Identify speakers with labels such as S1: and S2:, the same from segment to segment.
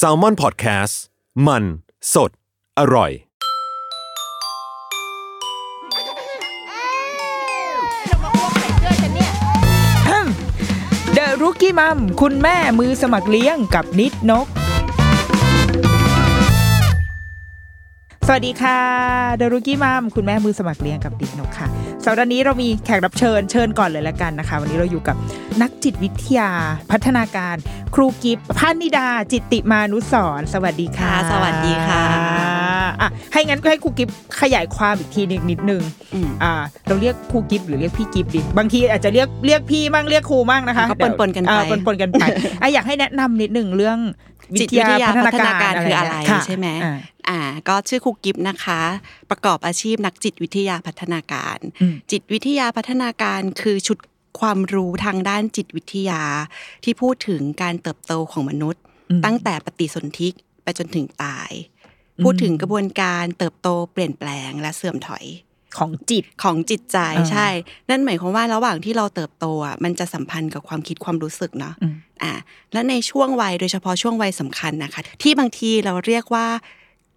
S1: s a l m o n PODCAST มันสดอร่อย
S2: เด e r รุกี้มัมคุณแม่มือสมัครเลี้ยงกับนิดนก สวัสดีค่ะเด e r รุกี้มัมคุณแม่มือสมัครเลี้ยงกับนิดนกค่ะสัปดาห์นี้เรามีแขกรับเชิญเชิญก่อนเลยละกันนะคะ วันนี้เราอยู่กับนักจิตวิทยา พัฒนาการ ครูกิฟพานิดา จิตติมานุสรณ์สวัสดีค่ะ
S3: ค่ะสวัสดีค่ะ
S2: อ่ะให้งั้นก็ให้ครูกิฟขยายความอีกทีนึงนิดนึง
S3: อืม
S2: อ่าเราเรียกครูกิฟหรือเรียกพี่กิฟดีบางทีอาจจะเรียกเรียกพี่มั่งเรียกครูมั่งนะคะ
S3: ก็ปนๆกันไป
S2: อ่าปนปนๆกันไปอ่ะอยากให้แนะนำนิดหนึ่งเรื่อง
S3: จิตวิทยาพัฒนาการคืออะไร
S2: ค่
S3: ใช่ไหม
S2: อ่า
S3: อ่า ก็ชื่อครูกิฟนะคะ ประกอบอาชีพนักจิตวิทยาพัฒนาการ
S2: อืม
S3: จิตวิทยาพัฒนาการคือชุดความรู้ทางด้านจิตวิทยา ที่พูดถึงการเติบโตของมนุษย์
S2: อืม
S3: ตั้งแต่ปฏิสนธิไปจนถึงตาย พูดถึงกระบวนการเติบโตเปลี่ยนแปลงและเสื่อมถอย
S2: ของจิต
S3: ของจิตใจ
S2: อ่า
S3: ใช่ นั่นหมายความว่าระหว่างที่เราเติบโตอ่ะมันจะสัมพันธ์กับความคิดความรู้สึกเนาะ
S2: อืม
S3: อ่าและในช่วงวัยโดยเฉพาะช่วงวัยสำคัญนะคะ ที่บางทีเราเรียกว่า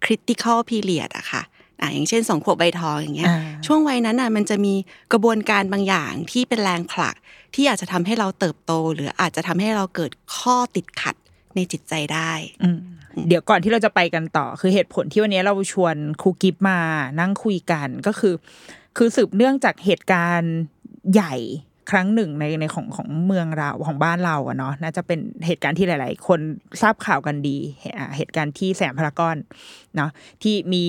S3: critical period อะค่ะอ่าอย่างเช่นสองขวบใบทองอย่างเงี้ย
S2: อ่า
S3: ช่วงวัยนั้นน่ะมันจะมีกระบวนการบางอย่างที่เป็นแรงผลัก ที่อาจจะทำให้เราเติบโต หรืออาจจะทำให้เราเกิดข้อติดขัดในจิตใจได้
S2: อืมเดี๋ยวก่อนที่เราจะไปกันต่อ คือเหตุผลที่วันนี้เราชวนครูกิฟมานั่งคุยกันก็คือ คือสืบเนื่องจากเหตุการณ์ใหญ่ครั้งหนึ่งในในของของเมืองเราของบ้านเราอะเนาะน่าจะเป็นเหตุการณ์ที่หลาย ๆ คนทราบข่าวกันดีอ่าเหตุการณ์ที่แสยามพารากอนเนาะที่มี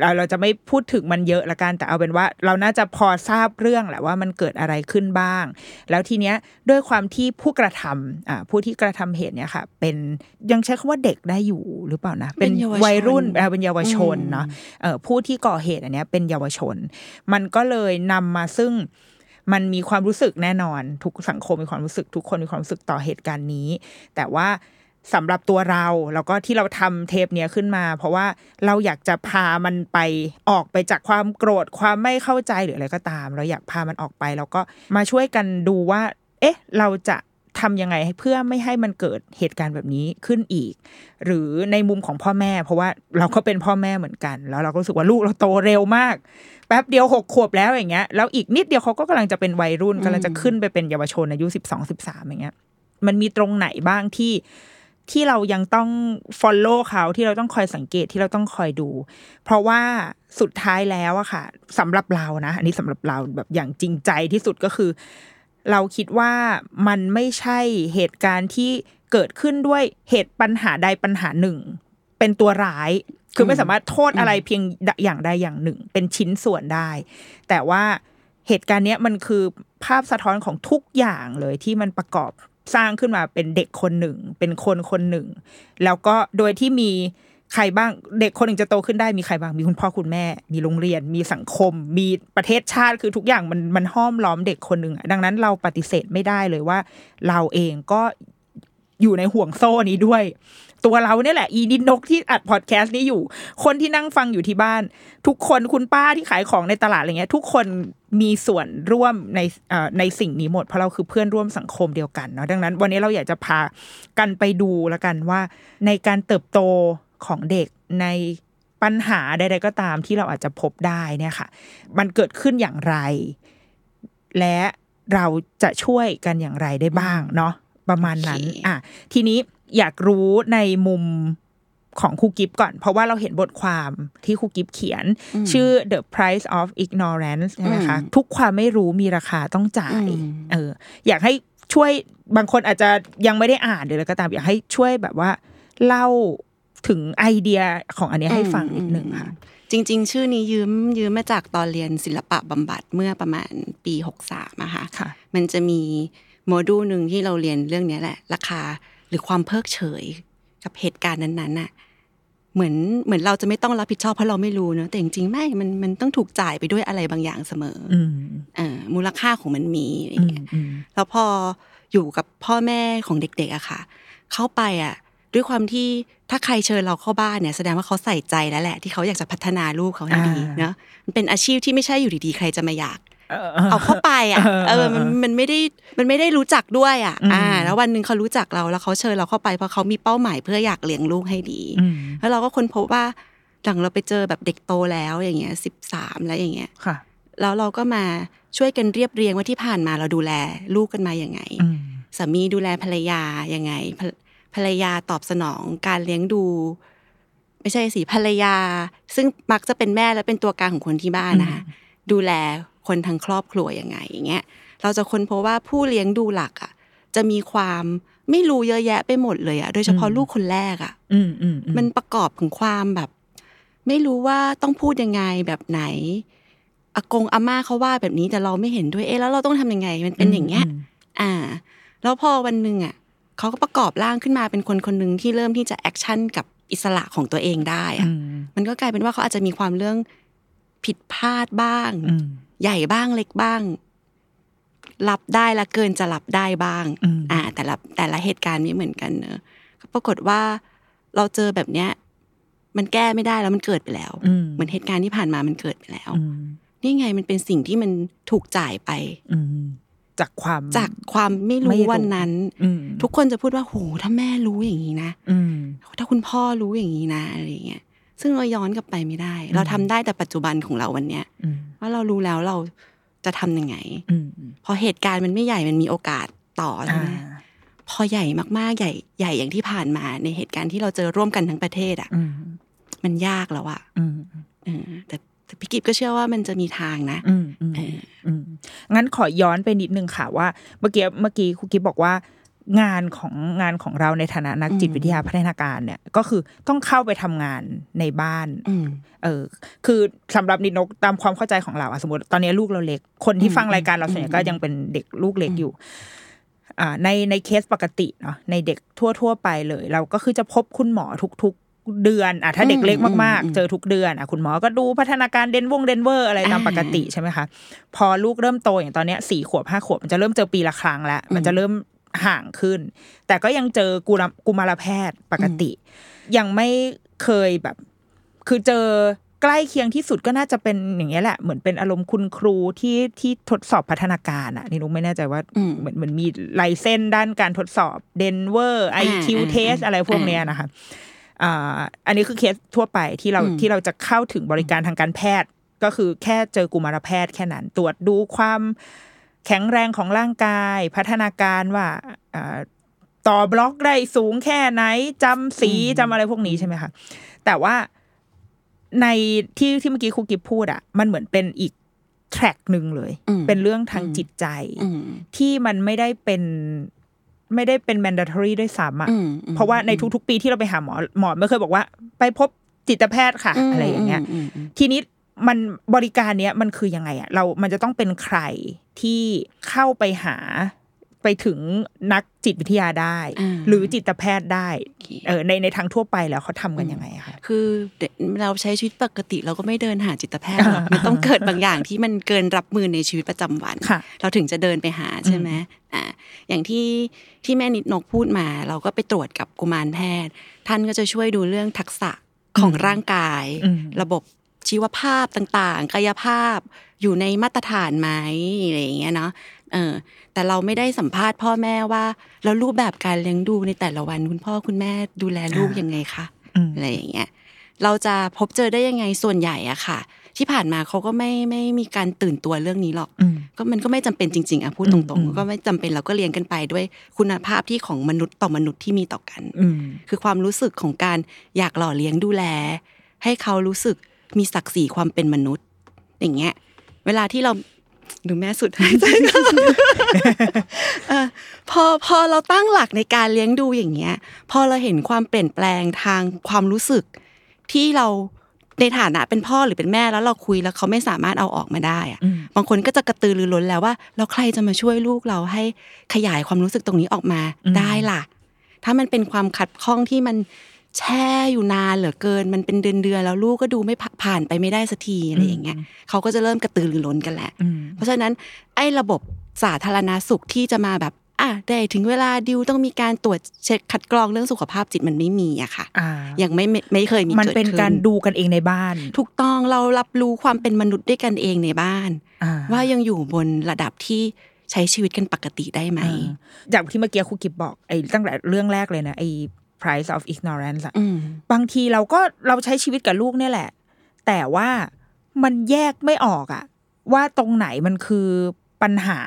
S2: เราเราจะไม่พูดถึงมันเยอะละกันแต่เอาเป็นว่าเราน่าจะพอทราบเรื่องแหละว่ามันเกิดอะไรขึ้นบ้าง แล้วทีเนี้ยด้วยความที่ผู้กระทำอ่าผู้ที่กระทำเหตุเนี่ยค่ะ เป็นยังใช้คำว่าเด็กได้อยู่หรือเปล่านะ
S3: เป็นเยาวชน
S2: วัยรุ่นอ่าเป็นเยาวชนเนาะ เอ่อผู้ที่ก่อเหตุอันเนี้ยเป็นเยาวชน มันก็เลยนำมาซึ่งมันมีความรู้สึกแน่นอน ทุกสังคมมีความรู้สึก ทุกคนมีความรู้สึกต่อเหตุการณ์นี้ แต่ว่าสำหรับตัวเราแล้วก็ที่เราทำเทปเนี้ยขึ้นมา เพราะว่าเราอยากจะพามันไปออกไปจากความโกรธความไม่เข้าใจหรืออะไรก็ตาม เราอยากพามันออกไปแล้วก็มาช่วยกันดูว่า เอ๊ะ เราจะทำยังไงให้เพื่อไม่ให้มันเกิดเหตุการณ์แบบนี้ขึ้นอีก หรือในมุมของพ่อแม่ เพราะว่าเราก็เป็นพ่อแม่เหมือนกัน แล้วเราก็รู้สึกว่าลูกเราโตเร็วมาก แป๊บเดียวหกขวบแล้วอย่างเงี้ยแล้วอีกนิดเดียวเขาก็กำลังจะเป็นวัยรุ่น
S3: อืม
S2: กำลังจะขึ้นไปเป็นเยาวชนอายุสิบสองสิบสามอย่างเงี้ย มันมีตรงไหนบ้างที่ที่เรายังต้อง follow เขาที่เราต้องคอยสังเกตที่เราต้องคอยดู เพราะว่าสุดท้ายแล้วอะค่ะสำหรับเรานะ อันนี้สำหรับเราแบบอย่างจริงใจที่สุดก็คือ เราคิดว่ามันไม่ใช่เหตุการณ์ที่เกิดขึ้นด้วยเหตุปัญหาใดปัญหาหนึ่ง เป็นตัวร้าย คือไม่สามารถโทษอะไรเพียงอย่างใดอย่างหนึ่ง เป็นชิ้นส่วนได้ แต่ว่าเหตุการณ์เนี้ยมันคือภาพสะท้อนของทุกอย่างเลยที่มันประกอบสร้างขึ้นมาเป็นเด็กคนหนึ่ง เป็นคนคนหนึ่ง แล้วก็โดยที่มีใครบ้างเด็กคนหนึ่งจะโตขึ้นได้มีใครบ้างมีคุณพ่อคุณแม่ มีโรงเรียน มีสังคม มีประเทศชาติคือทุกอย่างมันมันห้อมล้อมเด็กคนหนึ่งอะดังนั้นเราปฏิเสธไม่ได้เลยว่า เราเองก็อยู่ในห่วงโซ่นี้ด้วย ตัวเราเนี่ยแหละ อีนิดนกที่อัดพอดแคสต์นี้อยู่ คนที่นั่งฟังอยู่ที่บ้าน ทุกคนคุณป้าที่ขายของในตลาดอะไรเงี้ย ทุกคนมีส่วนร่วมในเอ่อในสิ่งนี้หมด เพราะเราคือเพื่อนร่วมสังคมเดียวกันเนาะดังนั้น วันนี้เราอยากจะพากันไปดูละกันว่า ในการเติบโตของเด็กในปัญหาใดๆก็ตามที่เราอาจจะพบได้เนี่ยค่ะ มันเกิดขึ้นอย่างไร และเราจะช่วยกันอย่างไรได้บ้างเนาะประมาณนั้น
S3: โอเค
S2: อ่ะทีนี้อยากรู้ในมุมของครูกิฟก่อน เพราะว่าเราเห็นบทความที่ครูกิฟเขียน
S3: ม
S2: ชื่อ The Price of Ignorance ใช่ไหมคะ
S3: อืม
S2: ทุกความไม่รู้มีราคาต้องจ่าย
S3: อืม
S2: เออ อยากให้ช่วยบางคนอาจจะยังไม่ได้อ่านหรืออะไรก็ตาม อยากให้ช่วยแบบว่า เล่าถึงไอเดียของอันเนี้ยให้ฟังนิดนึงค่ะ
S3: จริง ๆ ชื่อนี้ยืมยืมมาจากตอนเรียนศิลปะบำบัดเมื่อประมาณปี 63อะค่ะ
S2: ค่ะ
S3: มันจะมีโมดูลหนึ่งที่เราเรียนเรื่องเนี้ยแหละ ราคา รือความเพิกเฉยกับเหตุการณ์นั้นๆน่ะเหมือนเหมือนเราจะไม่ต้องรับผิดชอบเพราะเราไม่รู้เนอะแต่จริงๆไม่มันมันต้องถูกจ่ายไปด้วยอะไรบางอย่างเสมอ
S2: อืม
S3: เอ่อมูลค่าของมันมีอะไรอ
S2: อื
S3: ย่า
S2: ม
S3: งเงี้ย
S2: อืม
S3: แล้วพออยู่กับพ่อแม่ของเด็กๆอะค่ะ เข้าไปอะด้วยความที่ถ้าใครเชิญเราเข้าบ้านเนี่ยแสดงว่าเขาใส่ใจแล้วแหละ ที่เขาอยากจะพัฒนาลูกเขาให้ดีเนาะมันเป็นอาชีพที่ไม่ใช่อยู่ดีๆ ใครจะมาอยาก เอาเข้าไปอะเออมันมันไม่ได้มันไม่ได้รู้จักด้วยอะอ่า แล้ววันหนึ่งเขารู้จักเราแล้วเขาเชิญเราเข้าไปเพราะเขามีเป้าหมายเพื่ออยากเลี้ยงลูกให้ดี
S2: อืม
S3: แล้วเราก็ค้นพบว่าหลังเราไปเจอแบบเด็กโตแล้วอย่างเงี้ยสิบสามแล้วอย่างเงี้ย
S2: ค่ะ
S3: แล้วเราก็มาช่วยกันเรียบเรียงว่าที่ผ่านมาเราดูแลลูกกันมาอย่างไง
S2: อืม
S3: สามีดูแลภรรยาอย่างไงภรภรรยาตอบสนองการเลี้ยงดู ไม่ใช่สิภรรยา ซึ่งมักจะเป็นแม่และเป็นตัวกลางของคนที่บ้านนะคะดูแลคนทั้งครอบครัวยังไงอย่างเงี้ยเราจะค้นพบว่าผู้เลี้ยงดูหลักอ่ะจะมีความไม่รู้เยอะแยะไปหมดเลยอ่ะโดยเฉพาะลูกคนแรกอ่ะ
S2: อืมอืมอืม
S3: มันประกอบถึงความแบบ ไม่รู้ว่าต้องพูดยังไงแบบไหนอากงอาม่าเขาว่าแบบนี้แต่เราไม่เห็นด้วยเอ๊ะแล้วเราต้องทำยังไง มันเป็นอย่างเงี้ย อ่า แล้วพอวันหนึ่งอ่ะเขาก็ประกอบร่างขึ้นมาเป็นคนคนหนึ่งที่เริ่มที่จะแอคชั่นกับอิสระของตัวเองได้อ่ะ
S2: อืม
S3: มันก็กลายเป็นว่าเขาอาจจะมีความเรื่องผิดพลาดบ้าง
S2: อืม
S3: ใหญ่บ้างเล็กบ้าง รับได้และเกินจะรับได้บ้าง
S2: อืม
S3: อ่า แต่ละแต่ละเหตุการณ์ไม่เหมือนกันเนอะก็ปรากฏว่าเราเจอแบบเนี้ย มันแก้ไม่ได้แล้วมันเกิดไปแล้ว
S2: อืม
S3: เหมือนเหตุการณ์ที่ผ่านมามันเกิดไปแล้ว
S2: อืม
S3: นี่ไงมันเป็นสิ่งที่มันถูกจ่ายไป
S2: อืมจากความ
S3: จากความไม่รู้
S2: ไม่รู้
S3: วันนั้น
S2: อืม
S3: ทุกคนจะพูดว่าโหถ้าแม่รู้อย่างนี้นะ
S2: อืม
S3: ถ้าคุณพ่อรู้อย่างนี้นะอะไรอย่างเงี้ย ซึ่งเราย้อนกลับไปไม่ได้ เราทำได้แต่ปัจจุบันของเราวันเนี้ย
S2: อืม
S3: ว่าเรารู้แล้วเราจะทำยังไง
S2: อืม
S3: พอเหตุการณ์มันไม่ใหญ่ มันมีโอกาสต่อใช่
S2: อ่า
S3: ไหมพอใหญ่มากๆ ใหญ่ ใหญ่อย่างที่ผ่านมา ในเหตุการณ์ที่เราเจอร่วมกันทั้งประเทศอ่ะ
S2: อืม
S3: มันยากแล้วอ่ะ
S2: อืม
S3: เออแต่แต่พี่กิฟก็เชื่อว่ามันจะมีทางนะ
S2: อืมอืม
S3: เออ
S2: อืมงั้นขอย้อนไปนิดนึงค่ะว่าเมื่อกี้เมื่อกี้ครูกิฟบอกว่า งานของงานของเราในฐานะนักจิตวิทยาพัฒนาการเนี่ย ก็คือต้องเข้าไปทำงานในบ้าน
S3: อืม
S2: เออคือสำหรับนิดนกตามความเข้าใจของเราอะสมมติตอนนี้ลูกเราเล็ก คนที่ฟังรายการเราส่วนใหญ่ก็ยังเป็นเด็กลูกเล็กอยู่ อ่า ในในเคสปกติเนาะในเด็กทั่วทั่วๆไปเลย เราก็คือจะพบคุณหมอทุกๆเดือนอ่ะถ้าเด็กเล็กมาก
S3: อืม
S2: ๆ
S3: อืม
S2: เจอทุกเดือนอ่ะคุณหมอก็ดูพัฒนาการเดนวงเดนเวอร์อะไรตาม
S3: อ่า
S2: ปกติใช่ไหมคะ พอลูกเริ่มโตอย่างตอนเนี้ยสี่ขวบห้าขวบมันจะเริ่มเจอปีละครั้งแล้วมันจะเริ่มห่างขึ้น แต่ก็ยังเจอกุลากุมารแพทย์ปกติ ยังไม่เคยแบบ คือเจอใกล้เคียงที่สุดก็น่าจะเป็นอย่างเงี้ยแหละเหมือนเป็นอารมณ์คุณครูที่ที่ทดสอบพัฒนาการอะนี่นุ้งไม่แน่ใจว่า
S3: อืม
S2: เหมือนเหมือนมีลายเส้นด้านการทดสอบเดนเวอร์ไอ
S3: อ่า
S2: คิว
S3: อ่า
S2: เทสอะไรพวกเนี้ยนะคะอ่าอันนี้คือเคสทั่วไปที่เรา
S3: อืม
S2: ที่เราจะเข้าถึงบริการทางการแพทย์ ก็คือแค่เจอกุมารแพทย์แค่นั้น ตรวจดูความแข็งแรงของร่างกาย พัฒนาการว่าอ่าต่อบล็อกได้สูงแค่ไหนจำสีจำอะไรพวกนี้ใช่ไหมคะแต่ว่าในที่ที่เมื่อกี้ครูกิฟพูดอะมันเหมือนเป็นอีกแทร็กหนึ่งเลย
S3: อืม
S2: เป็นเรื่องทางจิตใจ
S3: อืม
S2: ที่มันไม่ได้เป็นไม่ได้เป็น mandatory ด้วยซ้ำอะ
S3: อืมอืม
S2: เพราะว่าในทุกๆ ปีที่เราไปหาหมอหมอไม่เคยบอกว่า ไปพบจิตแพทย์ค่ะ
S3: ม
S2: อะไรอย่างเงี้ย
S3: มอืม
S2: ทีนี้มันบริการเนี้ยมันคือยังไงอะเรามันจะต้องเป็นใครที่เข้าไปหาไปถึงนักจิตวิทยาได้
S3: อ่า
S2: หรือจิตแพทย์ได้
S3: โอเค
S2: เออในในทางทั่วไปแล้วเขาทำกันยังไงอะคะ
S3: คือเดี๋ยวเราใช้ชีวิตปกติเราก็ไม่เดินหาจิตแพทย์ หรอกมันต้องเกิดบางอย่างที่มันเกินรับมือในชีวิตประจำวัน
S2: ค่ะ
S3: เราถึงจะเดินไปหาใช่ไหมอ่าอย่างที่ที่แม่นิดนกพูดมา เราก็ไปตรวจกับกุมารแพทย์ ท่านก็จะช่วยดูเรื่องทักษะของร่างกาย ระบบชีวภาพต่างๆ กายภาพอยู่ในมาตรฐานไหมอะไรอย่างเงี้ยเนาะเออแต่เราไม่ได้สัมภาษณ์พ่อแม่ว่าแล้วรูปแบบการเลี้ยงดูในแต่ละวันคุณพ่อคุณแม่ดูแลลูกยังไงคะ อะไรอย่างเงี้ย เราจะพบเจอได้ยังไงส่วนใหญ่อะค่ะ ที่ผ่านมาเขาก็ไม่ไม่มีการตื่นตัวเรื่องนี้หรอก ก็มันก็ไม่จำเป็นจริง ๆอะพูดตรงๆ ก็ไม่จำเป็นเราก็เรียนกันไปด้วยคุณภาพที่ของมนุษย์ต่อมนุษย์ที่มีต่อกัน
S2: อืม
S3: คือความรู้สึกของการอยากหล่อเลี้ยงดูแล ให้เขารู้สึกมีศักดิ์ศรีความเป็นมนุษย์ อย่างเงี้ย เวลาที่เราดูแม่สุด หายใจก่อน เออพอพอเราตั้งหลักในการเลี้ยงดูอย่างเงี้ย พอเราเห็นความเปลี่ยนแปลงทางความรู้สึก ที่เราในฐานะเป็นพ่อหรือเป็นแม่แล้วเราคุยแล้วเขาไม่สามารถเอาออกมาได้อะบางคนก็จะกระตือรือร้นแล้วว่าเราใครจะมาช่วยลูกเราให้ขยายความรู้สึกตรงนี้ออกมาได้ล่ะ ถ้ามันเป็นความขัดข้องที่มันแช่อยู่นานเหลือเกิน มันเป็นเดือนเดือนๆแล้วลูกก็ดูไม่ผ่าผ่านไปไม่ได้สักทีอะไรอย่างเงี้ยเขาก็จะเริ่มกระตือรือร้นกันแหละ
S2: อืม
S3: เพราะฉะนั้นไอ้ระบบสาธารณาสุขที่จะมาแบบอ่ะได้ถึงเวลาดิวต้องมีการตรวจเช็คคัดกรองเรื่องสุขภาพจิตมันไม่มีอะค่ะ
S2: อ่า
S3: ยังไม่ไม่ไม่เคยมี
S2: มัน
S3: กิด
S2: เป็น
S3: ขึ้
S2: การดูกันเองในบ้าน
S3: ถูกต้องเรารับรู้ความเป็นมนุษย์ด้วยกันเองในบ้าน
S2: อ่
S3: ว่ายังอยู่บนระดับที่ใช้ชีวิตกันปกติได้ไหม
S2: อ่าจากที่เมื่อกี้ครูกิบบอกไอ้ตั้งแต่เรื่องแรกเลยนะไอ้ price of ignorance อะ
S3: อืม
S2: บางทีเราก็เราใช้ชีวิตกับลูกเนี่ยแหละ แต่ว่ามันแยกไม่ออกอะว่าตรงไหนมันคือปัญหา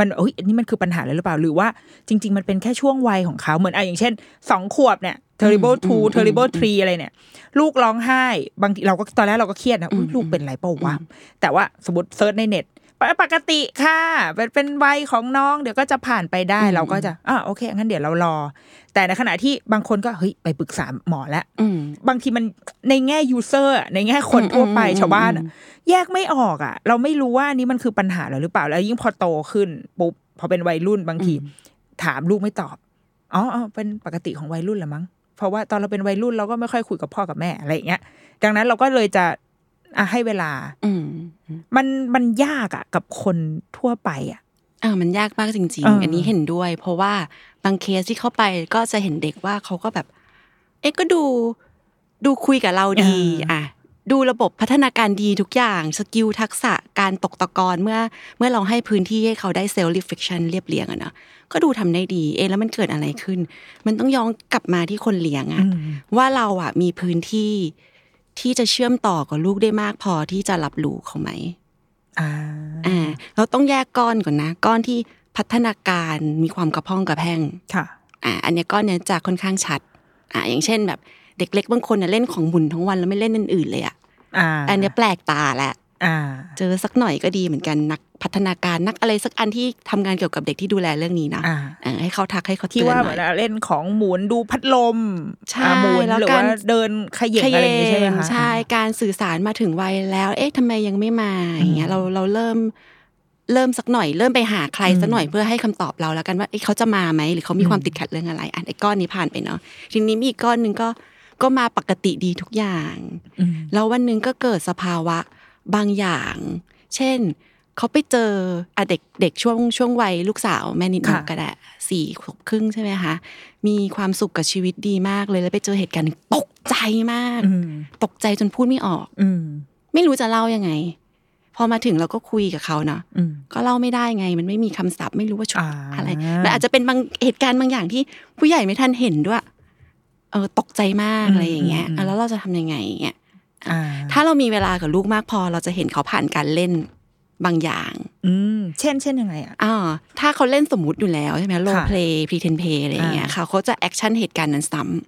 S2: มันเอ้ยอันนี้มันคือปัญหาเลยหรือเปล่า หรือว่าจริง ๆ มันเป็นแค่ช่วงวัยของเขาเหมือนอ่ะอย่างเช่นสองขวบเนี่ย terrible
S3: อืมอื
S2: two
S3: ม
S2: terrible three อะไรเนี่ย ลูกร้องไห้บางทีเราก็ตอนแรกเราก็เครียดนะอุ๊ย
S3: อืม
S2: ลูกเป็นไรเปล่าวะ
S3: อืม
S2: แต่ว่าสมมติเซิร์ชในเน็ตปกติค่ะเป็นเป็นวัยของน้องเดี๋ยวก็จะผ่านไปได้เราก็จะอ่าโอเคงั้นเดี๋ยวเรารอ แต่ในขณะที่บางคนก็เฮ้ยไปปรึกษาหมอแล้ว
S3: อืม
S2: บางทีมันในแง่ยูเซอร์ในแง่คน
S3: อืม
S2: ทั่วไป
S3: อืม
S2: ชาวบ้านอะ
S3: อืม
S2: แยกไม่ออกอ่ะ เราไม่รู้ว่าอันนี้มันคือปัญหาเราหรือเปล่า แล้วยิ่งพอโตขึ้นปุ๊บพอเป็นวัยรุ่นบางที ถามลูกไม่ตอบอ๋ออ๋อเป็นปกติของวัยรุ่นละมั้ง เพราะว่าตอนเราเป็นวัยรุ่นเราก็ไม่ค่อยคุยกับพ่อกับแม่อะไรอย่างเงี้ย ดังนั้นเราก็เลยจะอ่ะให้เวลา
S3: อืมอืม
S2: มันมันยากอ่ะ กับคนทั่วไปอ่ะ
S3: อ่ามันยากมากจริง
S2: เออ
S3: ๆ
S2: อั
S3: อันนี้เห็นด้วย เพราะว่าบางเคสที่เข้าไปก็จะเห็นเด็กว่าเขาก็แบบ เอ๊ะก็ดูดูคุยกับเราดี
S2: เอออ่
S3: อ่ะ ดูระบบพัฒนาการดีทุกอย่าง สกิลทักษะการตกตะกอนเมื่อ เมื่อเราให้พื้นที่ให้เขาได้เซลล์รีเฟ c ชันเรียบเรียงอะเนาะก็ดูทำได้ดี เอ๊ะแล้วมันเกิดอะไรขึ้น มันต้องย้อนกลับมาที่คนเลี้ยงอะ
S2: อืม
S3: ว่าเราอะมีพื้นที่ที่จะเชื่อมต่อกับลูกได้มากพอที่จะรับรู้เขาไหม
S2: อ่า
S3: อ่าเราต้องแยกก้อนก่อนนะ ก้อนที่พัฒนาการมีความกระพ้องกระแพง
S2: ค่ะ
S3: อ่าอันเนี้ยก้อนเนี้ยจะค่อนข้างชัดอ่าอย่างเช่นแบบเด็กเล็กบางคนเนี่ยเล่นของบุญทั้งวันแล้วไม่เล่นอันอื่นเลยอ่ะ
S2: อ่า
S3: อันเนี้ยแปลกตาแหละ
S2: อ่า
S3: เจอสักหน่อยก็ดีเหมือนกันนักพัฒนาการนักอะไรสักอันที่ทำงานเกี่ยวกับเด็กที่ดูแลเรื่องนี้นะ
S2: อ่า
S3: เออให้เขาทักให้เขา
S2: ที่
S3: เตือน
S2: ว่า
S3: ห
S2: เหมื
S3: น่อ
S2: อย นเล่นของหมุนดูพัดลม
S3: ใช่
S2: อ่าหมุน
S3: แล้ว
S2: หรือ
S3: การ
S2: ว่าเดินเขย่งอะไรอย่างงี้ใช่ไหม
S3: เข
S2: คะ
S3: ย่งใช่การสื่อสารมาถึงวัยแล้ว เอ๊ะทำไมยังไม่มาอย่างเงี้ยเราเราเริ่มเริ่มสักหน่อย เริ่มไปหาใครสักหน่อยเพื่อให้คำตอบเราแล้วกันว่าเอ๊ะเขาจะมาไหมหรือเขามีความติดขัดเรื่องอะไรอันไอ้ก้อนนี้ผ่านไปเนาะทีนี้มีอีกก้อนหนึ่งก็ก็มาปกติดีทุกอย่าง
S2: อืม
S3: แล้ววันหนึ่งก็เกิดสภาวะบางอย่าง เช่น เขาไปเจออะเด็กเด็กช่วงช่วงวัยลูกสาวแม่นิดนึ
S2: ค่ะ
S3: งก็ได้สี่ขวบครึ่งใช่ไหมคะมีความสุขกับชีวิตดีมากเลยแล้วไปเจอเหตุการณ์หนึ่งตกใจมาก
S2: อืม
S3: ตกใจจนพูดไม่ออก
S2: อืม
S3: ไม่รู้จะเล่ายังไง พอมาถึงเราก็คุยกับเขาเนาะ
S2: อืม
S3: ก็เล่าไม่ได้ไง มันไม่มีคำศัพท์ไม่รู้ว่าชุด
S2: อ่า
S3: อะไรมันอาจจะเป็นบางเหตุการณ์บางอย่างที่ผู้ใหญ่ไม่ทันเห็นด้วยเออตกใจมากอะไรอย่างเงี้ยอ่ะแล้วเราจะทำยังไงอย่างเงี้ย
S2: อ่า
S3: ถ้าเรามีเวลากับลูกมากพอ เราจะเห็นเขาผ่านการเล่นบางอย่าง
S2: อืมเช่นเช่นยังไงอ่ะ
S3: อ่าถ้าเขาเล่นสมมุติอยู่แล้วใช่ไหมโล
S2: ค่ะ
S3: เพลย์พรีเทนเพย์อะไรอย่างเงี้ย
S2: อ่า
S3: ค่ะเขาจะแอคชั่นเหตุการณ์นั้นซ้ำ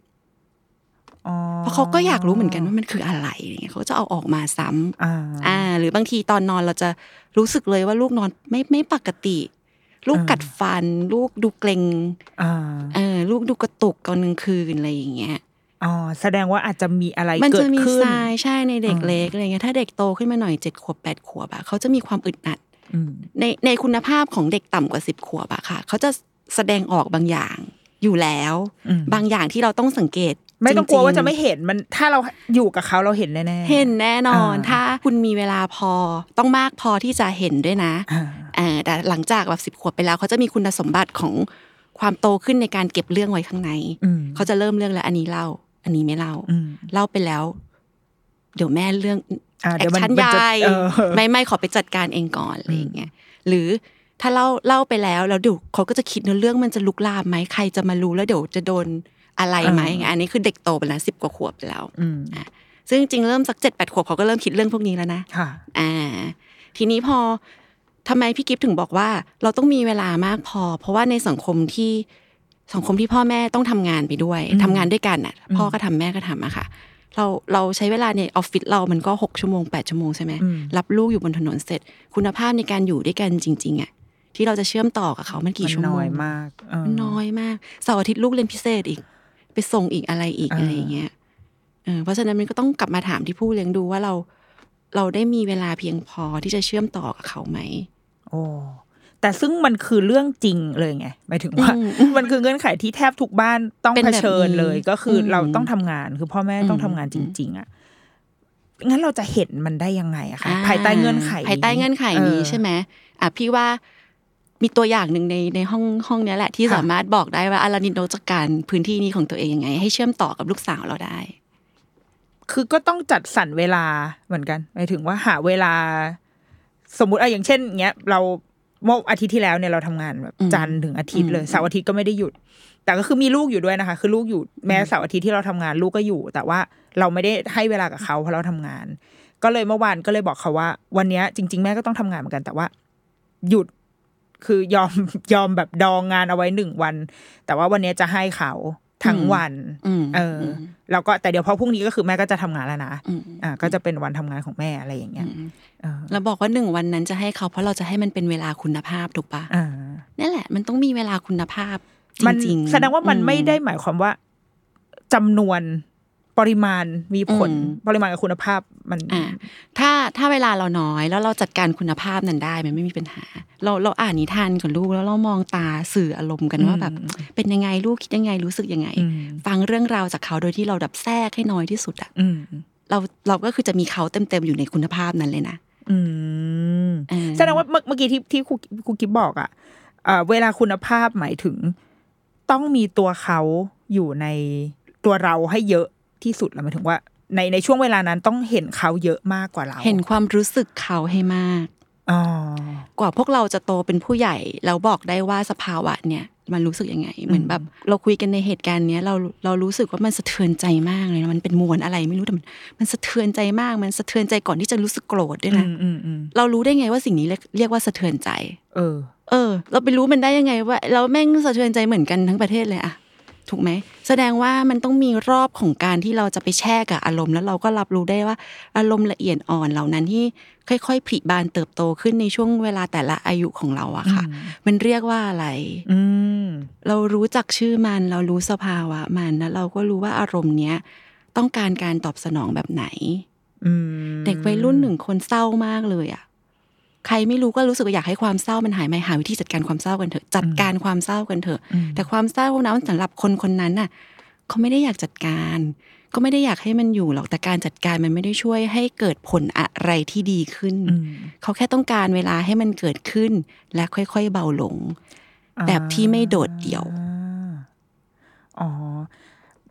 S2: อ๋อ
S3: เพราะเขาก็อยากรู้เหมือนกันว่ามันคืออะไรอะไรเงี้ยเขาก็จะเอาออกมาซ้ำ
S2: อ่า
S3: อ่า หรือบางทีตอนนอนเราจะรู้สึกเลยว่าลูกนอนไม่ไม่ปกติ ลูก
S2: อ่า
S3: กัดฟัน ลูกดูเกรง
S2: อ่า
S3: เออลูกดูกระตุกตอนกลางคืนอะไรอย่างเงี้ย
S2: อ๋อแสดงว่าอาจจะมีอะไร
S3: มัน
S2: เกิ
S3: จะ
S2: ด
S3: มี
S2: ขึ้น
S3: ทรายใช่ในเด็ก
S2: อ่า
S3: เล็กอะไรเงี้ยถ้าเด็กโตขึ้นมาหน่อยเจ็ดขวบแปดขวบอะเขาจะมีความอึดอัด
S2: อืม
S3: ในในคุณภาพของเด็กต่ำกว่าสิบขวบอะค่ะ เขาจะแสดงออกบางอย่างอยู่แล้ว
S2: อืม
S3: บางอย่างที่เราต้องสังเกต
S2: ไม่ต้องกลัว
S3: จริๆ
S2: ว่าจะไม่เห็นมันถ้าเราอยู่กับเขาเราเห็นแน่ๆ
S3: เห็นแน่นอน
S2: อ่า
S3: ถ้าคุณมีเวลาพอต้องมากพอที่จะเห็นด้วยนะ
S2: อ่า
S3: เอ่อแต่หลังจากแบบสิบ10ขวบไปแล้ว เขาจะมีคุณสมบัติของความโตขึ้นในการเก็บเรื่องไว้ข้างใน
S2: อืม
S3: เขาจะเริ่มเรื่องแล้ว อันนี้เล่า อันนี้ไม่เล่า
S2: อืม
S3: เล่าไปแล้ว เดี๋ยวแม่เรื่อง
S2: อ่าเดี๋ยวมัน
S3: แอคชั่น
S2: มันจะ
S3: ยาย
S2: เออ
S3: ไม่ไม่ขอไปจัดการเองก่อนอะไรอย่างเงี้ยหรือถ้าเล่าเล่าไปแล้วแล้วเดี๋ยวเขาก็จะคิดเนื้อะเรื่องมันจะลุกลามไหมใครจะมารู้แล้วเดี๋ยวจะโดนอะไรไหมอย่างเงี้ยอันนี้คือเด็กโตไปแล้วสิบกว่าขวบไปแล้ว
S2: อืม
S3: ซึ่งจริงๆเริ่มสักเจ็ดแปดขวบเขาก็เริ่มคิดเรื่องพวกนี้แล้วนะ
S2: ค่ะ
S3: อ่าทีนี้พอทำไมพี่กิฟถึงบอกว่า เราต้องมีเวลามากพอ เพราะว่าในสังคมที่สังคมที่พ่อแม่ต้องทำงานไปด้วย
S2: อืม
S3: ทำงานด้วยกันน่ะ พ่อก็ทำแม่ก็ทำอะค่ะ เราเราใช้เวลาในออฟฟิศเรามันก็หกชั่วโมงแปดชั่วโมงใช่ไหม
S2: อืม
S3: รับลูกอยู่บนถนนเสร็จ คุณภาพในการอยู่ด้วยกันจริง ๆอะที่เราจะเชื่อมต่อกับเขามันกี่ชั่วโมง
S2: น้อยมากเออ
S3: มันน้อยมากเสาร์อาทิตย์ลูกเรียนพิเศษอีก ไปส่งอีกอะไรอีก
S2: อ่า
S3: อะไรอย่างเงี้ยเออเพราะฉะนั้นมันก็ต้องกลับมาถามที่ผู้เลี้ยงดูว่าเรา เราได้มีเวลาเพียงพอที่จะเชื่อมต่อกับเขาไหม
S2: โอ้ แต่ซึ่งมันคือเรื่องจริงเลยไงหมายถึงว่า
S3: อืม
S2: มันคือเงื่อนไขที่แทบทุกบ้านต้อง
S3: เป็น
S2: เผ
S3: แบบนี้
S2: ชิญเลย ก็คืออ
S3: ม
S2: เราต้องทำงานคือพ่อแม่ต้องทำงานจ
S3: อืม
S2: ริง ๆ อ่ะงั้นเราจะเห็นมันได้ยังไงอะคะ
S3: อ่
S2: ภายใต้เงื่อนไข
S3: ภายใต้เงื่อนไขนี้
S2: เออ
S3: ใช่ไหมอ่ะพี่ว่ามีตัวอย่างหนึ่งในในห้องห้องเนี้ยแหละที่
S2: ค่ะ
S3: สามารถบอกได้ว่าอารานินโนจัดการพื้นที่นี้ของตัวเองยังไง ให้เชื่อมต่อกับลูกสาวเราได้
S2: คือก็ต้องจัดสรรเวลาเหมือนกันหมายถึงว่าหาเวลา สมมติอะอย่างเช่นเงี้ยเราเมื่ออาทิตย์ที่แล้วเนี่ยเราทำงานแบบ
S3: อืม
S2: จันทร์ถึงอาทิตย์เลย
S3: อืม
S2: เสาร์อาทิตย์ก็ไม่ได้หยุด แต่ก็คือมีลูกอยู่ด้วยนะคะ คือลูกอยู่แม้เสาร์อาทิตย์ที่เราทำงานลูกก็อยู่ แต่ว่าเราไม่ได้ให้เวลากับเขาเพราะเราทำงาน ก็เลยเมื่อวานก็เลยบอกเขาว่า วันเนี้ยจริง ๆ แม่ก็ต้องทำงานเหมือนกัน แต่ว่า หยุด คือยอม ยอมแบบดองงานเอาไว้หนึ่งวัน แต่ว่าวันเนี้ยจะให้เขาทั้งวัน
S3: อืม
S2: เอออ
S3: ม
S2: แล้วก็แต่เดี๋ยวพอพรุ่งนี้ก็คือแม่ก็จะทำงานแล้วนะ
S3: อืม
S2: อ่า ก็จะเป็นวันทำงานของแม่อะไรอย่างเงี้ย
S3: อืม
S2: เออ
S3: เราบอกว่าหนึ่งวันนั้นจะให้เขาเพราะเราจะให้มันเป็นเวลาคุณภาพถูกปะ
S2: อ่า
S3: นั่นแหละ มันต้องมีเวลาคุณภาพจ
S2: มั
S3: ริงๆ
S2: แสดงว่ามันไม่ได้หมายความว่าจำนวนปริมาณมีผล
S3: อืม
S2: ปริมาณกับคุณภาพมัน
S3: อ่ะถ้าถ้าเวลาเราน้อยแล้วเราจัดการคุณภาพนั้นได้มันไม่มีปัญหา เราเราอ่านนิทานกับลูกแล้วเรามองตาสื่ออารมณ์กันว่าแบบ
S2: อืม
S3: เป็นยังไงลูกคิดยังไงรู้สึกยังไง
S2: อืม
S3: ฟังเรื่องราวจากเขาโดยที่เราดับแทรกให้น้อยที่สุดอะ
S2: อืม
S3: เราเราก็คือจะมีเขาเต็มๆอยู่ในคุณภาพนั้นเลยนะ
S2: อืม
S3: เออ
S2: แสดงว่าเมื่อเมื่อกี้ที่ที่ครูครูกิบบอกอ่ะเอ่อเวลาคุณภาพหมายถึง ต้องมีตัวเขาอยู่ในตัวเราให้เยอะที่สุดแล้วหมายถึงว่า ในในช่วงเวลานั้นต้องเห็นเขาเยอะมากกว่าเรา
S3: เห็นความรู้สึกเขาให้มาก
S2: อ๋อ
S3: กว่าพวกเราจะโตเป็นผู้ใหญ่แล้วบอกได้ว่าสภาวะเนี่ยมันรู้สึกยังไง เหมือนแบบ เราคุยกันในเหตุการณ์เนี้ยเราเรารู้สึกว่ามันสะเทือนใจมากเลยนะมันเป็นมวลอะไรไม่รู้แต่มันมันสะเทือนใจมากมันสะเทือนใจก่อนที่จะรู้สึกโกรธด้วยนะ
S2: อืมอืมอืม
S3: เรารู้ได้ไงว่าสิ่งนี้เรียกเรียกว่าสะเทือนใจ
S2: เออ
S3: เออ เราไปรู้มันได้ยังไงว่าเราแม่งสะเทือนใจเหมือนกันทั้งประเทศเลยอะถูกไหมแสดงว่ามันต้องมีรอบของการที่เราจะไปแช่กับอารมณ์แล้วเราก็รับรู้ได้ว่า อารมณ์ละเอียดอ่อนเหล่านั้นที่ค่อยๆผลิบานเติบโตขึ้นในช่วงเวลาแต่ละอายุของเราอะค่ะ มันเรียกว่าอะไร
S2: อืม
S3: เรารู้จักชื่อมัน เรารู้สภาวะมันแล้วเราก็รู้ว่าอารมณ์เนี้ยต้องการการตอบสนองแบบไหน
S2: อืม
S3: เด็กวัยรุ่นหนึ่งคนเศร้ามากเลยอ่ะ ใครไม่รู้ก็รู้สึกว่าอยากให้ความเศร้ามันหายไหมหาวิธีจัดการความเศร้ากันเถอะ จัดการความเศร้ากันเถอะ
S2: อืม
S3: แต่ความเศร้านั้นสำหรับคนคนนั้นน่ะเขาไม่ได้อยากจัดการ ก็ไม่ได้อยากให้มันอยู่หรอกแต่การจัดการมันไม่ได้ช่วยให้เกิดผลอะไรที่ดีขึ้น
S2: อืม
S3: เขาแค่ต้องการเวลาให้มันเกิดขึ้น และค่อยๆเบาลง แบบที่ไม่โดดเดี่ยว
S2: อ่าอ๋อ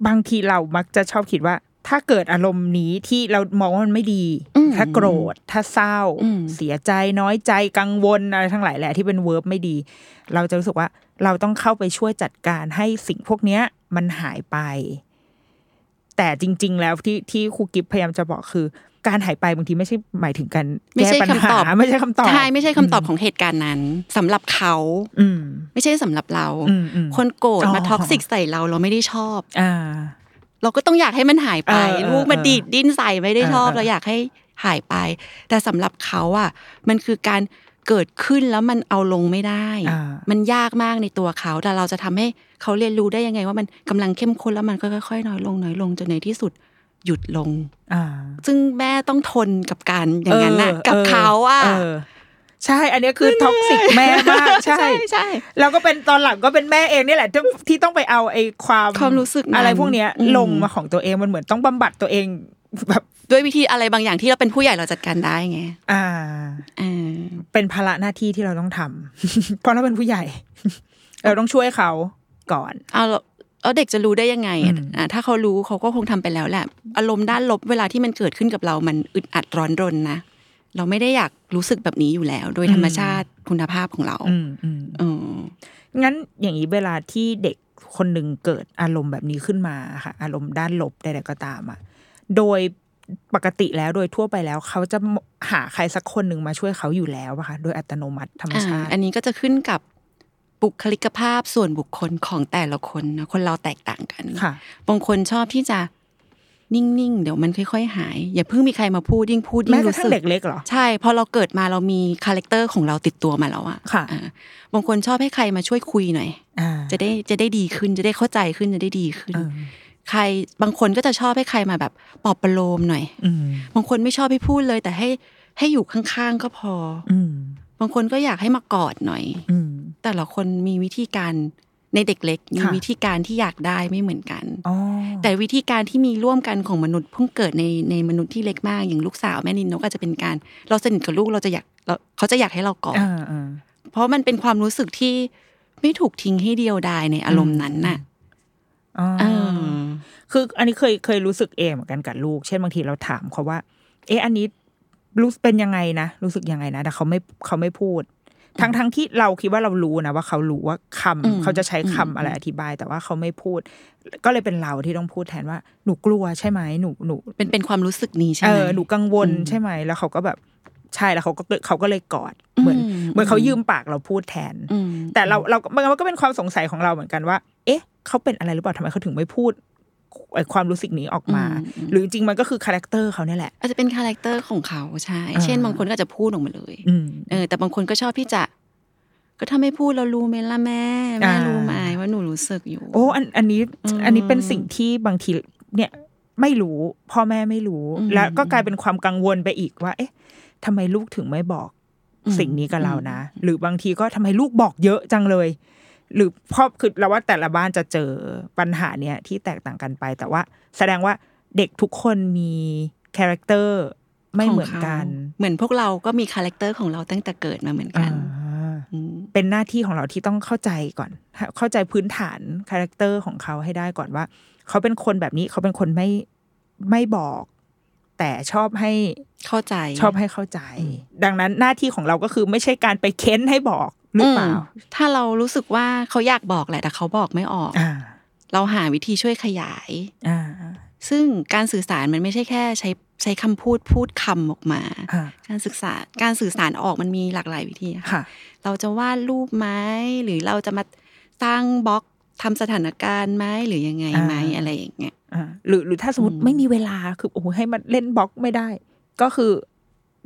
S2: บางทีเรามักจะชอบคิดว่า ถ้าเกิดอารมณ์นี้ที่เรามองว่ามันไม่ดี
S3: อืม
S2: ถ้าโกรธ ถ้าเศร้า
S3: อืม
S2: เสียใจน้อยใจกังวลอะไรทั้งหลายแหละที่เป็นเวิร์บไม่ดี เราจะรู้สึกว่า เราต้องเข้าไปช่วยจัดการให้สิ่งพวกเนี้ย มันหายไป แต่จริง ๆ แล้วที่ที่ครูกิฟพยายามจะบอกคือ การหายไปบางทีไม่ใช่หมายถึงการ
S3: ไม่
S2: แก้
S3: ใช่
S2: ปัญ
S3: คำ
S2: หา
S3: ตอบ
S2: ไม่ใช่คำตอบ
S3: ใช่ไม่ใช่คำตอบของเหตุการณ์นั้นสำหรับเขา
S2: อืม
S3: ไม่ใช่สำหรับเรา
S2: อืมอืม
S3: คนโกรธมา
S2: อ๋อ
S3: ท็อกซิกใส่เราเราไม่ได้ชอบ
S2: อ่า
S3: เราก็ต้องอยากให้มันหายไป
S2: เออเออ
S3: ลูกมาดีดดิ้นใส่ไม่ได้ชอบ
S2: เออเออ
S3: เราอยากให้หายไป แต่สำหรับเขาอ่ะมันคือการเกิดขึ้นแล้วมันเอาลงไม่ได้
S2: อ่า
S3: มันยากมากในตัวเขา แต่เราจะทำให้เขาเรียนรู้ได้ยังไง ว่ามันกำลังเข้มข้นแล้วมันก็ค่อยๆน้อยลงน้อยลงจนในที่สุดหยุดลง
S2: อ่า
S3: ซึ่งแม่ต้องทนกับการอย่างนั้นน่ะ
S2: ออ
S3: กับเขาอ่ะ
S2: เอใช่ อันเนี้ยคือท็อกซิกแม่มาก ใช่
S3: ใช่ใช่
S2: แล้วก็เป็นตอนหลังก็เป็นแม่เองนี่แหละที่ที่ต้องไปเอาไอ้ความ
S3: ความรู้สึกนั้น
S2: อะไรพวกเนี้ย
S3: อืม
S2: ลงมาของตัวเองมันเหมือนต้องบำบัดตัวเองแบบ
S3: ด้วยวิธีอะไรบางอย่างที่เราเป็นผู้ใหญ่เราจัดการได้ไง
S2: อ่า
S3: อ่า
S2: เป็นภาระหน้าที่ที่เราต้องทำ เพราะเราเป็นผู้ใหญ่ เราต้องช่วยเขาก่อน
S3: เอาแล้วแล้วเด็กจะรู้ได้ยังไงอะ
S2: อืม
S3: อ่ะถ้าเขารู้เขาก็คงทำไปแล้วแหละอารมณ์ด้านลบเวลาที่มันเกิดขึ้นกับเรามันอึดอัดร้อนรนนะเราไม่ได้อยากรู้สึกแบบนี้อยู่แล้ว โดยธรรมชาติคุณภาพของเรา
S2: อืมอืม
S3: เออ
S2: งั้นอย่างนี้เวลาที่เด็กคนหนึ่งเกิดอารมณ์แบบนี้ขึ้นมาค่ะ อารมณ์ด้านลบใดๆก็ตามอ่ะโดยปกติแล้วโดยทั่วไปแล้ว เขาจะหาใครสักคนหนึ่งมาช่วยเขาอยู่แล้วอะค่ะโดยอัตโนมัติธรรมชาติ
S3: อ่าอันนี้ก็จะขึ้นกับบุคลิกภาพส่วนบุคคลของแต่ละคนนะคนเราแตกต่างกัน
S2: ค่ะ
S3: บางคนชอบที่จะนิ่งๆเดี๋ยวมันค่อยๆหาย อย่าเพิ่งมีใครมาพูดยิ่งพูดยิ่
S2: แม้
S3: ง
S2: กระ
S3: รู้
S2: ทั่
S3: สึ
S2: ง
S3: ก
S2: เด็กเล็กเหรอ
S3: ใช่พอเราเกิดมาเรามีคาแรคเตอร์ของเราติดตัวมาแล้วอะ
S2: ค่ะ
S3: อ่าบางคนชอบให้ใครมาช่วยคุยหน่อย
S2: อ่า
S3: จะได้จะได้ดีขึ้นจะได้เข้าใจขึ้นจะได้ดีขึ้น
S2: เออ
S3: ใครบางคนก็จะชอบให้ใครมาแบบปลอบประโลมหน่อย
S2: อืม
S3: บางคนไม่ชอบให้พูดเลย แต่ให้ให้อยู่ข้างๆก็พอ
S2: อืม
S3: บางคนก็อยากให้มากอดหน่อย
S2: อืม
S3: แต่ละคนมีวิธีการในเด็กเล็ก มี
S2: ค่ะ
S3: วิธีการที่อยากได้ไม่เหมือนกัน
S2: อ๋อ
S3: แต่วิธีการที่มีร่วมกันของมนุษย์เพิ่งเกิดในในมนุษย์ที่เล็กมากอย่างลูกสาวแม่นินนกอาจจะเป็นการ เราสนิทกับลูกเราจะอยากเราเขาจะอยากให้เรากอด
S2: อ่าอ่า
S3: เพราะมันเป็นความรู้สึกที่ไม่ถูกทิ้งให้เดียวดายในอารมณ์นั้นน่ะ
S2: อ๋อ
S3: เอ
S2: อ
S3: อ
S2: คืออันนี้เคยเคยรู้สึกเองเหมือนกันกับลูก เช่นบางทีเราถามเขาว่า เอ๊ะอันนี้รู้สึกเป็นยังไงนะรู้สึกยังไงนะ แต่เขาไม่เขาไม่พูด ทั้งทั้งที่เราคิดว่าเรารู้นะว่าเขารู้ว่าคำ
S3: อืม
S2: เขาจะใช้คำ
S3: อืม
S2: อะไรอธิบาย แต่ว่าเขาไม่พูด ก็เลยเป็นเราที่ต้องพูดแทนว่าหนูกลัวใช่ไหมหนูหนู
S3: เป็นเป็นความรู้สึกนี้ใช่
S2: เอ
S3: ไหม
S2: อหนูกังวล
S3: อืม
S2: ใช่ไหมแล้วเขาก็แบบใช่แล้วเขาก็เขาก็เลยกอดเหมือน
S3: อืม
S2: เหมือนเขายืมปากเราพูดแทน
S3: อืม
S2: แต่เราเรามันก็เป็นความสงสัยของเราเหมือนกันว่า เอ๊ะ เขาเป็นอะไรหรือเปล่าทำไมเขาถึงไม่พูดไอ้ความรู้สึกนี้ออกมา
S3: อืมอืม
S2: หรือจริงๆมันก็คือคาแรคเตอร์เขาเนี่ยแหละ
S3: อาจจะเป็นคาแรคเตอร์ของเขาใช่
S2: อ่า
S3: เช่นบางคนก็อาจจะพูดออกมาเลย
S2: อืม
S3: เออแต่บางคนก็ชอบที่จะ ก็ถ้าไม่พูดเรารู้ไหมล่ะแม่แม่
S2: อ่า
S3: รู้ไหมว่าหนูรู้สึกอยู่
S2: โอ้อันอันนี้
S3: อืม
S2: อันนี้เป็นสิ่งที่บางทีเนี่ยไม่รู้พ่อแม่ไม่รู้
S3: อืม
S2: แล้วก็กลายเป็นความกังวลไปอีกว่า เอ๊ะทำไมลูกถึงไม่บอก
S3: อืม
S2: สิ่งนี้กับเรานะ หรือบางทีก็ทำไมลูกบอกเยอะจังเลย หรือพ่อคือเราว่าแต่ละบ้านจะเจอปัญหาเนี้ยที่แตกต่างกันไป แต่ว่าแสดงว่าเด็กทุกคนมีคาแรคเตอร์ไม่เหมือนกัน
S3: ขงเขาเหมือนพวกเราก็มีคาแรคเตอร์ของเราตั้งแต่เกิดมาเหมือนกัน
S2: อ่า
S3: อืม
S2: เป็นหน้าที่ของเราที่ต้องเข้าใจก่อน เข้าใจพื้นฐานคาแรคเตอร์ของเขาให้ได้ก่อนว่า เขาเป็นคนแบบนี้เขาเป็นคนไม่ไม่บอก แต่ชอบให้
S3: เข้าใจ
S2: ชอบให้เข้าใจ ดังนั้นหน้าที่ของเราก็คือไม่ใช่การไปเค้นให้บอกหรือเปล่า
S3: มถ้าเรารู้สึกว่าเขาอยากบอกแหละแต่เขาบอกไม่ออก
S2: อ่า
S3: เราหาวิธีช่วยขยาย
S2: อ่า
S3: ซึ่งการสื่อสารมันไม่ใช่แค่ ใช้ใช้คำพูดพูดคำออกมา
S2: อ่า
S3: การศึกษาการสื่อสารออกมันมีหลากหลายวิธีอะค่ะ
S2: ค่ะ
S3: เราจะวาดรูปไหมหรือเราจะมาตั้งบล็อกทำสถานการณ์ไหมหรือยังไงไหม
S2: อ่า
S3: อะไรอย่างเงี้ย
S2: อ่า หรือหรือถ้าสมมติ
S3: อืม
S2: ไม่มีเวลาคือโอ้โหให้มันเล่นบล็อกไม่ได้ ก็คือ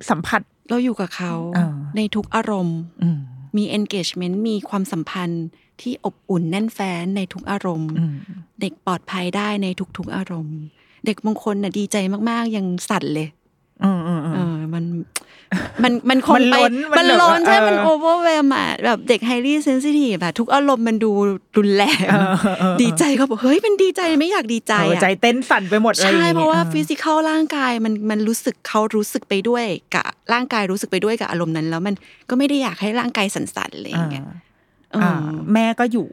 S2: สัมผัส
S3: เราอยู่กับเขา
S2: อ่า
S3: ในทุกอารมณ์
S2: อืม
S3: มี engagement มีความสัมพันธ์ที่อบอุ่นแน่นแฟ้นในทุกอารมณ์
S2: อืม
S3: เด็กปลอดภัยได้ในทุกๆอารมณ์ เด็กบางคนน่ะดีใจมากๆ ยังสั่นเลย
S2: อืมอืมอืม
S3: เออมันมันมันคง
S2: มัน
S3: ไป
S2: ล้นมัน
S3: มันล้นใช่
S2: เออ
S3: มันโอเวอร์เวมอะแบบเด็กไฮรี s เซนซิทีฟอะทุกอารมณ์มันดูรุนแรง
S2: เออเออเออ
S3: ดีใจก็บอกเฮ้ยมันดีใจไม่อยากดีใจ
S2: เออ
S3: อะ
S2: ใจเต้นสั่นไปหมดอะไรอย่ง
S3: ใช่
S2: งี้ย
S3: เพราะว่า
S2: ออ
S3: ฟิสิกอลร่างกายมันมันรู้สึกเขารู้สึกไปด้วยกับร่างกายรู้สึกไปด้วยกับอารมณ์นั้น แล้วมันก็ไม่ได้อยากให้ร่างกายสั่นๆอะไรอย่างเงี้ยเออ
S2: อ่าแม่ก็อยู่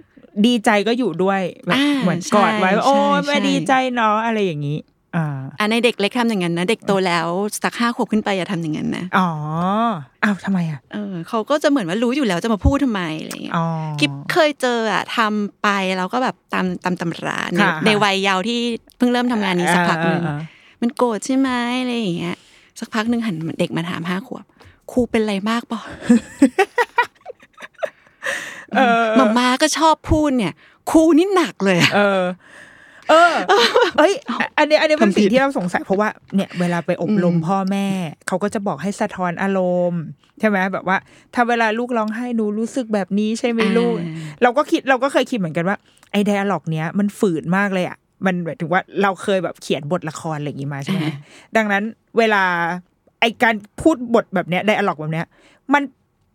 S2: ดีใจก็อยู่ด้วยแบบ
S3: อ่า
S2: เหมือนกอดไว้
S3: ใช่
S2: ว่าโอ้ย
S3: ใช่
S2: แม่
S3: ใช่
S2: ดีใจเนาะอะไรอย่างนี้ อ่า
S3: อ่ะในเด็กเล็กทำอย่างนั้นนะเด็กโตแล้วสักห้าขวบขึ้นไปอย่าทำอย่างนั้นนะ
S2: อ๋ออ้าวทำไมอ่ะ
S3: เออเขาก็จะเหมือนว่ารู้อยู่แล้วจะมาพูดทำไมอะไรเงี้ย
S2: อ๋อ
S3: กิ๊บเคยเจออะทำไปแล้วก็แบบตามตามตำราใน
S2: ค่ะ
S3: ใน
S2: ค่ะ
S3: วัยเยาว์ที่เพิ่งเริ่มทำงานนี้สักพักหนึ่ง
S2: อ่าอ่าอ่า
S3: มันโกรธใช่ไหมอะไรอย่างเงี้ยสักพักหนึ่งหันเด็กมาถามห้าขวบครูเป็นไรมากเปล่า
S2: เออ
S3: หมามาก็ชอบพูดเนี่ยครูนี่หนักเลยอะ
S2: เออเออเอ้ยอันนี้อันนี้เป็น
S3: ทำผิด
S2: สิ่งที่เราสงสัยเพราะว่าเนี่ยเวลาไปอบรม
S3: อืม
S2: พ่อแม่ เขาก็จะบอกให้สะท้อนอารมณ์ใช่ไหมแบบว่า ถ้าเวลาลูกร้องไห้หนูรู้สึกแบบนี้ใช่ไหมลูก
S3: อ่า
S2: เราก็คิดเราก็เคยคิดเหมือนกันว่าไอเดียล็อกเนี้ยมันฝืนมากเลยอ่ะมันหมายถึงว่าเราเคยแบบเขียนบทละครอะไรอย่างงี้มาใช่ไหม
S3: อ่า
S2: ดังนั้นเวลาไอการพูดบทแบบเนี้ยไดอะล็อกแบบเนี้ย มัน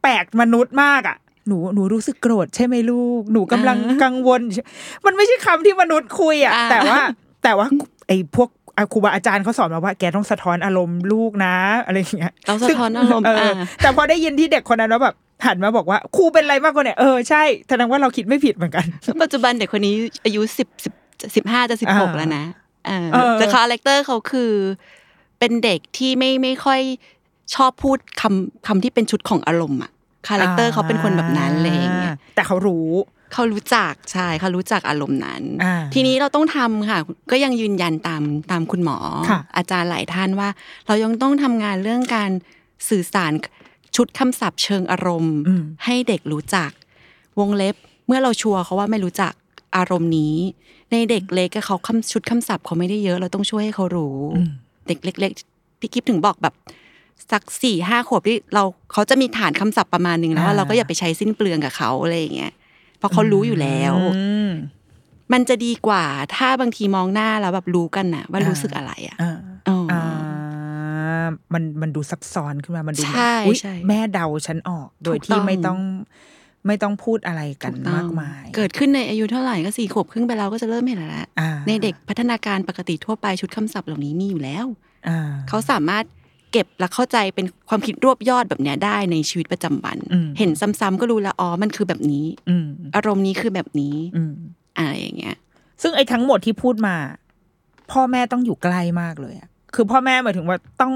S2: แปลกมนุษย์มากอ่ะหนูหนูรู้สึกโกรธใช่ไหมลูก หนูกำลังกังวล มันไม่ใช่คำที่มนุษย์คุยอ่ะ
S3: อ่า
S2: แต่ว่าแต่ว่าไอพวกอ่ะครูบาอาจารย์เขาสอนมาว่าแกต้องสะท้อนอารมณ์ลูกนะอะไรอย่างเงี้ย
S3: เราสะท้อนอารมณ์
S2: เอ
S3: อ่า
S2: อแต่พอได้ยินที่เด็กคนนั้นว่าแบบหันมาบอกว่าครูเป็นอะไรมากกว่าเนี่ยเออใช่แสดงว่าเราคิดไม่ผิดเหมือนกัน
S3: ปัจจุบันเด็กคนนี้อายุสิบสิบสิบห้าจะสิบหก
S2: อ่า
S3: แล้วนะเออ
S2: เออ
S3: แต่คาแรคเตอร์เขาคือ เป็นเด็กที่ไม่ไม่ค่อยชอบพูดคำคำที่เป็นชุดของอารมณ์อะคาแรคเตอร์เขาเป็นคนแบบนั้นอะไรอย่างเงี้ย
S2: าแต่เขารู้
S3: เขารู้จักใช่เขารู้จักอารมณ์นั้น
S2: อ่า
S3: ทีนี้เราต้องทำค่ะ ก็ยังยืนยันตามตามคุณหมอ
S2: ค่ะ
S3: อาจารย์หลายท่านว่า เรายังต้องทำงานเรื่องการสื่อสารชุดคำศัพท์เชิงอารมณ์
S2: อืม
S3: ให้เด็กรู้จัก วงเล็บเมื่อเราชัวร์เขาว่าไม่รู้จักอารมณ์นี้ ในเด็กเล็กอะเขาคำชุดคำศัพท์เขาไม่ได้เยอะ เราต้องช่วยให้เขารู้
S2: อืม
S3: เด็กเล็ก ๆ พี่กิฟถึงบอกแบบสักสี่ห้าขวบที่เราเขาจะมีฐานคำศัพท์ประมาณหนึงแล้วอะ
S2: อ่า
S3: เราก็อย่าไปใช้สิ้นเปลืองกับเขาอะไรอย่างเงี้ยเพราะเขารู้อยู่แล้ว
S2: อืม
S3: มันจะดีกว่าถ้าบางทีมองหน้าแล้วแบบรู้กันนะว่า
S2: อ่ารู้
S3: รู้สึกอะไรอะ
S2: อ่า
S3: เอออ
S2: อ่า มันมันดูซับซ้อนขึ้นมามันดูเหมือน
S3: ใช่
S2: อุ๊ย
S3: ใช่
S2: แม่เดาฉันออก โดย
S3: ถูกต้
S2: ที่
S3: อง
S2: ไม่ต้องไม่ต้องพูดอะไรกัน
S3: ถูต้อง
S2: มากมาย
S3: เกิดขึ้นในอายุเท่าไหร่ก็สี่ขวบครึ่งไปแล้วก็จะเริ่มเห็นแล้วแหละ
S2: อ่า
S3: ในเด็กพัฒนาการปกติทั่วไปชุดคำศัพท์เหล่านี้มีอยู่แล้ว
S2: อ่า
S3: เขาสามารถเก็บและเข้าใจเป็นความคิดรวบยอดแบบเนี้ยได้ในชีวิตประจำวัน
S2: อืม
S3: เห็นซ้ำๆก็รู้ละอ๋อมันคือแบบนี้
S2: อืม
S3: อารมณ์นี้คือแบบนี้
S2: อืม
S3: อะไรอย่างเงี้ย
S2: ซึ่งไอ้ทั้งหมดที่พูดมา พ่อแม่ต้องอยู่ใกล้มากเลยอะคือพ่อแม่หมายถึงว่าต้อง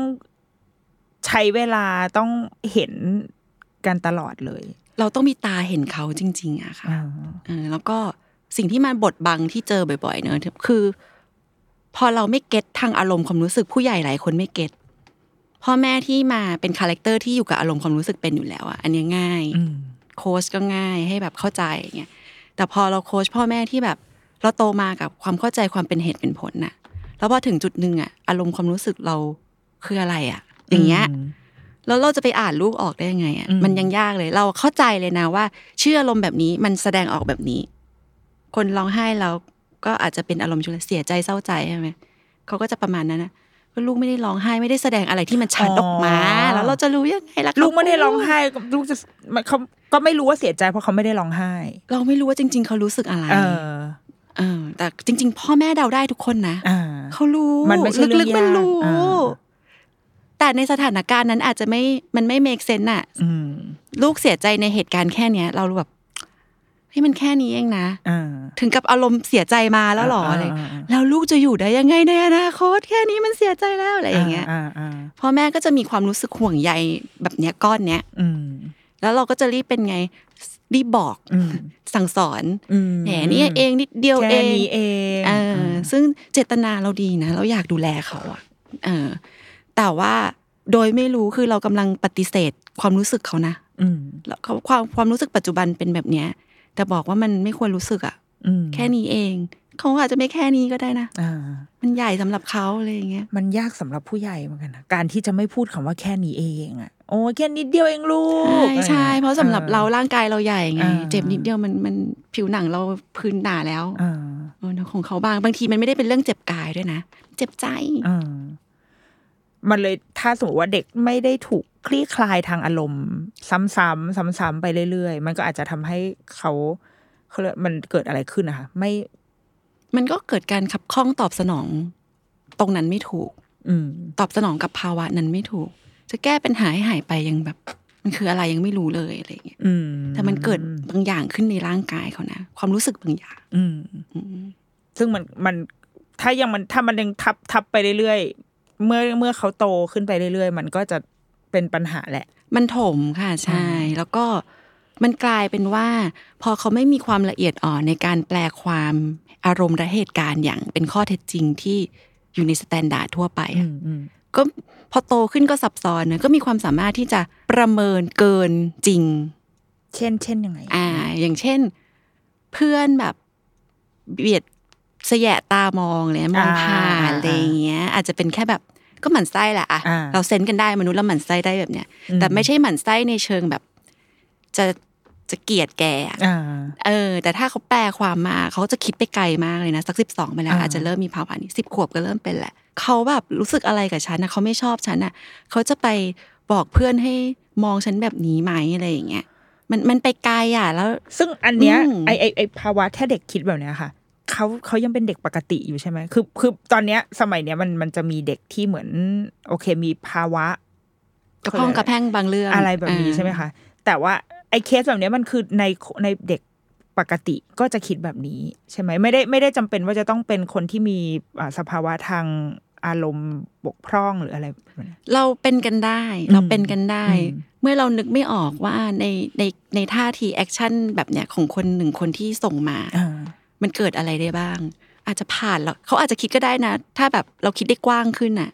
S2: ใช้เวลาต้องเห็นกันตลอดเลย
S3: เราต้องมีตาเห็นเขาจริง ๆอะค่ะ
S2: อ่า
S3: เออแล้วก็สิ่งที่มันบดบังที่เจอบ่อย ๆ เนอะคือ พอเราไม่เก็ตทางอารมณ์ความรู้สึกผู้ใหญ่หลายคนไม่เก็ตพ่อแม่ที่มาเป็นคาแรคเตอร์ที่อยู่กับอารมณ์ความรู้สึกเป็นอยู่แล้วอะอันเนี้ยง่าย
S2: อืม
S3: โค้ชก็ง่ายให้แบบเข้าใจอย่างเงี้ยแต่พอเราโค้ชพ่อแม่ที่แบบเราโตมากับความเข้าใจความเป็นเหตุเป็นผลน่ะ แล้วพอถึงจุดหนึ่งอ่ะ อารมณ์ความรู้สึกเราคืออะไรอ่ะ อย่างเงี้ยแล้วเราจะไปอ่านลูกออกได้ยังไงอ่ะ
S2: อืม
S3: มันยังยากเลย เราเข้าใจเลยนะว่าเชื่ออารมณ์แบบนี้มันแสดงออกแบบนี้ คนร้องไห้เราก็อาจจะเป็นอารมณ์ชุลเสียใจเศร้าใจใช่ไหมเขาก็จะประมาณนั้นนะก็ลูกไม่ได้ร้องไห้ไม่ได้แสดงอะไรที่มันชัดออกมา แล้วเราจะรู้ยังไงล่ะเขา
S2: ลูกไม่ได้ร้องไห้ลูกจะมันเขาก็ไม่รู้ว่าเสียใจเพราะเขาไม่ได้ร้องไห้
S3: เราไม่รู้ว่าจริง ๆ เขารู้สึกอะไร
S2: เออ
S3: เออ แต่จริง ๆ พ่อแม่เดาได้ทุกคนนะ
S2: อ่า
S3: เขารู้
S2: มันไม่ใช่เรื่อง
S3: ลึกๆมันรู้
S2: ยากอ่า
S3: แต่ในสถานการณ์นั้นอาจจะไม่ มันไม่เมกเซนอะ
S2: อืม
S3: ลูกเสียใจในเหตุการณ์แค่เนี้ย เรารู้แบบเฮ้ยมันแค่นี้เองนะ
S2: อ่า
S3: ถึงกับอารมณ์เสียใจมาแล้วเหรอ
S2: อ่า
S3: อะไร
S2: อ่าอ่า
S3: แล้วลูกจะอยู่ได้ยังไงในอนาคตแค่นี้มันเสียใจแล้วอะไรอย่างเงี้ย
S2: อ่าอ่า
S3: พ่อแม่ก็จะมีความรู้สึกห่วงใยแบบเนี้ยก้อนเนี้ย
S2: อืม
S3: แล้วเราก็จะรีบเป็นไง รีบบอก
S2: อืม
S3: สั่งสอน
S2: อืม
S3: แหมนี่เองนิดเดียว
S2: แค่
S3: เอง
S2: นี้เอง
S3: เอออซึ่งเจตนาเราดีนะ เราอยากดูแลเขาอะเออ แต่ว่าโดยไม่รู้คือเรากำลังปฏิเสธความรู้สึกเขานะ
S2: อืม
S3: แล้วเขาความความรู้สึกปัจจุบันเป็นแบบเนี้ย แต่บอกว่ามันไม่ควรรู้สึกอะ
S2: อืม
S3: แค่นี้เองเขาอาจจะไม่แค่นี้ก็ได้นะ
S2: อ่า
S3: มันใหญ่สำหรับเขาอะไรอย่างเงี้ย
S2: มันยากสำหรับผู้ใหญ่เหมือนกันนะการที่จะไม่พูดคำว่าแค่นี้เองอะโอ้ยแค่นิดเดียวเองลูก
S3: ใช่
S2: อไอย่งงี้ย
S3: ใช่เพราะสำหรับเราร่างกายเราใหญ่ไง
S2: อ่า
S3: เจ็บนิดเดียวมันมันผิวหนังเราพื้นหนาแล้ว
S2: อ่า
S3: เออของเขาบางบางทีมันไม่ได้เป็นเรื่องเจ็บกายด้วยนะเจ็บใจ
S2: อ่ามันเลยถ้าสมมติว่าเด็กไม่ได้ถูกคลี่คลายทางอารมณ์ซ้ำๆซ้ำๆไปเรื่อยๆ มันก็อาจจะทำให้เขาเขาเรียกมันเกิดอะไรขึ้นนะคะไม่
S3: มันก็เกิดการขับข้องตอบสนอง ตรงนั้นไม่ถูก
S2: อืม
S3: ตอบสนองกับภาวะนั้นไม่ถูก จะแก้ปัญหาให้หายไปยังแบบ มันคืออะไรยังไม่รู้เลยอะไรอย่างเงี้ย
S2: อืม
S3: แต่มันเกิดบางอย่างขึ้นในร่างกายเขานะ ความรู้สึกบางอย่าง
S2: อืม
S3: อืม
S2: ซึ่งมันมันถ้ายังมันถ้ามันยังทับทับไปเรื่อยๆ เมื่อเมื่อเขาโตขึ้นไปเรื่อยๆ มันก็จะเป็นปัญหาแหละ
S3: มันถมค่ะใช่ แล้วก็มันกลายเป็นว่า พอเขาไม่มีความละเอียดอ่อนในการแปลความอารมณ์และเหตุการณ์อย่างเป็นข้อเท็จจริงที่อยู่ในสแตนดาร์ดทั่วไปอะ
S2: อืมอืม
S3: ก็พอโตขึ้นก็ซับซ้อนนะก็มีความสามารถที่จะประเมินเกินจริง
S2: เช่น เช่นยังไง
S3: อ่า อย่างเช่น เพื่อนแบบเบียดเสยะตามองเลยมองผ่าน
S2: อ่า
S3: อะไรอย่างเงี้ย อาจจะเป็นแค่แบบก็หมั่นไส้แหละอ่ะ
S2: อ่า
S3: เราเซนส์กันได้มนุษย์เราหมั่นไส้ได้แบบเนี้ย
S2: อืม
S3: แต่ไม่ใช่หมั่นไส้ในเชิงแบบ จะจะเกลียดแกอะ
S2: อ่า
S3: เออแต่ถ้าเขาแปลความมาเขาจะคิดไปไกลมากเลยนะสักสิบสองไปแล้ว
S2: อ่า
S3: อาจจะเริ่มมีภาวะนี้สิบขวบก็เริ่มเป็นแหละเขาแบบรู้สึกอะไรกับฉันนะเขาไม่ชอบฉันนะเขาจะไปบอกเพื่อนให้มองฉันแบบนี้ไหมอะไรอย่างเงี้ยมันมันไปไกลอ่ะแล้ว
S2: ซึ่งอันเนี้ย
S3: อืม
S2: ไอไอไอภาวะถ้าเด็กคิดแบบเนี้ยค่ะเขาเขายังเป็นเด็กปกติอยู่ใช่ไหมคือคือตอนเนี้ยสมัยเนี้ยมันมันจะมีเด็กที่เหมือน โอเคมีภาวะ
S3: กระพ้องกระแพงบางเรื่อง
S2: อะไรแบบนี้
S3: า
S2: ใช่ไหมคะแต่ว่าไอเคสแบบเนี้ยมันคือในในเด็กปกติก็จะคิดแบบนี้ใช่ไหมไม่ได้ไม่ได้จำเป็นว่าจะต้องเป็นคนที่มีอ่าสภาวะทางอารมณ์บกพร่องหรืออะไรแบบเนี้ย
S3: เราเป็นกันได้
S2: อืม
S3: เราเป็นกันได้
S2: อืม
S3: เมื่อเรานึกไม่ออกว่าในในในท่าทีแอคชั่นแบบเนี้ยของคนหนึ่งคนที่ส่งมา
S2: อ่า
S3: มันเกิดอะไรได้บ้าง อาจจะผ่านแล้วเขาอาจจะคิดก็ได้นะ ถ้าแบบเราคิดได้กว้างขึ้นน่ะ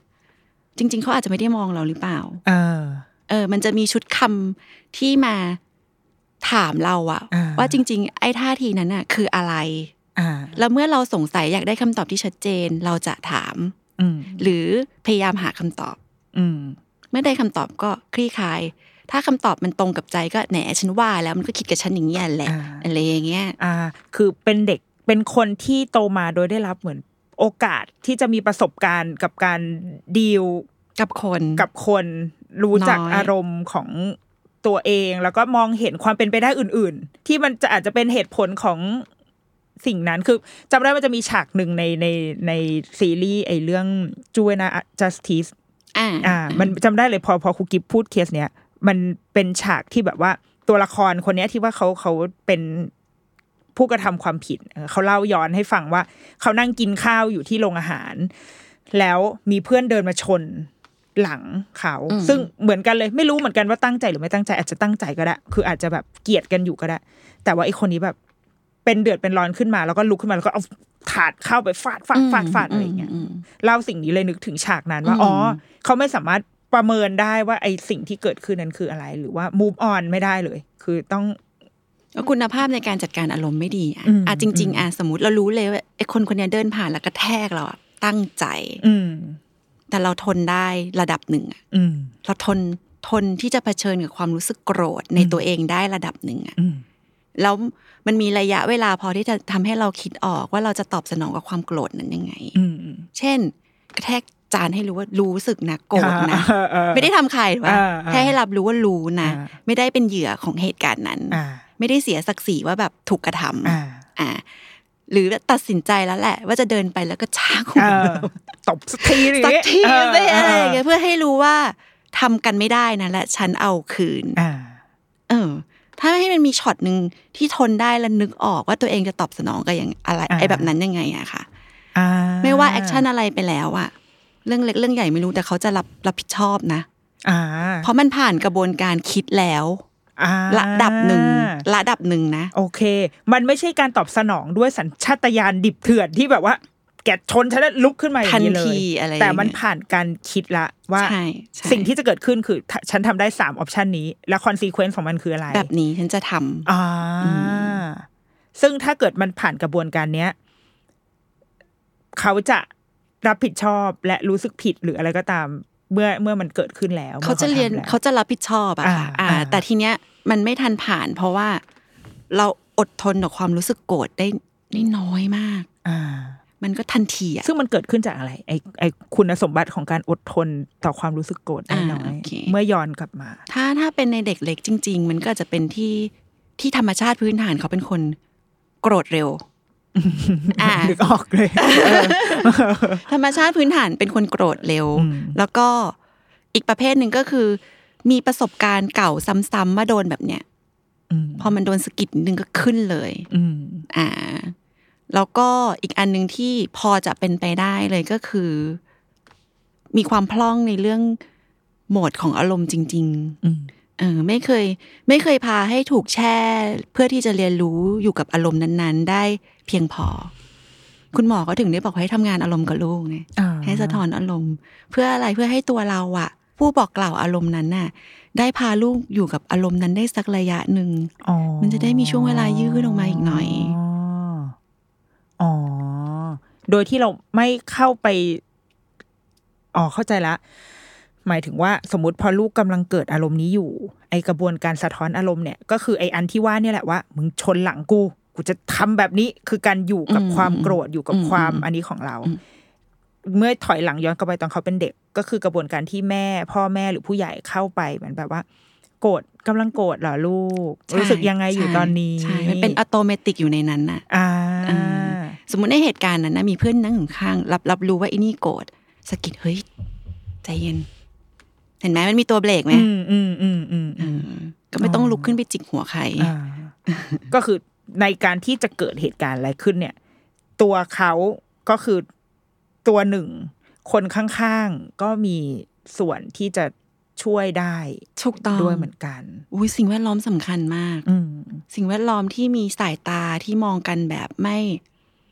S3: จริง ๆเขาอาจจะไม่ได้มองเราหรือเปล่า
S2: เออ
S3: เออ มันจะมีชุดคำที่มาถามเราอะ
S2: อ่า
S3: ว่าจริง ๆ ไอ้ท่าทีนั้นน่ะ คืออะไร
S2: อ่า
S3: แล้วเมื่อเราสงสัยอยากได้คำตอบที่ชัดเจน เราจะถาม
S2: อืม
S3: หรือพยายามหาคำตอบ
S2: อืม
S3: เมื่อได้คำตอบก็คลี่คลาย ถ้าคำตอบมันตรงกับใจก็แหนฉันว่าแล้วมันก็คิดกับฉันอย่างนี้ยแหละ
S2: อ่า
S3: อะไรอย่างเงี้ย
S2: อ่าคือเป็นเด็กเป็นคนที่โตมาโดยได้รับเหมือนโอกาสที่จะมีประสบการณ์กับการดีล
S3: กับคน
S2: กับคนรู้จัก
S3: น้อย
S2: อารมณ์ของตัวเอง แล้วก็มองเห็นความเป็นไปได้อื่น ๆ ที่มันจะอาจจะเป็นเหตุผลของสิ่งนั้นคือจำได้ว่าจะมีฉากหนึ่งในในในซีรีส์ไอ้เรื่องจูเวนาจัสติส
S3: อ่า
S2: อ่ามันจำได้เลยพอพอครูกิฟพูดเคสเนี้ยมันเป็นฉากที่แบบว่าตัวละครคนเนี้ยที่ว่าเขาเขาเป็นผู้กระทำความผิดเออเขาเล่าย้อนให้ฟังว่า เขานั่งกินข้าวอยู่ที่โรงอาหาร แล้วมีเพื่อนเดินมาชนหลังเขา
S3: อืม
S2: ซึ่งเหมือนกันเลยไม่รู้เหมือนกันว่าตั้งใจหรือไม่ตั้งใจอาจจะตั้งใจก็ได้ คืออาจจะแบบเกลียดกันอยู่ก็ได้ แต่ว่าไอ้คนนี้แบบเป็นเดือดเป็นร้อนขึ้นมาแล้วก็ลุกขึ้นมาแล้วก็เอาถาดเข้าวไปฟาดฟาดฟาดฟาดอะไรอย่างเงี้ย
S3: ม
S2: เล่าสิ่งนี้เลยนึกถึงฉากนั้นว่า
S3: อืม
S2: อ๋อเขาไม่สามารถประเมินได้ว่าไอสิ่งที่เกิดขึ้นนั้นคืออะไร หรือว่า move on ไม่ได้เลย คือต้อง
S3: แล้วคุณภาพในการจัดการอารมณ์ไม่ดีอ่ะ
S2: อืม
S3: อ่ะจริง
S2: อืม
S3: ๆอ่ะสมมติเรารู้เลยว่าไอ้คนคนเนี้ยเดินผ่านแล้วกระแทกเราอ่ะตั้งใจ
S2: อืม
S3: แต่เราทนได้ระดับหนึ่งอ่ะ
S2: อืม
S3: เราทนทนที่จะเผชิญกับความรู้สึกโกรธใน
S2: อืม
S3: ตัวเองได้ระดับหนึ่งอ่ะ
S2: อืม
S3: แล้วมันมีระยะเวลาพอที่จะทำให้เราคิดออกว่าเราจะตอบสนองกับความโกรธนั้นยังไง
S2: อืมอืม
S3: เช่น กระแทกจานให้รู้ว่ารู้สึกนะโกรธนะ
S2: เออเออ
S3: ไม่ได้ทำใครวะ
S2: อ่าอ่า
S3: แค่ให้รับรู้ว่ารู้นะ
S2: อ่า
S3: ไม่ได้เป็นเหยื่อของเหตุการณ์นั้น
S2: อ่า
S3: ไม่ได้เสียศักดิ์ศรีว่าแบบถูกกระทำ
S2: อ่า
S3: อ่า หรือตัดสินใจแล้วแหละ ว่าจะเดินไปแล้วก็ช้าของ
S2: เอ
S3: เดิ
S2: อ
S3: ม
S2: ตบสักทีดิ
S3: สักที
S2: เออ
S3: ไปอะไรอย่างเงี้ย
S2: เออ
S3: เพื่อให้รู้ว่าทำกันไม่ได้นะและฉันเอาคืน
S2: อ่า
S3: เออ ถ้าให้มันมีช็อตหนึ่งที่ทนได้และนึกออกว่าตัวเองจะตอบสนองกับอย่างอะไร
S2: อ่า
S3: ไอ้แบบนั้นยังไงอะค่ะ
S2: อ่า
S3: ไม่ว่าแอคชั่นอะไรไปแล้วอะเรื่องเล็กเรื่องใหญ่ไม่รู้แต่เขาจะรับรับผิดชอบนะ
S2: อ่า
S3: เพราะมันผ่านกระบวนการคิดแล้ว
S2: อ่า
S3: ระดับหนึ่งระดับหนึ่งนะ
S2: โอเค มันไม่ใช่การตอบสนองด้วยสัญชาตญาณดิบเถื่อนที่แบบว่า แกะชนฉันแล้วลุกขึ้นมาอย่างนี้เลย
S3: ทันทีอะไรอย่างเงี้ย
S2: แต่มันผ่านการคิดละว่า
S3: ใช่ใช่
S2: สิ่งที่จะเกิดขึ้นคือถ้าฉันทำได้สามออปชันนี้ แล้วคอนซีเควนซ์ของมันคืออะไร
S3: แบบนี้ฉันจะทำ
S2: อ่า
S3: อื
S2: ซึ่งถ้าเกิดมันผ่านกระบวนการเนี้ย เขาจะรับผิดชอบและรู้สึกผิดหรืออะไรก็ตาม เมื่อเมื่อมันเกิดขึ้นแล้ว
S3: เขาจะเรียน
S2: มื่อ
S3: เขา
S2: ทำแล้ว
S3: จะรับผิดชอบอะค่ะ
S2: อ่า
S3: อ่า
S2: อ่า
S3: แต่ทีเนี้ยมันไม่ทันผ่าน เพราะว่า เราอดทนกับความรู้สึกโกรธได้ได้น้อยมาก
S2: อ่า
S3: มันก็ทันทีอะ
S2: ซึ่งมันเกิดขึ้นจากอะไร ไอไอคุณสมบัติของการอดทนต่อความรู้สึกโกรธได้น้อย
S3: อ่าโอเค
S2: เมื่อย้อนกลับมา
S3: ถ้าถ้าเป็นในเด็กเล็กจริง ๆ มันก็อาจจะเป็นที่ที่ธรรมชาติพื้นฐานเขาเป็นคนโกรธเร็ว อ่า
S2: นึกออกเลย
S3: ธรรมชาติพื้นฐานเป็นคนโกรธเร็ว
S2: อืม
S3: แล้วก็อีกประเภทหนึ่งก็คือ มีประสบการณ์เก่าซ้ำๆว่าโดนแบบเนี้ย
S2: ม
S3: พอมันโดนสะกิดนิดนึงก็ขึ้นเลย
S2: อืม
S3: อ่า แล้วก็อีกอันหนึ่งที่พอจะเป็นไปได้เลยก็คือ มีความพล่องในเรื่องโหมดของอารมณ์จริง ๆ
S2: อืม
S3: เออไม่เคยไม่เคยพาให้ถูกแช่เพื่อที่จะเรียนรู้อยู่กับอารมณ์นั้นๆ ได้เพียงพอ คุณหมอก็ถึงได้บอกให้ทำงานอารมณ์กับลูกไง
S2: อ่า
S3: ให้สะท้อนอารมณ์ เพื่ออะไรเพื่อให้ตัวเราอะผู้บอกกล่าวอารมณ์นั้นน่ะ ได้พาลูกอยู่กับอารมณ์นั้นได้สักระยะหนึ่ง
S2: อ๋อ
S3: มันจะได้มีช่วงเวลายืดออกมาอีกหน่อย
S2: อ๋อ โดยที่เราไม่เข้าไป อ๋อ เข้าใจละ หมายถึงว่าสมมติพอลูกกำลังเกิดอารมณ์นี้อยู่ ไอกระบวนการสะท้อนอารมณ์เนี่ย ก็คือไออันที่ว่าเนี่ยแหละว่า มึงชนหลังกู กูจะทำแบบนี้ คือการอยู่กับ
S3: อืม
S2: ความโกรธอยู่กับ
S3: อืม
S2: ความ
S3: อืม
S2: อันนี้ของเรา
S3: อืม
S2: เมื่อถอยหลังย้อนกลับไปตอนเขาเป็นเด็ก ก็คือกระบวนการที่แม่ พ่อแม่หรือผู้ใหญ่เข้าไปเหมือนแบบว่า โกรธกำลังโกรธเหรอลูก รู้สึกยังไงอยู่
S3: ใช่
S2: ตอนนี้
S3: ใช่มันเป็นอัตโนมัติอยู่ในนั้นน่ะ
S2: อ่า
S3: อ่า สมมติในเหตุการณ์นั้นนะมีเพื่อนนั่งข้างๆรับรับรู้ว่าไอ้นี่โกรธสะกิดเฮ้ยใจเย็น เห็นไหมมันมีตัวเบรกไหม
S2: อืมอืมอืมอืม
S3: อืมก็ไม่ต้องลุกขึ้นไปจิกหัวใคร
S2: อ่า ก็คือในการที่จะเกิดเหตุการณ์อะไรขึ้นเนี่ย ตัวเขาก็คือตัวหนึ่ง คนข้างๆ ก็มีส่วนที่จะช่วยได้
S3: ถูกต้อง
S2: ด้วยเหมือนกัน
S3: อุ้ยสิ่งแวดล้อมสำคัญมาก
S2: อืม
S3: สิ่งแวดล้อมที่มีสายตาที่มองกันแบบไม่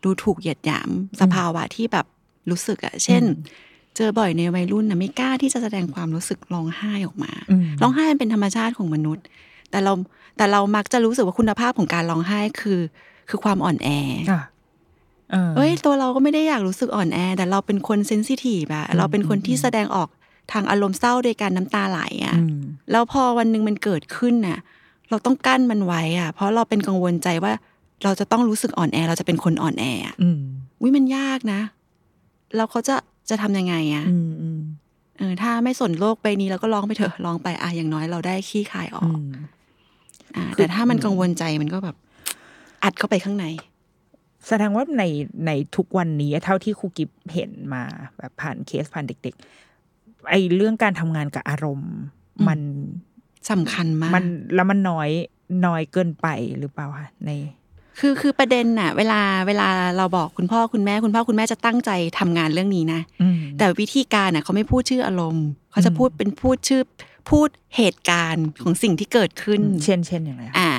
S3: ดูถูกเหยียดหยามสภาวะที่แบบรู้สึกอะเช่น เจอบ่อยในวัยรุ่นนะไม่กล้าที่จะแสดงความรู้สึกร้องไห้ออกมา
S2: อืม
S3: ร้องไห้มันเป็นธรรมชาติของมนุษย์ แต่เราแต่เรามักจะรู้สึกว่าคุณภาพของการร้องไห้คือ คือความอ่อนแอ
S2: อ่ะ
S3: เอ้ยตัวเราก็ไม่ได้อยากรู้สึกอ่อนแอ แต่เราเป็นคนเซนซิทีฟอะเราเป็นคนที่แสดงออกทางอารมณ์เศร้าโดยการน้ำตาไหลอะ
S2: อืม
S3: แล้วพอวันหนึ่งมันเกิดขึ้นน่ะ เราต้องกั้นมันไว้อะเพราะเราเป็นกังวลใจว่า เราจะต้องรู้สึกอ่อนแอ เราจะเป็นคนอ่อนแออะ
S2: อืม
S3: อุ้ยมันยากนะ แล้วเขาจะจะทำยังไงอะ
S2: อืมอืม
S3: เออถ้าไม่สนโลกไปนี้เราก็ลองไปเถอะลองไปอ่ะอย่างน้อยเราได้ขี้คายออกอ่ะแต่ถ้ามันกังวลใจมันก็แบบ อัดเข้าไปข้างใน
S2: แสดงว่าในในทุกวันนี้เท่าที่ครูกิฟเห็นมาแบบผ่านเคสผ่านเด็ก ๆ ไอเรื่องการทำงานกับอารมณ์
S3: อืม
S2: มัน
S3: สำคัญมาก
S2: มันแล้วมันน้อยน้อยเกินไปหรือเปล่าคะใน
S3: คือคือประเด็นน่ะ เวลาเวลาเราบอกคุณพ่อคุณแม่คุณพ่อคุณแม่จะตั้งใจทำงานเรื่องนี้นะ
S2: อืม
S3: แต่วิธีการน่ะเขาไม่พูดชื่ออารมณ์ เขาจะ
S2: อืม
S3: พูดเป็นพูดชื่อพูดเหตุการณ์ของสิ่งที่เกิดขึ้น
S2: เช่นเช่นอย่างไรคะ
S3: อ่า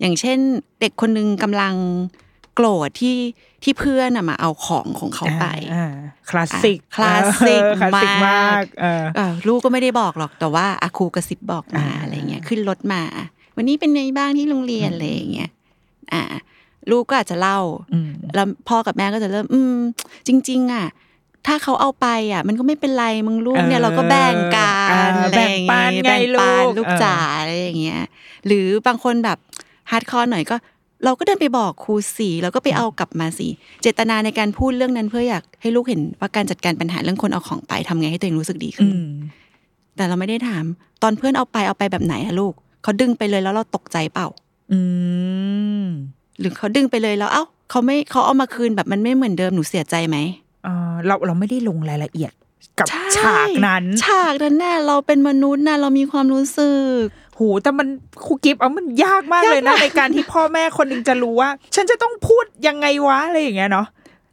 S3: อย่างเช่น เด็กคนหนึงกำลังโกรธที่ที่เพื่อนน่ะมาเอาของของเขาไป
S2: อ่าคลาสสิก
S3: อ่ะคลาสสิก
S2: เออคลาสสิกมาม
S3: าก ก
S2: เออ
S3: เอ่อลูกก็ไม่ได้บอกหรอกแต่ว่าอาครูกระซิบบอกมา
S2: อ่า
S3: อะไรเงี้ยขึ้นรถมา วันนี้เป็นไงบ้างที่โรงเรียน
S2: อืม
S3: อะไรอย่างเงี้ยอ่า ลูกก็อาจจะเล่า
S2: อืม
S3: แล้วพ่อกับแม่ก็จะเริ่ม อืม จริง ๆ อ่ะ ถ้าเขาเอาไปอ่ะ มันก็ไม่เป็นไรมึงลูกเนี่ย
S2: เออ
S3: เราก็แบ่งกัน
S2: เออ
S3: อะไรอย่าง
S2: แบ่งปันไง
S3: แบ่งปั
S2: ลู
S3: น
S2: ก
S3: ลูก
S2: เออ
S3: จ๋าอะไรอย่างเงี้ย หรือบางคนแบบฮาร์ดคอร์หน่อยก็ เราก็เดินไปบอกครูสีเราก็ไปเอากลับมาสิเจตนาในการพูดเรื่องนั้นเพื่ออยากให้ลูกเห็นว่าการจัดการปัญหาเรื่องคนเอาของไปทำไงให้ตัวเองรู้สึกดี
S2: อื
S3: ขึ้น
S2: ม
S3: แต่เราไม่ได้ถาม ตอนเพื่อนเอาไปเอาไปแบบไหนอะลูกเขาดึงไปเลยแล้วเราตกใจเปล่า
S2: อืม
S3: หรือเขาดึงไปเลยแล้วเอ้าเขาไม่เขาเอามาคืนแบบมันไม่เหมือนเดิมหนูเสียใจไหม
S2: เอ่อเราเราไม่ได้ลงรายละเอียดกับ
S3: ใช่
S2: ฉากนั้น
S3: ฉากนั้นน่ะเราเป็นมนุษย์น่ะเรามีความรู้สึก
S2: โหูแต่มันครูกิฟต์เอามันยากมากเลยนะ ในการที่พ่อแม่คนหนึงจะรู้ว่า ฉันจะต้องพูดยังไงวะอะไรอย่างเงี้ยเนาะ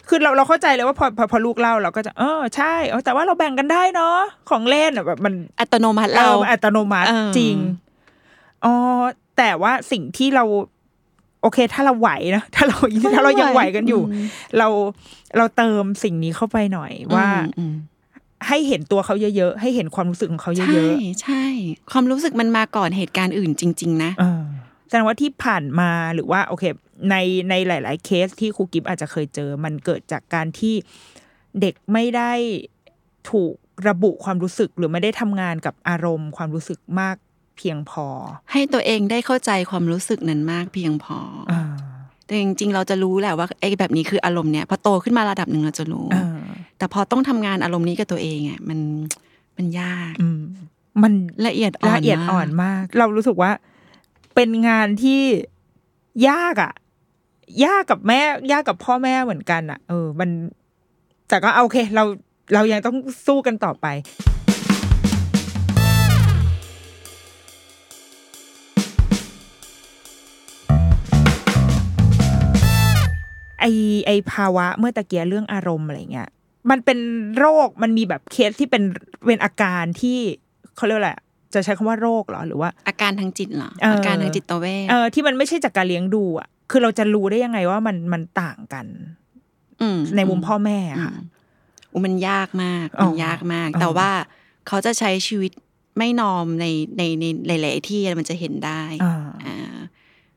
S2: คือเราเราเข้าใจเลยว่าพอพอพอลูกเล่าเราก็จะเออใช่เออแต่ว่าเราแบ่งกันได้เนาะของเล่นอะแบบมัน
S3: อัตโนมัติ
S2: เรา
S3: เรา
S2: อัตโนมัติ
S3: เออ
S2: จริง อ๋อ แต่ว่าสิ่งที่เรา โอเค ถ้าเราไหวนะ ถ้าเราถ้าเรายังไหวกันอยู่ เราเราเติมสิ่งนี้เข้าไปหน่อยว่า
S3: อืม
S2: ให้เห็นตัวเขาเยอะๆ ให้เห็นความรู้สึกของเขา
S3: อืม
S2: เย
S3: ใช่
S2: อะ
S3: ใช่ ความรู้สึกมันมาก่อนเหตุการณ์อื่นจริง ๆ นะ
S2: ๆเออแสดงว่าที่ผ่านมาหรือว่า โอเค ในในหลาย ๆ เคสที่ครูกิฟอาจจะเคยเจอ มันเกิดจากการที่เด็กไม่ได้ถูกระบุความรู้สึกหรือไม่ได้ทำงานกับอารมณ์ ความรู้สึกมากเพียงพอ
S3: ให้ตัวเองได้เข้าใจความรู้สึกนั้นมากเพียงพอ
S2: อ่า
S3: แต่จริง ๆ เราจะรู้แหละว่าไอ้แบบนี้คืออารมณ์เนี่ยพอโตขึ้นมาระดับหนึ่งเราจะรู้
S2: อ่า
S3: แต่พอต้องทำงานอารมณ์นี้กับตัวเองอ่ะมันมันยาก
S2: อืมมัน
S3: ละเอียดอ่อน
S2: ละเอียด
S3: มาก
S2: อ่อนมาก เรารู้สึกว่า เป็นงานที่ยากอะยากกับแม่ ยากกับพ่อแม่เหมือนกันอะเออ มันแต่ก็เอาโอเค เราเรายังต้องสู้กันต่อไป ไอไอภาวะเมื่อตะเกียเรื่องอารมณ์อะไรเงี้ย มันเป็นโรคมันมีแบบเคสที่เป็นเป็นอาการที่เขาเรียกว่าอะไรอะจะใช้คำว่าโรคเหรอหรือว่า
S3: อาการทางจิตเหรอ
S2: เอออ
S3: อาการทางจิตเวช
S2: เออที่มันไม่ใช่จากการเลี้ยงดูอ่ะ คือเราจะรู้ได้ยังไงว่ามันมันต่างกัน
S3: ม
S2: ในมุมพ่อแม่อะค่ะ
S3: อุยมันยากมาก
S2: อ๋อ
S3: มันยากมาก
S2: อ๋อ
S3: แต่ว่าเขาจะใช้ชีวิตไม่นอมในในในหลายๆที่มันจะเห็นได้
S2: อ่า
S3: อ่า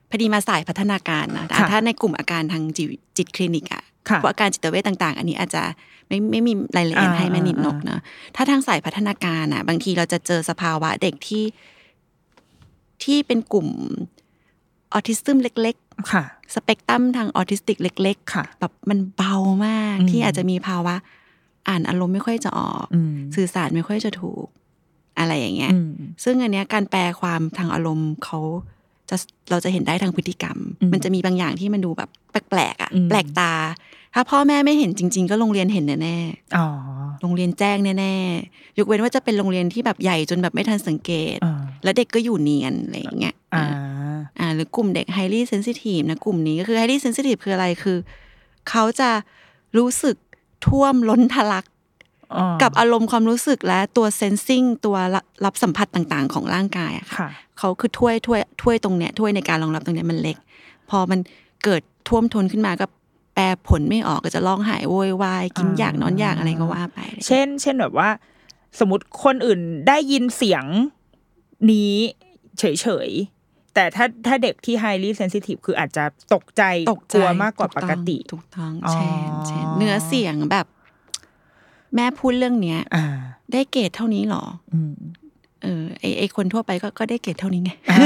S3: พอดีมาสายพัฒนาการนะแต่
S2: ค่ะ
S3: ถ้าในกลุ่มอาการทางจิตจิตคลินิกอะ
S2: ค่ะ
S3: พวกอาการจิตเวชต่าง ๆ อันนี้อาจจะไม่ไม่มีรายละเอียด
S2: อ่า
S3: ให้แม่นิด
S2: อ่านน
S3: กเนอะถ้าทางสายพัฒนาการอะบางทีเราจะเจอสภาวะเด็กที่ที่เป็นกลุ่มออทิสซึมเล็ก ๆ
S2: ค่ะ
S3: สเปกตรัมทางออทิสติกเล็ก
S2: ค่ะ
S3: แบบมันเบามาก
S2: อืม
S3: ที่อาจจะมีภาวะ อ่านอารมณ์ไม่ค่อยจะออก
S2: อืม
S3: สื่อสารไม่ค่อยจะถูก อะไรอย่างเงี้ย
S2: อืม
S3: ซึ่งอันเนี้ยการแปลความทางอารมณ์เขาจะเราจะเห็นได้ทางพฤติกรรม
S2: อืม
S3: มันจะมีบางอย่างที่มันดูแบบแปลกๆอ่ะ
S2: อืม
S3: แปลกตา ถ้าพ่อแม่ไม่เห็นจริง ๆ ก็โรงเรียนเห็นแน่
S2: อ๋อ
S3: ๆโรงเรียนแจ้งแน่ๆยกเว้นว่าจะเป็นโรงเรียนที่แบบใหญ่จนแบบไม่ทันสังเกต
S2: อ่า
S3: แล้วเด็กก็อยู่เนียนอะไรอย่างเงี้ย
S2: อ่า
S3: อ่าหรือกลุ่มเด็ก highly sensitive นะกลุ่มนี้ก็คือ highly sensitive คืออะไรคือ เขาจะรู้สึกท่วมล้นทะลัก กับอารมณ์ความรู้สึกและตัว sensing ตัวรับสัมผัสต่างๆ ของร่างกายอะค่ะ
S2: ค่ะ
S3: เขาคือถ้วยถ้วยถ้วยตรงเนี้ยถ้วยในการรองรับตรงเนี้ยมันเล็ก พอมันเกิดท่วมท้นขึ้นมาก็แปลผลไม่ออกก็จะร้องไห้โวยวายกิน
S2: อ่า
S3: อยากนอนอยากอะไรก็ว่าไป
S2: เช่น เช่นแบบว่า สมมติคนอื่นได้ยินเสียงนี้เฉยๆ แต่ถ้าถ้าเด็กที่ highly sensitive คืออาจจะตกใจ
S3: ตกใจ
S2: ลัวมากกว่าปกติ
S3: ถูกต้อง
S2: อ๋อ
S3: เช่นเช่นเนื้อเสียงแบบ แม่พูดเรื่องเนี้ย
S2: อ่า
S3: ได้เกรดเท่านี้หรอ
S2: อืม
S3: เออไอไอคนทั่วไปก็ก็ได้เกรดเท่านี้ไง
S2: เ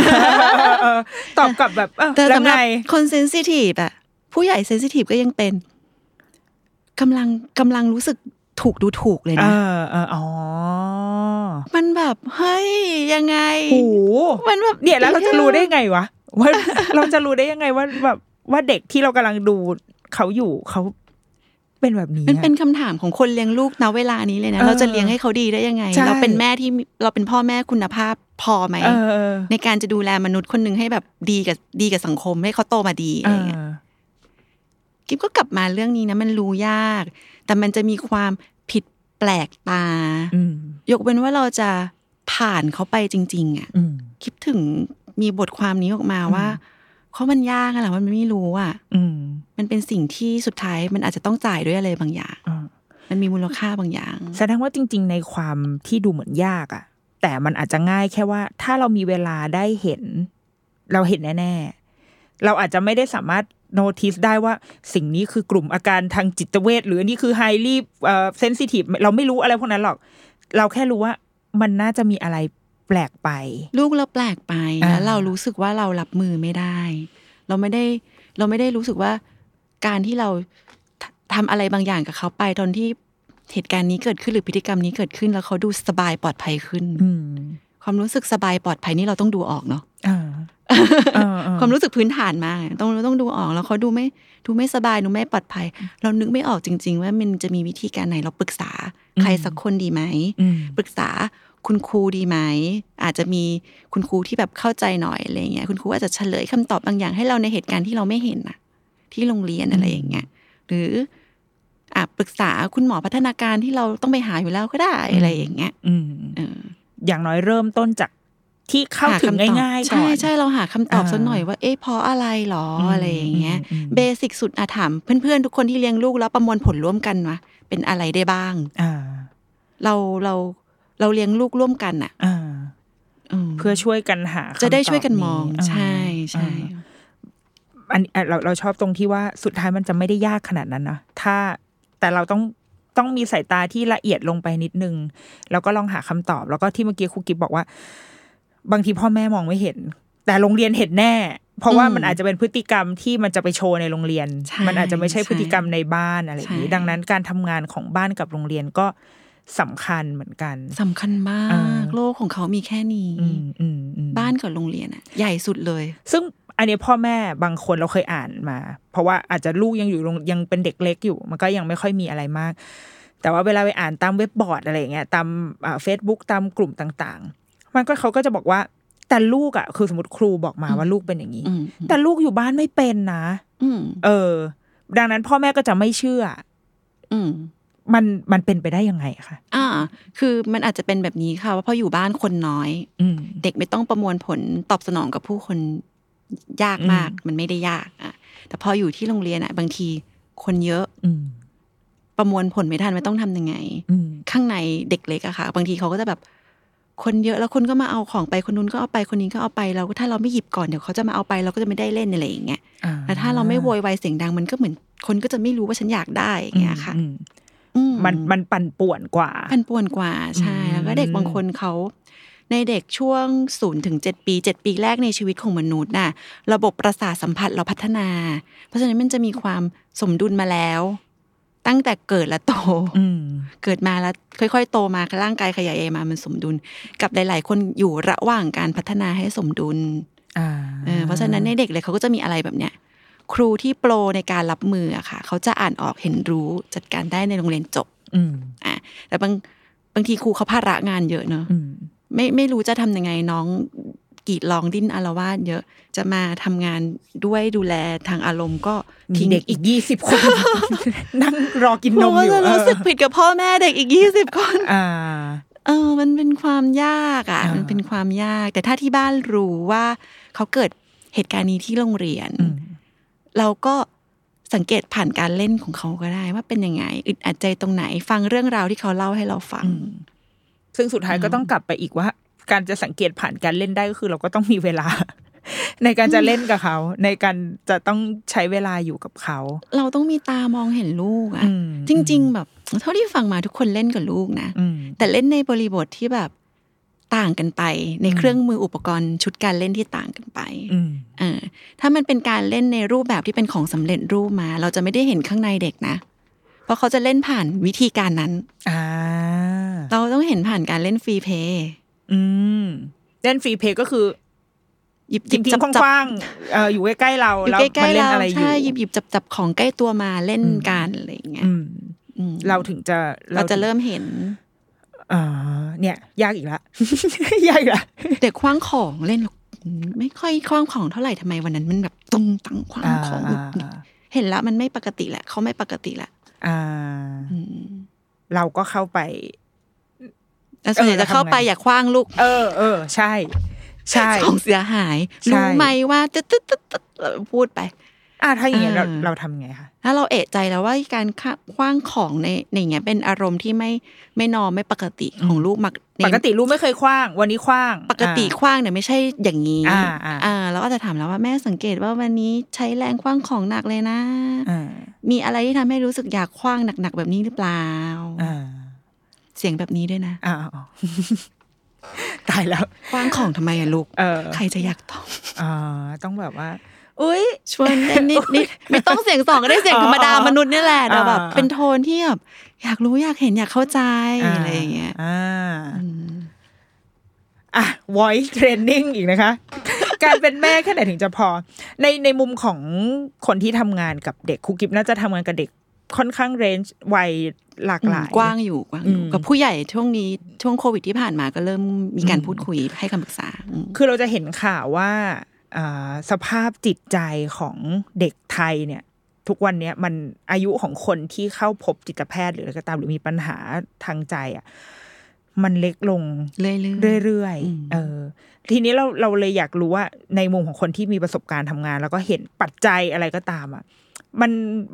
S2: ออตอบกลับแบบเออ
S3: แต่
S2: แล้ว
S3: สำห
S2: ไง
S3: รับคนเซนซิทีฟอะผู้ใหญ่เซนซิทีฟก็ยังเป็นกำลังกำลังรู้สึกถูกดูถูกเลย
S2: เอ
S3: นะ
S2: อเอออ๋อ
S3: แบบเฮ้ยยังไง
S2: โอ้โห
S3: มันแบบ
S2: เดี๋ยวแล้วเราจะรู้ได้ไงวะว่า เราจะรู้ได้ยังไงว่าแบบว่าเด็กที่เรากำลังดูเขาอยู่เขาเป็นแบบนี้
S3: มัน
S2: อะ
S3: เป็นคำถามของคนเลี้ยงลูกณเวลานี้เลยนะ
S2: เออ
S3: เราจะเลี้ยงให้เขาดีได้ยังไง
S2: ใช่
S3: เราเป็นแม่ที่มีเราเป็นพ่อแม่คุณภาพพอไหม
S2: เออเออ
S3: ในการจะดูแลมนุษย์คนหนึ่งให้แบบดีกับดีกับสังคมให้เขาโตมาดีอะไรเงี้ยกิ๊บก็กลับมาเรื่องนี้นะ มันรู้ยาก แต่มันจะมีความผิดแปลกตา
S2: อืม
S3: ยกเว้นว่าเราจะผ่านเขาไปจริง ๆ อ่ะ
S2: อืม
S3: คิดถึงมีบทความนี้ออกมาว่า
S2: อืม
S3: เขามันยากอะแหละมันไม่รู้อ่ะ
S2: อืม
S3: มันเป็นสิ่งที่สุดท้ายมันอาจจะต้องจ่ายด้วยอะไรบางอย่าง
S2: อ่า
S3: มันมีมูลค่าบางอย่าง
S2: แสดงว่าจริง ๆ ในความที่ดูเหมือนยากอะแต่มันอาจจะง่ายแค่ว่า ถ้าเรามีเวลาได้เห็น เราเห็นแน่ ๆ เราอาจจะไม่ได้สามารถโน t ิสได้ว่า สิ่งนี้คือกลุ่มอาการทางจิตเวชหรืออันนี้คือไฮรีบเซนซิทีฟเราไม่รู้อะไรพวกนั้นหรอก เราแค่รู้ว่ามันน่าจะมีอะไรแปลกไป
S3: ลูกเราแปลกไป
S2: อ่า
S3: แล้วเรารู้สึกว่าเรารับมือไม่ได้ เราไม่ได้เราไม่ได้รู้สึกว่าการที่เราททำอะไรบางอย่างกับเขาไปตอนที่เหตุการณ์นี้เกิดขึ้นหรือพฤติกรรมนี้เกิดขึ้น แล้วเขาดูสบายปลอดภัยขึ้น
S2: อืม
S3: ความรู้สึกสบายปลอดภัยนี่เราต้องดูออกเนาะ
S2: อ่าอ่าอ่า
S3: ความรู้สึกพื้นฐานมากต้องต้องดูออกแล้วเขาดูไม่ดูไม่สบายดูไม่ปลอดภัย เรานึกไม่ออกจริง ๆ ว่ามันจะมีวิธีการไหนเราปรึกษาใคร
S2: อืม
S3: สักคนดีไหม
S2: อืม
S3: ปรึกษาคุณครูดีไหม อาจจะมีคุณครูที่แบบเข้าใจหน่อยอะไรเงี้ยคุณครูอาจจะเฉลยคำตอบบางอย่างให้เราในเหตุการณ์ที่เราไม่เห็นน่ะ ที่โรงเรียนอะไรอย่างเงี้ยหรืออ่ะปรึกษาคุณหมอพัฒนาการที่เราต้องไปหาอยู่แล้วก็ได้
S2: อืม
S3: อะไรอย่างเงี้ย
S2: อืม
S3: เออ
S2: อย่างน้อยเริ่มต้นจากที่เข้า
S3: ห
S2: ถึง
S3: คำตอบ
S2: ง่ายๆก่อ
S3: ใช่
S2: น
S3: ใช่เราหาคำตอบ
S2: อ่า
S3: สักหน่อยว่าเอ๊ะเพราะอะไรหรอ
S2: อืม
S3: อะไรอย่างเงี้ย
S2: อืมอืม
S3: เบสิกสุดอาถามเพื่อนๆทุกคนที่เลี้ยงลูกแล้วประมวลผลร่วมกันวะเป็นอะไรได้บ้าง
S2: อ่า
S3: เราเราเราเลี้ยงลูกร่วมกันน่ะ
S2: อ่า
S3: ม
S2: เพื่อช่วยกันหาคำตอบ
S3: จะได้ช่วยกันมอง
S2: นี้
S3: ใช่ใช่
S2: อ่าอันอ่ะเราเราชอบตรงที่ว่าสุดท้ายมันจะไม่ได้ยากขนาดนั้นนะถ้าแต่เราต้องต้องมีสายตาที่ละเอียดลงไปนิดนึง แล้วก็ลองหาคำตอบ แล้วก็ที่เมื่อกี้ครูกิบบอกว่า บางทีพ่อแม่มองไม่เห็น แต่โรงเรียนเห็นแน่ เพราะว่ามันอาจจะเป็นพฤติกรรมที่มันจะไปโชว์ในโรงเรียน
S3: ใช่
S2: มันอาจจะไม่ใช่
S3: ใช่
S2: พฤติกรรมในบ้านอะไรอย่างนี้
S3: ใช่
S2: ดังนั้นการทำงานของบ้านกับโรงเรียนก็สำคัญเหมือนกัน
S3: สำคัญมา
S2: อ่า
S3: ก โลกของเขามีแค่นี้
S2: อืมอืมอืม
S3: บ้านกับโรงเรียนอะใหญ่สุดเลย
S2: ซึ่งอันนี้พ่อแม่บางคนเราเคยอ่านมา เพราะว่าอาจจะลูกยังอยู่โรงยังเป็นเด็กเล็กอยู่ มันก็ยังไม่ค่อยมีอะไรมาก แต่ว่าเวลาไปอ่านตามเว็บบอร์ดอะไรอย่างเงี้ยตามเฟซบุ๊กตามกลุ่มต่างๆ มันก็เขาก็จะบอกว่าแต่ลูกอ่ะคือสมมติครูบอกมาว่าลูกเป็นอย่างนี้
S3: อืม
S2: แต่ลูกอยู่บ้านไม่เป็นนะ
S3: อืม
S2: เออ ดังนั้นพ่อแม่ก็จะไม่เชื่อ
S3: อืม
S2: มันมันเป็นไปได้ยังไงอะคะ
S3: อ่า คือมันอาจจะเป็นแบบนี้ค่ะว่าพออยู่บ้านคนน้อย
S2: อืม
S3: เด็กไม่ต้องประมวลผลตอบสนองกับผู้คนยากมาก มันไม่ได้ยากอะแต่พออยู่ที่โรงเรียนอะบางทีคนเยอะ
S2: อืม
S3: ประมวลผลไม่ทันไม่าต้องทำยังไง
S2: อืม
S3: ข้างในเด็กเล็กอะค่ะ บางทีเขาก็จะแบบ คนเยอะแล้วคนก็มาเอาของไปคนนู้นก็เอาไปคนนี้ก็เอาไปเราถ้าเราไม่หยิบก่อนเดี๋ยวเขาจะมาเอาไปเราก็จะไม่ได้เล่นอะไรอย่างเงี้ย
S2: อ่
S3: แต่ถ้าเราไม่โวยวายเสียงดังมันก็เหมือน คนก็จะไม่รู้ว่าฉันอยากได้อย่างเงี้ยค่ะ
S2: อืม
S3: อื
S2: มันมันปั่นป่วนกว่า
S3: พันป่วนกว่าใช่
S2: อืม
S3: แล้วก็เด็กบางคนเขาในเด็กช่วงศูนย์ถึงเจ็ดปีเจ็ดปีแรกในชีวิตของมนุษย์น่ะระบบประสาทสัมผัสเราพัฒนา เพราะฉะนั้นมันจะมีความสมดุลมาแล้ว ตั้งแต่เกิดและโต
S2: อืม
S3: เกิดมาแล้วค่อย ๆ โตมาร่างกายขยายใหญ่มามันสมดุล กับหลาย ๆ คนอยู่ระหว่างการพัฒนาให้สมดุล
S2: อ่า
S3: เออเพราะฉะนั้นในเด็กเลยเขาก็จะมีอะไรแบบเนี้ยครูที่โปรในการรับมืออะค่ะ เขาจะอ่านออกเห็นรู้จัดการได้ในโรงเรียนจบ
S2: อืม
S3: อ่ะแต่บางบางทีครูเขาภาระงานเยอะเนอะ
S2: อืม
S3: ไม่ไม่รู้จะทำยังไงน้องกรีดร้องดิ้นอารวาสเยอะจะมาทำงานด้วยดูแลทางอารมณ์ก็
S2: มี
S3: ทิ้ง
S2: เด็กอีกยี่สิบคน นั่งรอกิน
S3: คน รู
S2: ม
S3: ก็
S2: อยู่
S3: จะรู้สึก
S2: เออ
S3: ผิดกับพ่อแม่เด็กอีกยี่สิบคน
S2: อ่า
S3: เออ มันเป็นความยากอ่ะ
S2: อ่ามั
S3: มันเป็นความยาก แต่ถ้าที่บ้านรู้ว่าเขาเกิดเหตุการณ์นี้ที่โรงเรียน
S2: อืม
S3: เราก็สังเกตผ่านการเล่นของเขาก็ได้ว่าเป็นยังไง อึดอัดใจตรงไหน ฟังเรื่องราวที่เขาเล่าให้เราฟัง
S2: ซึ่งสุดท้ายก็ต้องกลับไปอีกว่า การจะสังเกตผ่านการเล่นได้ก็คือ เราก็ต้องมีเวลา ในการจะเล่นกับเขา ในการจะต้องใช้เวลาอยู่กับเขา
S3: เราต้องมีตามองเห็นลูกอ่ะ
S2: อืม
S3: จริง ๆ แบบ เท่าที่ฟังมาทุกคนเล่นกับลูกนะ
S2: อืม
S3: แต่เล่นในบริบทที่แบบต่างกันไป ใน
S2: อืม
S3: เครื่องมืออุปกรณ์ชุดการเล่นที่ต่างกันไป
S2: อืม
S3: เออถ้ามันเป็นการเล่นในรูปแบบที่เป็นของสำเร็จรูปมา เราจะไม่ได้เห็นข้างในเด็กนะ เพราะเขาจะเล่นผ่านวิธีการนั้น
S2: อ่า
S3: เราต้องเห็นผ่านการเล่นฟรีเพลย์
S2: อืมเล่นฟรีเพย์ก็คือ
S3: หยิบห
S2: จิ
S3: ยิบ
S2: งจิ
S3: จั
S2: ง
S3: บ
S2: ก
S3: จับ
S2: ว้างๆเอ่ออยู่ใกล้ๆเรา
S3: อยู่
S2: แล้ว
S3: ใกล้
S2: มัน
S3: ๆ
S2: เล่น
S3: เรา
S2: อะไรอยู่
S3: ใช่หยิบหยิบจับจับของใกล้ตัวมาเล่น
S2: อืม
S3: กันอะไรอย่างเงี้ย
S2: อืม
S3: อืม
S2: เราถึงจะ
S3: เราจะเริ่มเห็น
S2: อ่าเนี่ย ยากอีกละ ยากอีกละ
S3: เด็กคว้างของเล่นหรอกไม่ค่อยคว้างของเท่าไหร่ทำไมวันนั้น มันแบบตรงตังคว้าง
S2: อ่า
S3: ของ
S2: อ่าอ่า
S3: เห็นละมันไม่ปกติแหละเขาไม่ปกติแหละ
S2: อ่า
S3: อืม
S2: เราก็เข้าไป
S3: แล้วส่วนใหญ่จะเข้าไป
S2: เออแล้วทำไง
S3: อยากคว้างลูก
S2: เออ เออ ใช่ ใช่
S3: ของเสียหาย
S2: ใช่
S3: รู้ไหมว่าตึ๊ดตึ๊ดตึ๊ดตึ๊ดแล้วพูดไป
S2: อ่าถ้าอย่างเงี้ยเรา
S3: อ่า
S2: เราทำไงคะ
S3: ถ้าเราเอะใจแล้วว่าการคว้างของในในอย่างเงี้ยเป็นอารมณ์ที่ไม่ไม่นอมไม่ปกติของลูกมักใน
S2: ปกติลูกไม่เคยคว้าง วันนี้คว้าง
S3: ปกติคว้างเนี่ยไม่ใช่อย่างนี้
S2: อ่าอ่า
S3: อ่าเราก็จะถามแล้วว่าแม่สังเกตว่าวันนี้ใช้แรงคว้างของหนักเลยนะ
S2: อ่า
S3: มีอะไรที่ทำให้รู้สึกอยากคว้างหนักๆ แบบนี้หรือเปล่า
S2: อ่า
S3: เสียงแบบนี้ด้วยนะ
S2: อ่าอ่า ตายแล้ว
S3: คว้างของทำไมอะลูก
S2: เออ
S3: ใครจะอยากต้อง
S2: อ่าต้องแบบว่า อุ้ย
S3: ชวนเล่นนิดนิด ไม่ต้องเสียงสองก็ได้เสียงธรรมดา
S2: อ๋อ
S3: มนุษย์เนี่ย แหละแต่แบบ
S2: อ่า
S3: เป็นโทนที่แบบอยากรู้อยากเห็นอยากเข้าใจอะไรอย่างเงี้ย
S2: อ่า
S3: อืม
S2: อ่ะ voice training อีกนะคะ การเป็นแม่แค่ไหนถึงจะพอ ในในมุมของคนที่ทำงานกับเด็กครูกิฟน่าจะทำงานกับเด็กค่อนข้างเรนจ์วัยหลากหลาย
S3: กว้างอยู่กว้างอยู่
S2: อืม
S3: กับผู้ใหญ่ช่วงนี้ช่วงโควิดที่ผ่านมาก็เริ่มมีการพูดคุยให้คำปรึกษาอืม
S2: คือเราจะเห็นข่าวว่าอ่าสภาพจิตใจของเด็กไทยเนี่ย ทุกวันเนี้ยมันอายุของคนที่เข้าพบจิตแพทย์หรืออะไรก็ตามหรือมีปัญหาทางใจอ่ะมันเล็กลง
S3: เรื่อยๆ
S2: เรื่อย
S3: อืม
S2: ๆ เออ ทีนี้เราเราเลยอยากรู้ว่าในมุมของคนที่มีประสบการณ์ทำงาน แล้วก็เห็นปัจจัยอะไรก็ตามอ่ะ มัน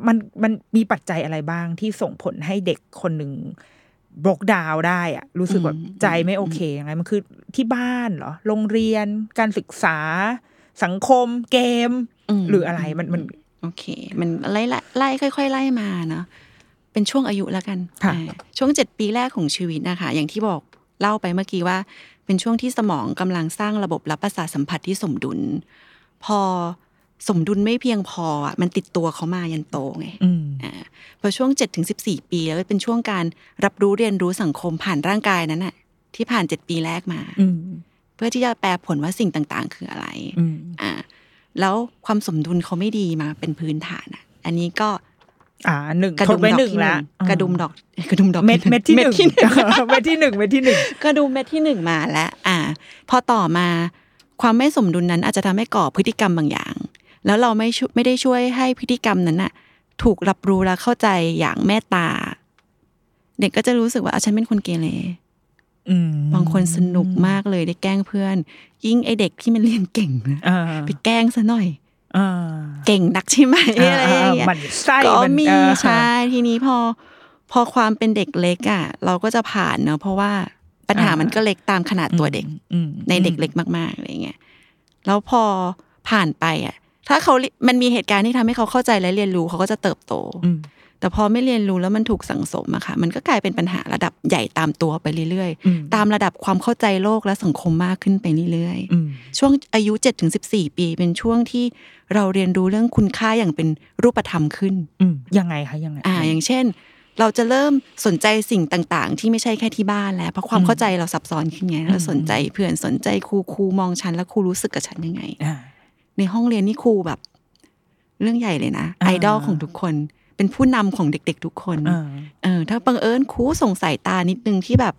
S2: มันมันมีปัจจัยอะไรบ้างที่ส่งผลให้เด็กคนหนึ่งบล็อกดาวได้อ่ะ รู้สึกแบบใจไม่โอเคยังไงมันคือที่บ้านเหรอ โรงเรียน การศึกษา สังคม เกม
S3: ม
S2: หรืออะไรมันมัน
S3: โอเค มันไล่ละไล่ค่อย ๆ ไล่มาเนาะเป็นช่วงอายุแล้วกัน
S2: ค่ะ
S3: อ่าช่วงเจ็ดปีแรกของชีวิตนะคะ อย่างที่บอกเล่าไปเมื่อกี้ว่า เป็นช่วงที่สมองกำลังสร้างระบบรับประสาทสัมผัสที่สมดุล พอสมดุลไม่เพียงพออ่ะมันติดตัวเขามายันโตไง
S2: อืม
S3: อ่าพอช่วง 7 ถึง 14 ปีแล้วเป็นช่วงการรับรู้เรียนรู้สังคมผ่านร่างกายนั้นน่ะที่ผ่าน 7 ปีแรกมา
S2: อืม
S3: เพื่อที่จะแปลผลว่าสิ่งต่างๆ คืออะไร
S2: อืม
S3: อ่าแล้วความสมดุลเขาไม่ดีมาเป็นพื้นฐานอ่ะอันนี้ก็
S2: อ่าหนึ่ง
S3: กระ
S2: ท
S3: ดุ
S2: ด
S3: ม
S2: ไว้
S3: ดอก
S2: หนึ่ง
S3: ที่ห
S2: ละ
S3: นึ่งกระดุมดอกกระดุมดอก
S2: เม็ดเม็ดที่หนึ่ง
S3: เม็ดที่หนึ่ง
S2: เม็ดที่หนึ่งเม็ดที่หนึ่ง
S3: ก็ดูเม็ดที่หนึ่งมาแล้ว อ่า พอต่อมาความไม่สมดุลนั้นอาจจะทำให้ก่อพฤติกรรมบางอย่าง แล้วเราไม่ช่วยไม่ได้ช่วยให้พฤติกรรมนั้นน่ะ ถูกรับรู้และเข้าใจอย่างแม่ตา เด็กก็จะรู้สึกว่าอ่ะฉันเป็นคนเกเร
S2: อืม
S3: บางคนสนุกมากเลยได้แกล้งเพื่อน ยิ่งไอเด็กที่มันเรียนเก่งนะ
S2: อ่า
S3: ไปแกล้งซะหน่อย
S2: อ่า
S3: เก่งนักใช่ไหมอะไรอย่างเงี้ย
S2: มันไส้
S3: ก็
S2: น
S3: มี
S2: เออ
S3: ใช่ทีนี้พอพอความเป็นเด็กเล็กอ่ะ เราก็จะผ่านเนอะเพราะว่าปัญหามันก็เล็กตามขนาดตัวเด็ก
S2: อืม
S3: ในเด็กเล็กมากๆอะไรเงี้ยแล้วพอผ่านไปอ่ะ ถ้าเขาเรีมันมีเหตุการณ์ที่ทำให้เขาเข้าใจและเรียนรู้เขาก็จะเติบโต
S2: อืม
S3: แต่พอไม่เรียนรู้แล้วมันถูกสังสมอะค่ะ มันก็กลายเป็นปัญหาระดับใหญ่ตามตัวไปเรื่อย
S2: อื
S3: ๆ ตามระดับความเข้าใจโลกและสังคมมากขึ้นไปเรื่อยๆ
S2: อืม
S3: ช่วงอายุ 7-14 ปี เป็นช่วงที่เราเรียนรู้เรื่องคุณค่าอย่างเป็นรูปธรรมขึ้น
S2: อืมยังไงคะยังไง
S3: อ่าอย่างเช่น เราจะเริ่มสนใจสิ่งต่างๆ ที่ไม่ใช่แค่ที่บ้านแล้ว เพราะความเข้าใจเราซับซ้อนขึ้นไงเราสนใจเพื่อนสนใจครูครูมองฉันแล้วครูรู้สึกกับฉันยังไง
S2: อ่า
S3: ในห้องเรียนนี่ครูแบบ เรื่องใหญ่เลยนะ
S2: อ่า
S3: ไอดอลของทุกคน เป็นผู้นำของเด็ก ๆ ทุกคน
S2: อ่า
S3: เออถ้าบังเอิญครูส่งสายตานิดนึงที่แบบ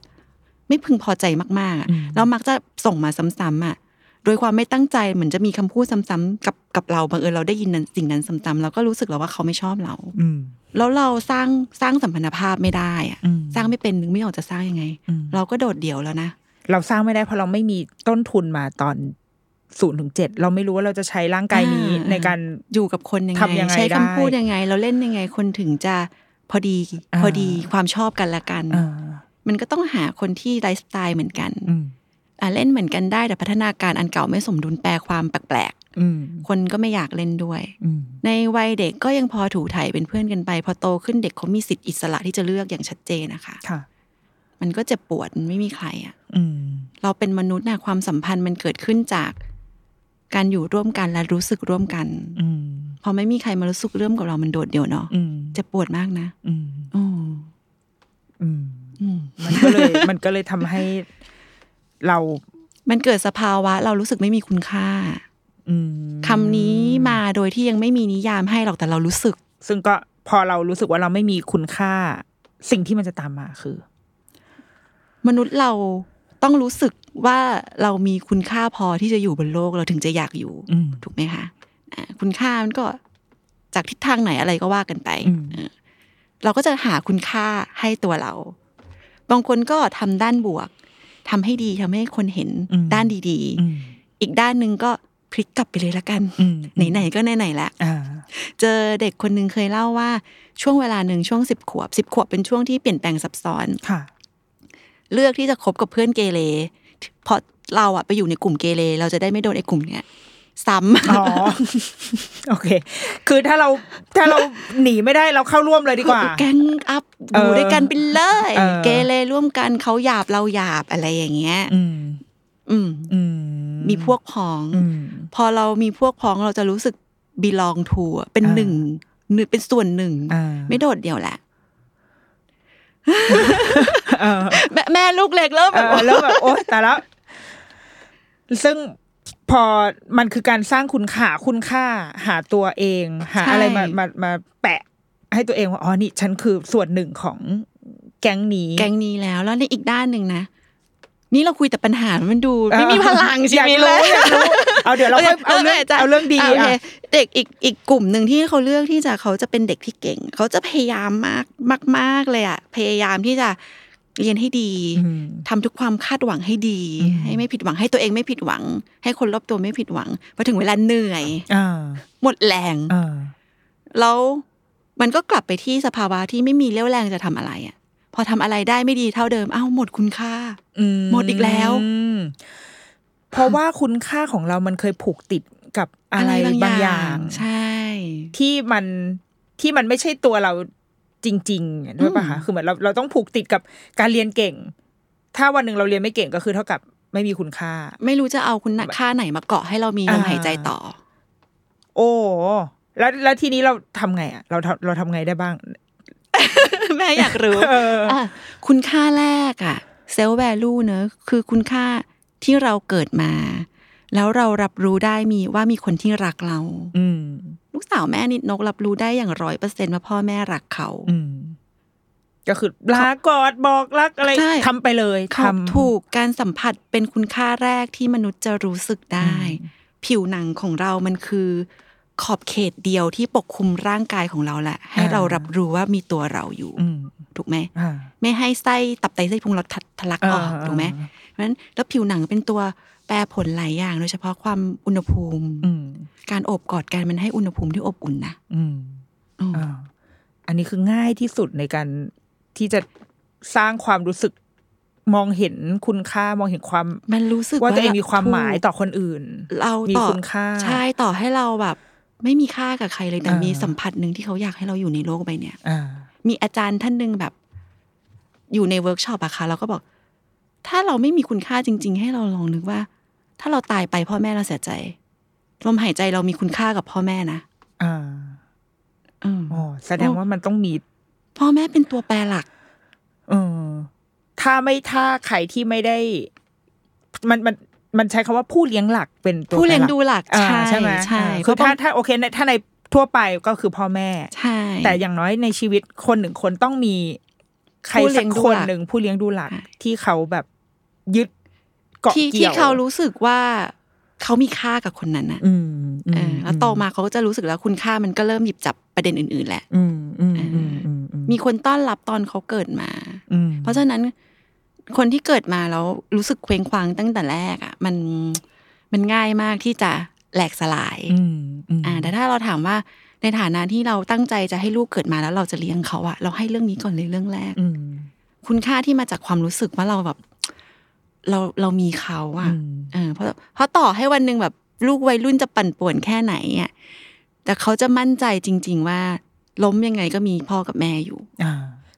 S3: ไม่พึงพอใจมากๆอะแล้วมักจะส่งมาซ้ำๆอ่ะ โดยความไม่ตั้งใจเหมือนจะมีคำพูดซ้ำๆกับกับเราบังเอิญเราได้ยินนั้นสิ่งนั้นซ้ำๆเราก็รู้สึกแล้วว่าเขาไม่ชอบเรา
S2: อืม
S3: แล้วเราสร้างสร้างสัมพันธภาพไม่ได้อะ
S2: อืม
S3: สร้างไม่เป็นนึกไม่ออกจะสร้างยังไง
S2: อืม
S3: เราก็โดดเดี่ยวแล้วนะ
S2: เราสร้างไม่ได้เพราะเราไม่มีต้นทุนมาตอนศูนย์ถึงเจ็ดเราไม่รู้ว่าเราจะใช้ร่างกายนี้ในการ
S3: อยู่กับคนยังไง
S2: ทำยังไง
S3: ใช้คำพูด
S2: ได้
S3: ยังไง เราเล่นยังไงคนถึงจะพอดี
S2: อ่า
S3: พอดีความชอบกันละกัน
S2: อ่า
S3: มันก็ต้องหาคนที่ไลฟ์สไตล์เหมือนกัน
S2: อืม
S3: อ่ะเล่นเหมือนกันได้แต่พัฒนาการอันเก่าไม่สมดุลแปลความแปลก
S2: อืม
S3: ๆคนก็ไม่อยากเล่นด้วย
S2: อืม
S3: ในวัยเด็กก็ยังพอถูถ่ายเป็นเพื่อนกันไป พอโตขึ้นเด็กเขามีสิทธิ์อิสระที่จะเลือกอย่างชัดเจนนะคะ
S2: ค่ะ
S3: มันก็เจ็บปวดมันไม่มีใครอ่ะ
S2: อืม
S3: เราเป็นมนุษย์นะความสัมพันธ์มันเกิดขึ้นจากการอยู่ร่วมกันและรู้สึกร่วมกัน
S2: อืม
S3: พอไม่มีใครมารู้สึกร่วมกับเรามันโดดเดี่ยวเนาะ
S2: อืม
S3: เจะปวดมากนะ
S2: อืม
S3: อืม
S2: อืม
S3: อืม
S2: มันก็เลยมันก็เลยทำให้ เรา
S3: มันเกิดสภาวะ เรารู้สึกไม่มีคุณค่า
S2: อืม
S3: คำนี้มาโดยที่ยังไม่มีนิยามให้หรอกแต่เรารู้สึก
S2: ซึ่งก็พอเรารู้สึกว่าเราไม่มีคุณค่า สิ่งที่มันจะตามมาคือ
S3: มนุษย์เราต้องรู้สึกว่าเรามีคุณค่าพอที่จะอยู่บนโลกเราถึงจะอยากอยู่
S2: อืม
S3: ถูกไหมคะอ่าคุณค่ามันก็จากทิศทางไหนอะไรก็ว่ากันไป
S2: อืม
S3: เออเราก็จะหาคุณค่าให้ตัวเรา บางคนก็ทำด้านบวกทำให้ดีทำให้คนเห็นด้านดี
S2: อืม
S3: ๆ อีกด้านหนึ่งก็พลิกกลับไปเลยละกัน
S2: อืม
S3: ไหนๆก็ไหนๆละ
S2: อ่า
S3: เจอเด็กคนหนึ่งเคยเล่าว่าช่วงเวลาหนึ่งช่วงสิบขวบสิบขวบเป็นช่วงที่เปลี่ยนแปลงซับซ้อน
S2: ค่ะ
S3: เลือกที่จะคบกับเพื่อนเกเรเพราะเราอะไปอยู่ในกลุ่มเกเรเราจะได้ไม่โดนไอ้กลุ่มเนี้ยซ้ำ
S2: อ๋อ โอเค คือถ้าเราถ้าเราหนีไม่ได้เราเข้าร่วมเลยดีกว่า
S3: แก๊งอัพ
S2: เอ
S3: อ
S2: อยู่
S3: ด้วยกันไปเลย
S2: เออ
S3: เกเรร่วมกันเขาหยาบเราหยาบอะไรอย่างเงี้ย
S2: อืม
S3: อืม
S2: อืม
S3: มีพวกพ้อง
S2: อืม
S3: พอเรามีพวกพ้องเราจะรู้สึก belong to อะเป็น
S2: อ่า
S3: หนึ่งหนึ่งเป็นส่วนหนึ่ง
S2: อ่า
S3: ไม่โดดเดี่ยวแหละ
S2: เออ
S3: แม่แม่ลูกเล็กเริ่ม
S2: เอ
S3: แบบ
S2: อ
S3: ว่า
S2: แล้วแบบโอ๊ยแต่แล้ว ซึ่งพอมันคือการสร้างคุณค่าคุณค่า หาตัวเอง หาอะไรมามามาแปะ ให้ตัวเองว่าอ๋อนี่ฉันคือส่วนหนึ่งของแก๊งนี้
S3: แก๊งนี้แล้ว แล้วในอีกด้านหนึ่งนะ นี่เราคุยแต่ปัญหามันดู ไม่มีพลังชีวิตเลย
S2: อยากรู้อยากรู้เอาเดี๋ยวเราค่อยเอาเรื่อง
S3: จ้ะ
S2: เอาเรื่องดี
S3: ะโอเค
S2: อ่ะ
S3: เด็กอีกอีกกลุ่มหนึ่งที่เขาเลือกที่จะเขาจะเป็นเด็กที่เก่ง เขาจะพยายามมากมากมากเลยอ่ะ พยายามที่จะเรียนให้ดี
S2: อืม
S3: ทำทุกความคาดหวังให้ดี
S2: อืม
S3: ให้ไม่ผิดหวังให้ตัวเองไม่ผิดหวัง ให้คนรอบตัวไม่ผิดหวังพอถึงเวลาเหนื่อย
S2: อ่า
S3: หมดแรง
S2: อ่า
S3: แล้วมันก็กลับไปที่สภาวะที่ไม่มีเรี่ยวแรงจะทำอะไรอ่ะ พอทำอะไรได้ไม่ดีเท่าเดิมอ้าวหมดคุณค่า
S2: อื
S3: หมดอีกแล้ว
S2: อืมเพราะว่าคุณค่าของเรามันเคยผูกติดกับอะไรบางอย่าง
S3: ใช่
S2: ที่มันที่มันไม่ใช่ตัวเราจริงๆด้วยป่ะคะคือเหมือนเราเราต้องผูกติดกับการเรียนเก่ง ถ้าวันหนึ่งเราเรียนไม่เก่งก็คือเท่ากับไม่มีคุณค่า
S3: ไม่รู้จะเอาคุณค่าไหนมาเกาะให้เรามีลม
S2: อ่า
S3: หายใจต่อ
S2: โอ้แล้วแล้วทีนี้เราทำไงอ่ะเราทำเราทำไงได้ บ้าง
S3: แม่อยาก รู้
S2: เออ
S3: ะคุณค่าแรกอะเซลล์แวลูเนอะคือคุณค่าที่เราเกิดมา แล้วเรารับรู้ได้มีว่ามีคนที่รักเรา
S2: อืม
S3: ลูกสาวแม่นิดนกรับรู้ได้อย่างร้อยเปอร์เซ็นต์ว่าพ่อแม่รักเขา
S2: อืม ก็คือลากอดบอกรักอะไร
S3: ใช่
S2: ทำไปเลย
S3: เขา
S2: ทำ
S3: ถูกการสัมผัสเป็นคุณค่าแรกที่มนุษย์จะรู้สึกได้ ผิวหนังของเรามันคือ ขอบเขตเดียวที่ปกคลุมร่างกายของเราแหละ ให้
S2: อ่า
S3: เรารับรู้ว่ามีตัวเราอยู่
S2: อืม
S3: ถูกไหม
S2: อ่า
S3: ไม่ให้ไส้ตับไตไส้พุงเราทะทะลักออก
S2: อ่า
S3: ถูกไหม
S2: อ่า
S3: เพราะฉะนั้นแล้วผิวหนังเป็นตัวแปรผลหลายอย่าง โดยเฉพาะความอุณหภูมิ
S2: อืม
S3: การโอบกอดกันมันให้อุณหภูมิที่อบอุ่นนะ
S2: อืม
S3: อืม
S2: อ่าอันนี้คือง่ายที่สุดในการที่จะสร้างความรู้สึกมองเห็นคุณค่ามองเห็นความ
S3: มันรู้สึก
S2: ว่าตัวเองมีความหมาย
S3: ถูก
S2: ต่อคนอื่น
S3: เรา
S2: มี
S3: ต่อ
S2: คุณค่า
S3: ใช่ต่อให้เราแบบ ไม่มีค่ากับใครเลยแต่
S2: อ่ามี
S3: มีสัมผัสหนึ่งที่เขาอยากให้เราอยู่ในโลกใบเนี้ย
S2: อ่า
S3: มีอาจารย์ท่านหนึ่งแบบ อยู่ในเวิร์กช็อปอะค่ะเราก็บอก ถ้าเราไม่มีคุณค่าจริง ๆ ให้เราลองนึกว่า ถ้าเราตายไปพ่อแม่เราเสียใจลมหายใจเรามีคุณค่ากับพ่อแม่นะ
S2: อ่า
S3: อืม
S2: อ๋อแสดงว่ามันต้องมี
S3: พ่อแม่เป็นตัวแปรหลัก
S2: เออถ้าไม่ถ้าใครที่ไม่ได้ มันมันมันใช้คำว่าผู้เลี้ยงหลักเป็นตัว
S3: ผู้เลี้ยง
S2: แปร
S3: ดูหลัก
S2: อ่า
S3: ใช่
S2: ใช่ไหม
S3: ใช่
S2: อ่า
S3: เพ
S2: คือ
S3: ราะ
S2: ถ้า
S3: ว่า
S2: ถ้าโอเคในถ้าในทั่วไปก็คือพ่อแม่
S3: ใช่
S2: แต่อย่างน้อยในชีวิตคนหนึ่งคนต้องมีใคร
S3: ผู้เลี้
S2: สั
S3: ย
S2: ก
S3: งดู
S2: คน
S3: หลัก
S2: หนึ่งผู้เลี้ยงดูหลัก
S3: ใช่
S2: ที่เขาแบบยึดเกาะ
S3: ที่
S2: เกี่
S3: ที่
S2: ยว
S3: เขารู้สึกว่าเขามีค่ากับคนนั้นนะ
S2: อืมอืม
S3: เออแล้วโตมาเขาก็จะรู้สึกแล้วคุณค่ามันก็เริ่มหยิบจับประเด็นอื่น ๆ แหละ
S2: อืมอืมอืมอืมอื
S3: มีคนต้อนรับตอนเขาเกิดมา
S2: อืม
S3: เพราะฉะนั้น คนที่เกิดมาแล้วรู้สึกเคว้งคว้างตั้งแต่แรกอ่ะ มันมันง่ายมากที่จะแหลกสลาย
S2: อืมอืม
S3: อ่าแต่ถ้าเราถามว่าในฐานะที่เราตั้งใจจะให้ลูกเกิดมาแล้วเราจะเลี้ยงเขาอะเราให้เรื่องนี้ก่อนเลยเรื่องแรก
S2: อืม
S3: คุณค่าที่มาจากความรู้สึกว่าเราแบบ เราเรามีเขาอะ
S2: อืม
S3: เออเพราะเพราะต่อให้วันหนึ่งแบบลูกวัยรุ่นจะปั่นป่วนแค่ไหนอะแต่เขาจะมั่นใจจริง ๆ ว่า ล้มยังไงก็มีพ่อกับแม่อยู่
S2: อ่า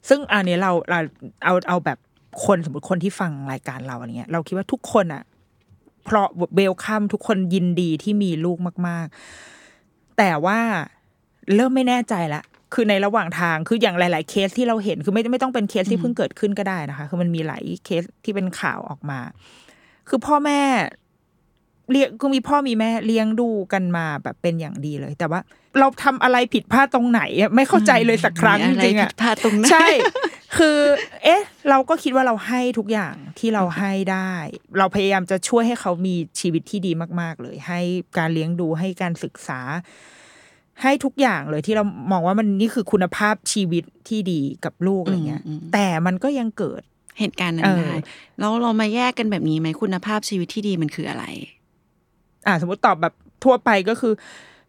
S2: ซึ่งอันนี้เราเราเอาเอาแบบคนสมมติคนที่ฟังรายการเราอะไรเงี้ย เราคิดว่าทุกคนอ่ะ เพราะเวลคัมทุกคนยินดีที่มีลูกมาก ๆ แต่ว่าเริ่มไม่แน่ใจละ คือในระหว่างทางคืออย่างหลาย ๆ เคสที่เราเห็นคือไม่ไม่ต้องเป็นเคสที่เพิ่งเกิดขึ้นก็ได้นะคะ คือมันมีหลายเคสที่เป็นข่าวออกมา คือพ่อแม่เลี้ยงคือมีพ่อมีแม่เลี้ยงดูกันมาแบบเป็นอย่างดีเลย แต่ว่า เราทำอะไรผิดพลาดตรงไหนอะไม่เข้าใจเลยสักครั้ง
S3: มีอะ
S2: จ
S3: ไร
S2: ริงๆ
S3: ผิ
S2: อะ
S3: ดพลาดตรงไหน
S2: ใช่ คือ เอ๊ะ เราก็คิดว่าเราให้ทุกอย่างที่เราให้ได้ เราพยายามจะช่วยให้เขามีชีวิตที่ดีมาก ๆ เลย ให้การเลี้ยงดู ให้การศึกษา ให้ทุกอย่างเลยที่เรามองว่ามันนี่คือคุณภาพชีวิตที่ดีกับลูกอะไรเงี้ย
S3: อืมอืม
S2: แต่มันก็ยังเกิด
S3: เหตุการณ์นั้
S2: เอน อ
S3: ได้แล้วเรามาแยกกันแบบนี้ไหมคุณภาพชีวิตที่ดีมันคืออะไร
S2: อ่าสมมติตอบแบบทั่วไปก็คือ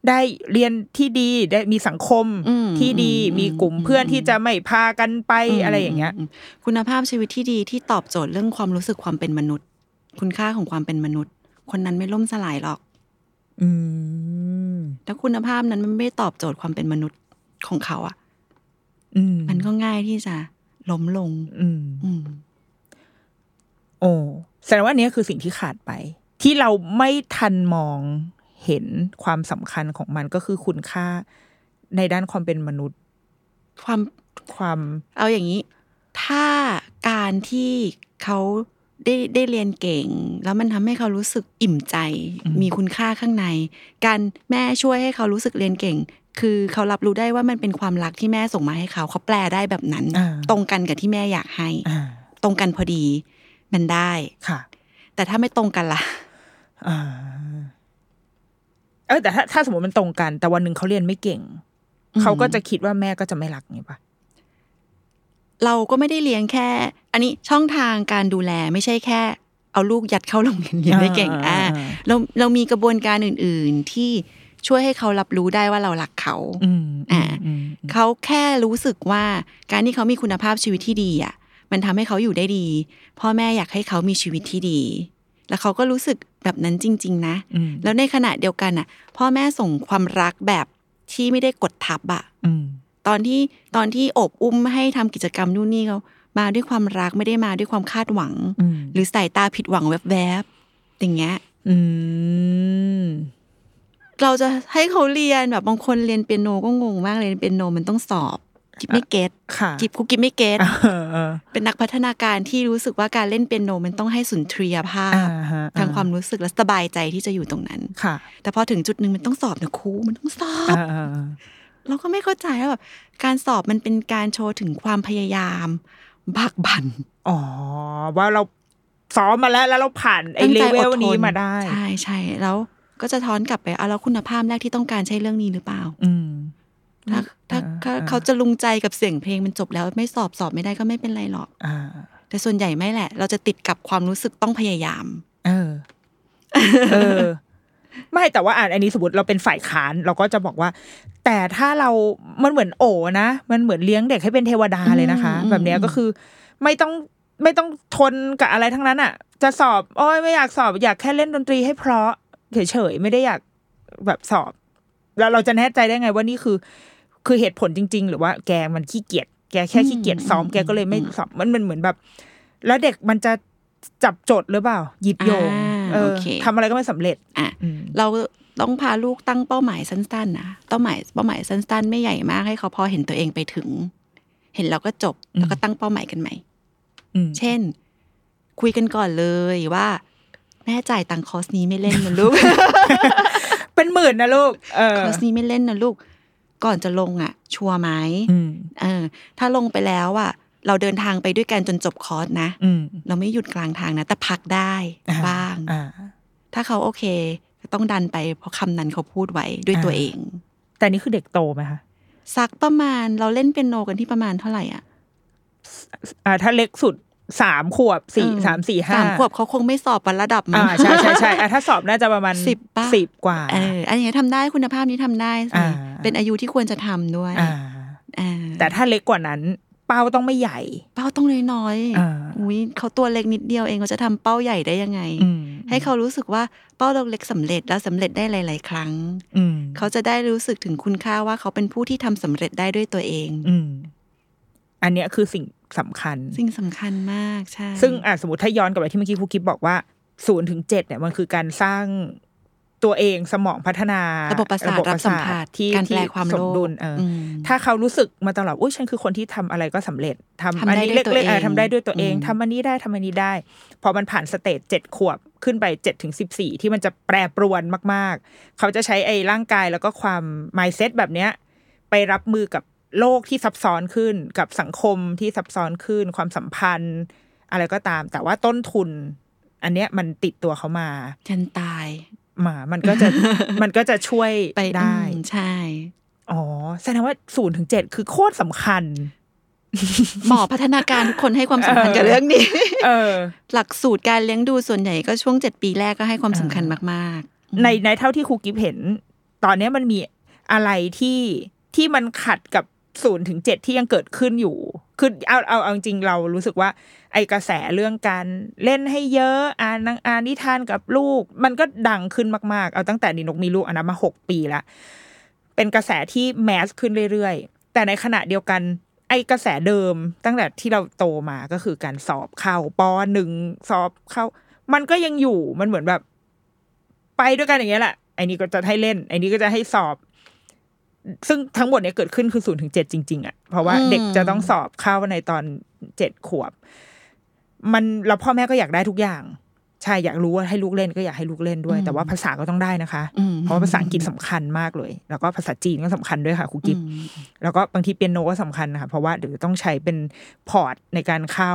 S2: ได้เรียนที่ดีได้มีสังคม
S3: อืม
S2: ที่ดี
S3: อืม
S2: มีกลุ่ม
S3: อืม
S2: เพื่อน
S3: อืม
S2: ที่จะไม่พากันไปอะไรอย่างเงี้ย
S3: มคุณภาพชีวิตที่ดีที่ตอบโจทย์เรื่องความรู้สึกความเป็นมนุษย์ คุณค่าของความเป็นมนุษย์ คนนั้นไม่ล่มสลายหรอก
S2: อืม
S3: ถ้าคุณภาพนั้นมันไม่ตอบโจทย์ความเป็นมนุษย์ของเขาอะ
S2: อืม
S3: มันก็ง่ายที่จะล้มลง
S2: อืม
S3: อืม
S2: โอ้แสดงว่าอันเนี้ยคือสิ่งที่ขาดไป ที่เราไม่ทันมองเห็นความสำคัญของมันก็คือคุณค่าในด้านความเป็นมนุษย์
S3: ความ
S2: ความ
S3: เอาอย่างนี้ ถ้าการที่เขาได้ได้เรียนเก่ง แล้วมันทำให้เขารู้สึกอิ่มใจ
S2: อืม
S3: มีคุณค่าข้างใน การแม่ช่วยให้เขารู้สึกเรียนเก่ง คือเขารับรู้ได้ว่ามันเป็นความรักที่แม่ส่งมาให้เขา เขาแปลได้แบบนั้น
S2: อ่า
S3: ตรงกันกับที่แม่อยากให้
S2: อ่า
S3: ตรงกันพอดี มันได้
S2: ค่ะ
S3: แต่ถ้าไม่ตรงกันล่ะ
S2: อ่า เออแต่ถ้าถ้าสมมติมันตรงกัน แต่วันหนึ่งเขาเรียนไม่เก่ง
S3: อืม
S2: เขาก็จะคิดว่าแม่ก็จะไม่รักไงปะ
S3: เราก็ไม่ได้เลี้ยงแค่ อันนี้ช่องทางการดูแลไม่ใช่แค่ เอาลูกยัดเข้าโรงเรียนเรียนได้เก่งอ่า เราเรามีกระบวนการอื่น ๆ ที่ช่วยให้เขารับรู้ได้ว่าเรารักเขา
S2: อืม
S3: อ่า
S2: อืมอืม
S3: เขาแค่รู้สึกว่าการที่เขามีคุณภาพชีวิตที่ดีอ่ะ มันทำให้เขาอยู่ได้ดี พ่อแม่อยากให้เขามีชีวิตที่ดี แล้วเขาก็รู้สึกแบบนั้นจริง ๆ นะ
S2: อืม
S3: แล้วในขณะเดียวกันอ่ะ พ่อแม่ส่งความรักแบบที่ไม่ได้กดทับอ่ะ
S2: อืม
S3: ตอนที่ตอนที่โอบอุ้มให้ทำกิจกรรมนู่นนี่เขามาด้วยความรักไม่ได้มาด้วยความคาดหวัง
S2: อืม
S3: หรือสายตาผิดหวังแวบๆอย่างเงี้ย
S2: อืม
S3: เราจะให้เขาเรียนแบบบางคนเรียนเปียโนก็งงมากเลยเปียโนมันต้องสอบกิบไม่เก็ต
S2: ค่ะ
S3: กิบคุกกิบไม่เก็ต
S2: อ่าเออ
S3: เป็นนักพัฒนาการที่รู้สึกว่าการเล่นเปียโนมันต้องให้สุนทรียภาพ
S2: อ่าฮะ
S3: ทางความรู้สึกและสบายใจที่จะอยู่ตรงนั้น
S2: ค่ะ
S3: แต่พอถึงจุดหนึ่งมันต้องสอบนะครูมันต้องสอบ
S2: อ่าอ่าอ่า
S3: เราก็ไม่เข้าใจว่าแบบการสอบมันเป็นการโชว์ถึงความพยายามบากบั่น
S2: อ๋อว่าเราซ้อมมาแล้วแล้วเราผ่านไอ้
S3: ตั้ง
S2: เล
S3: ใจ
S2: เว
S3: อ
S2: ล
S3: ดท
S2: นี้มาได้
S3: ใช่ใช่แล้วก็จะท้อนกลับไปเอาแล้วคุณภาพแรกที่ต้องการใช่เรื่องนี้หรือเปล่า
S2: อืม
S3: ถ้าถ้า
S2: อ่า
S3: เขา
S2: อ่า
S3: เขาจะลุงใจกับเสียงเพลงมันจบแล้วไม่สอบสอบไม่ได้ก็ไม่เป็นไรหรอก
S2: อ่า
S3: แต่ส่วนใหญ่ไม่แหละ เราจะติดกับความรู้สึกต้องพยายาม
S2: เออ เออ ไม่แต่ว่าอ่านอันนี้สมมติเราเป็นฝ่ายค้านเราก็จะบอกว่า แต่ถ้าเรา มันเหมือนโอนะ มันเหมือนเลี้ยงเด็กให้เป็นเทวดาเลยนะคะ
S3: อืม
S2: แบบเนี้ยก็คือ ไม่ต้องไม่ต้องทนกับอะไรทั้งนั้นอ่ะ จะสอบ โอ้ยไม่อยากสอบอยากแค่เล่นดนตรีให้เพราะเฉยๆไม่ได้อยากแบบสอบ แล้วเราจะแน่ใจได้ไงว่านี่คือ คือเหตุผลจริง ๆ หรือว่าแกมันขี้เกียจแกแค่ขี้เกียจซ้อมแกก็เลยไม่สอบมันมันเหมือนแบบ แล้วเด็กมันจะจับจดหรือเปล่า หยิบโยง
S3: อ่า
S2: เออ
S3: โอเค
S2: ทำอะไรก็ไม่สำเร็จ
S3: อ่ะ
S2: อืม
S3: เราต้องพาลูกตั้งเป้าหมายสั้นๆนะเป้าหมายเป้าหมายสั้น ๆ ไม่ใหญ่มากให้เขาพอเห็นตัวเองไปถึง เห็นแล้วก็จบ
S2: อืม
S3: แล้วก็ตั้งเป้าหมายกันใหม่
S2: อืม
S3: เช่น คุยกันก่อนเลยว่า แม่จ่ายตังค์คอร์สนี้ไม่เล่นนะลูก
S2: เป็นหมื่นนะลูก เออ
S3: คอร์สนี้ไม่เล่นนะลูก ก่อนจะลงอ่ะ ชัวร์ไหม
S2: อืม
S3: เออถ้าลงไปแล้วอ่ะ เราเดินทางไปด้วยกันจนจบคอร์สนะ
S2: อืม
S3: เราไม่หยุดกลางทางนะ แต่พักได้
S2: อ่
S3: บ้าง
S2: อ่า
S3: ถ้าเขาโอเคก็ต้องดันไปเพราะคำนั้นเขาพูดไว้ด้วย
S2: อ่า
S3: ตัวเอง
S2: แต่นี่คือเด็กโตไหมคะ
S3: สักประมาณเราเล่นเปียโนกันที่ประมาณเท่าไหร่อ่ะ
S2: อ่า ถ้าเล็กสุดสามขวบสี่
S3: เออ
S2: สามสี่ห้า
S3: สามขวบเขาคงไม่สอบวันระดับมั้
S2: อ่าง ใช่ใช่ใช่อ่าถ้าสอบน่าจะประมาณ
S3: สิบป่ะ
S2: สิบกว่า
S3: เอออันนี้ทำได้คุณภาพนี้ทำได้สิ
S2: อ่า
S3: เป็นอายุที่ควรจะทำด้วย
S2: อ่า
S3: เออ
S2: แต่ถ้าเล็กกว่านั้น เป้าต้องไม่ใหญ่
S3: เป้าต้องน้อย
S2: อ่า
S3: อุ้ยเขาตัวเล็กนิดเดียวเองเขาจะทำเป้าใหญ่ได้ยังไง
S2: อืม
S3: ให้เขารู้สึกว่าเป้าเราเล็กสำเร็จแล้วสำเร็จได้หลาย ๆ ครั้ง
S2: อืม
S3: เขาจะได้รู้สึกถึงคุณค่าว่าเขาเป็นผู้ที่ทำสำเร็จได้ด้วยตัวเอง
S2: อืม อันเนี้ยคือสิ่งสำคัญ
S3: สิ่งสำคัญมากใช่
S2: ซึ่งอ่ะสมมติถ้าย้อนกลับไปที่เมื่อกี้ครูกิฟบอกว่าศูนย์ถึงเจ็ดเนี่ยมันคือการสร้าง ตัวเองสมองพัฒนา
S3: ระบบประสาทรับสัมผัส
S2: ที่
S3: การ
S2: ที่
S3: แปลความ
S2: ส
S3: โล
S2: ม
S3: ภ
S2: ดุลเอออ
S3: ม
S2: ถ้าเขารู้สึกมาตลอดอุ้ยฉันคือคนที่ทำอะไรก็สำเร็จทำ
S3: ทำ
S2: อัน
S3: ได้
S2: นี้
S3: ด้วยตัว
S2: เล็กๆอ่ะ
S3: เอง
S2: ทำได้ด้วยตัวเอง
S3: อืม
S2: ทำอันนี้ได้ทำอันนี้ได้ พอมันผ่านสเตจเจ็ดขวบขึ้นไปเจ็ดถึงสิบสี่ที่มันจะแปรปรวนมากๆ เขาจะใช้ไอ้ร่างกายแล้วก็ความ mindset แบบเนี้ย ไปรับมือกับโลกที่ซับซ้อนขึ้น กับสังคมที่ซับซ้อนขึ้น ความสัมพันธ์ อะไรก็ตาม แต่ว่าต้นทุน อันเนี้ยมันติดตัวเขามา
S3: ฉันตาย
S2: มา มัน ก็จะ มันก็จะช่วย
S3: ไป
S2: ได้
S3: อืมใช่
S2: อ๋อแสดงว่าศูนย์ถึงเจ็ดคือโคตรสำคัญ
S3: หมอพัฒนาการทุกคนให้ความสำคัญกับ
S2: เออ
S3: เรื่อง นี้
S2: เออ
S3: หลักสูตรการเลี้ยงดูส่วนใหญ่ก็ช่วงเจ็ดปีแรกก็ให้ความ
S2: เออ
S3: สำคัญมากๆ
S2: ในในเท่าที่ครูกิฟเห็น ตอนเนี้ยมันมีอะไรที่ที่มันขัดกับศูนย์ถึงเจ็ดที่ยังเกิดขึ้นอยู่ คือเอาเอาเอาจริงๆเรารู้สึกว่า ไอกระแสเรื่องการเล่นให้เยอะอ่านหนังอ่านนิทานกับลูก มันก็ดังขึ้นมากๆ เอาตั้งแต่นินกมีลูกอันนั้นมาหกปีละ เป็นกระแสที่แมสขึ้นเรื่อยๆ แต่ในขณะเดียวกัน ไอกระแสเดิมตั้งแต่ที่เราโตมาก็คือการสอบเข้าปหนึ่งสอบเข้า มันก็ยังอยู่มันเหมือนแบบ ไปด้วยกันอย่างเงี้ยแหละไอ้นี่ก็จะให้เล่น ไอ้นี่ก็จะให้สอบ ซึ่งทั้งหมดเนี่ยเกิดขึ้นคือศูนย์ถึงเจ็ดจริง ๆอะ่ะเพราะว่าเด็กจะต้องสอบเข้าในตอนเจ็ดขวบ มันแล้วพ่อแม่ก็อยากได้ทุกอย่าง ใช่อยากรู้ว่าให้ลูกเล่นก็อยากให้ลูกเล่นด้วย แต่ว่าภาษาก็ต้องได้นะคะ
S3: อืม
S2: เพราะว่าภาษาอังกฤษสำคัญมากเลย แล้วก็ภาษาจีนก็สำคัญด้วยค่ะครูกิฟ
S3: อืม
S2: แล้วก็บางทีเปียโนก็สำคัญนะคะเพราะว่าเดี๋ยวต้องใช้เป็นพอร์ตในการเข้า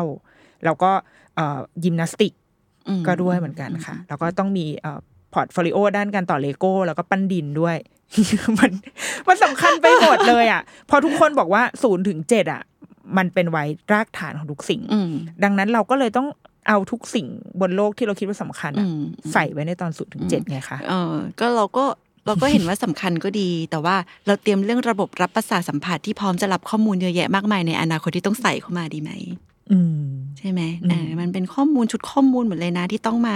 S2: แล้วก็เอ่อยิมนาสติก
S3: อืม
S2: ก็ด้วยเหมือนกันค่ะ แล้วก็ต้องมีเอ่อพอร์ตโฟลิโอด้านการต่อเลโก้ แล้วก็ปั้นดินด้วย มันมันสำคัญไปหมดเลยอ่ะ พอทุกคนบอกว่าศูนย์ถึงเจ็ดอ่ะ มันเป็นไว้รากฐานของทุกสิ่ง
S3: อืม
S2: ดังนั้นเราก็เลยต้องเอาทุกสิ่งบนโลกที่เราคิดว่าสำคัญ
S3: อื
S2: อะ
S3: ม
S2: ใส่ไว้ในตอนศูนย์ถึงเจ็ดไงคะ
S3: เออก็เราก็เราก็เห็นว่าสำคัญก็ดี แต่ว่าเราเตรียมเรื่องระบบรับประสาทสัมผัสที่พร้อมจะรับข้อมูลเยอะแยะมากมายในอนาคตที่ต้องใส่เข้ามาดีไหม
S2: อืม
S3: ใช่ไหม
S2: อืม
S3: เออมันเป็นข้อมูลชุดข้อมูลหมดเลยนะที่ต้องมา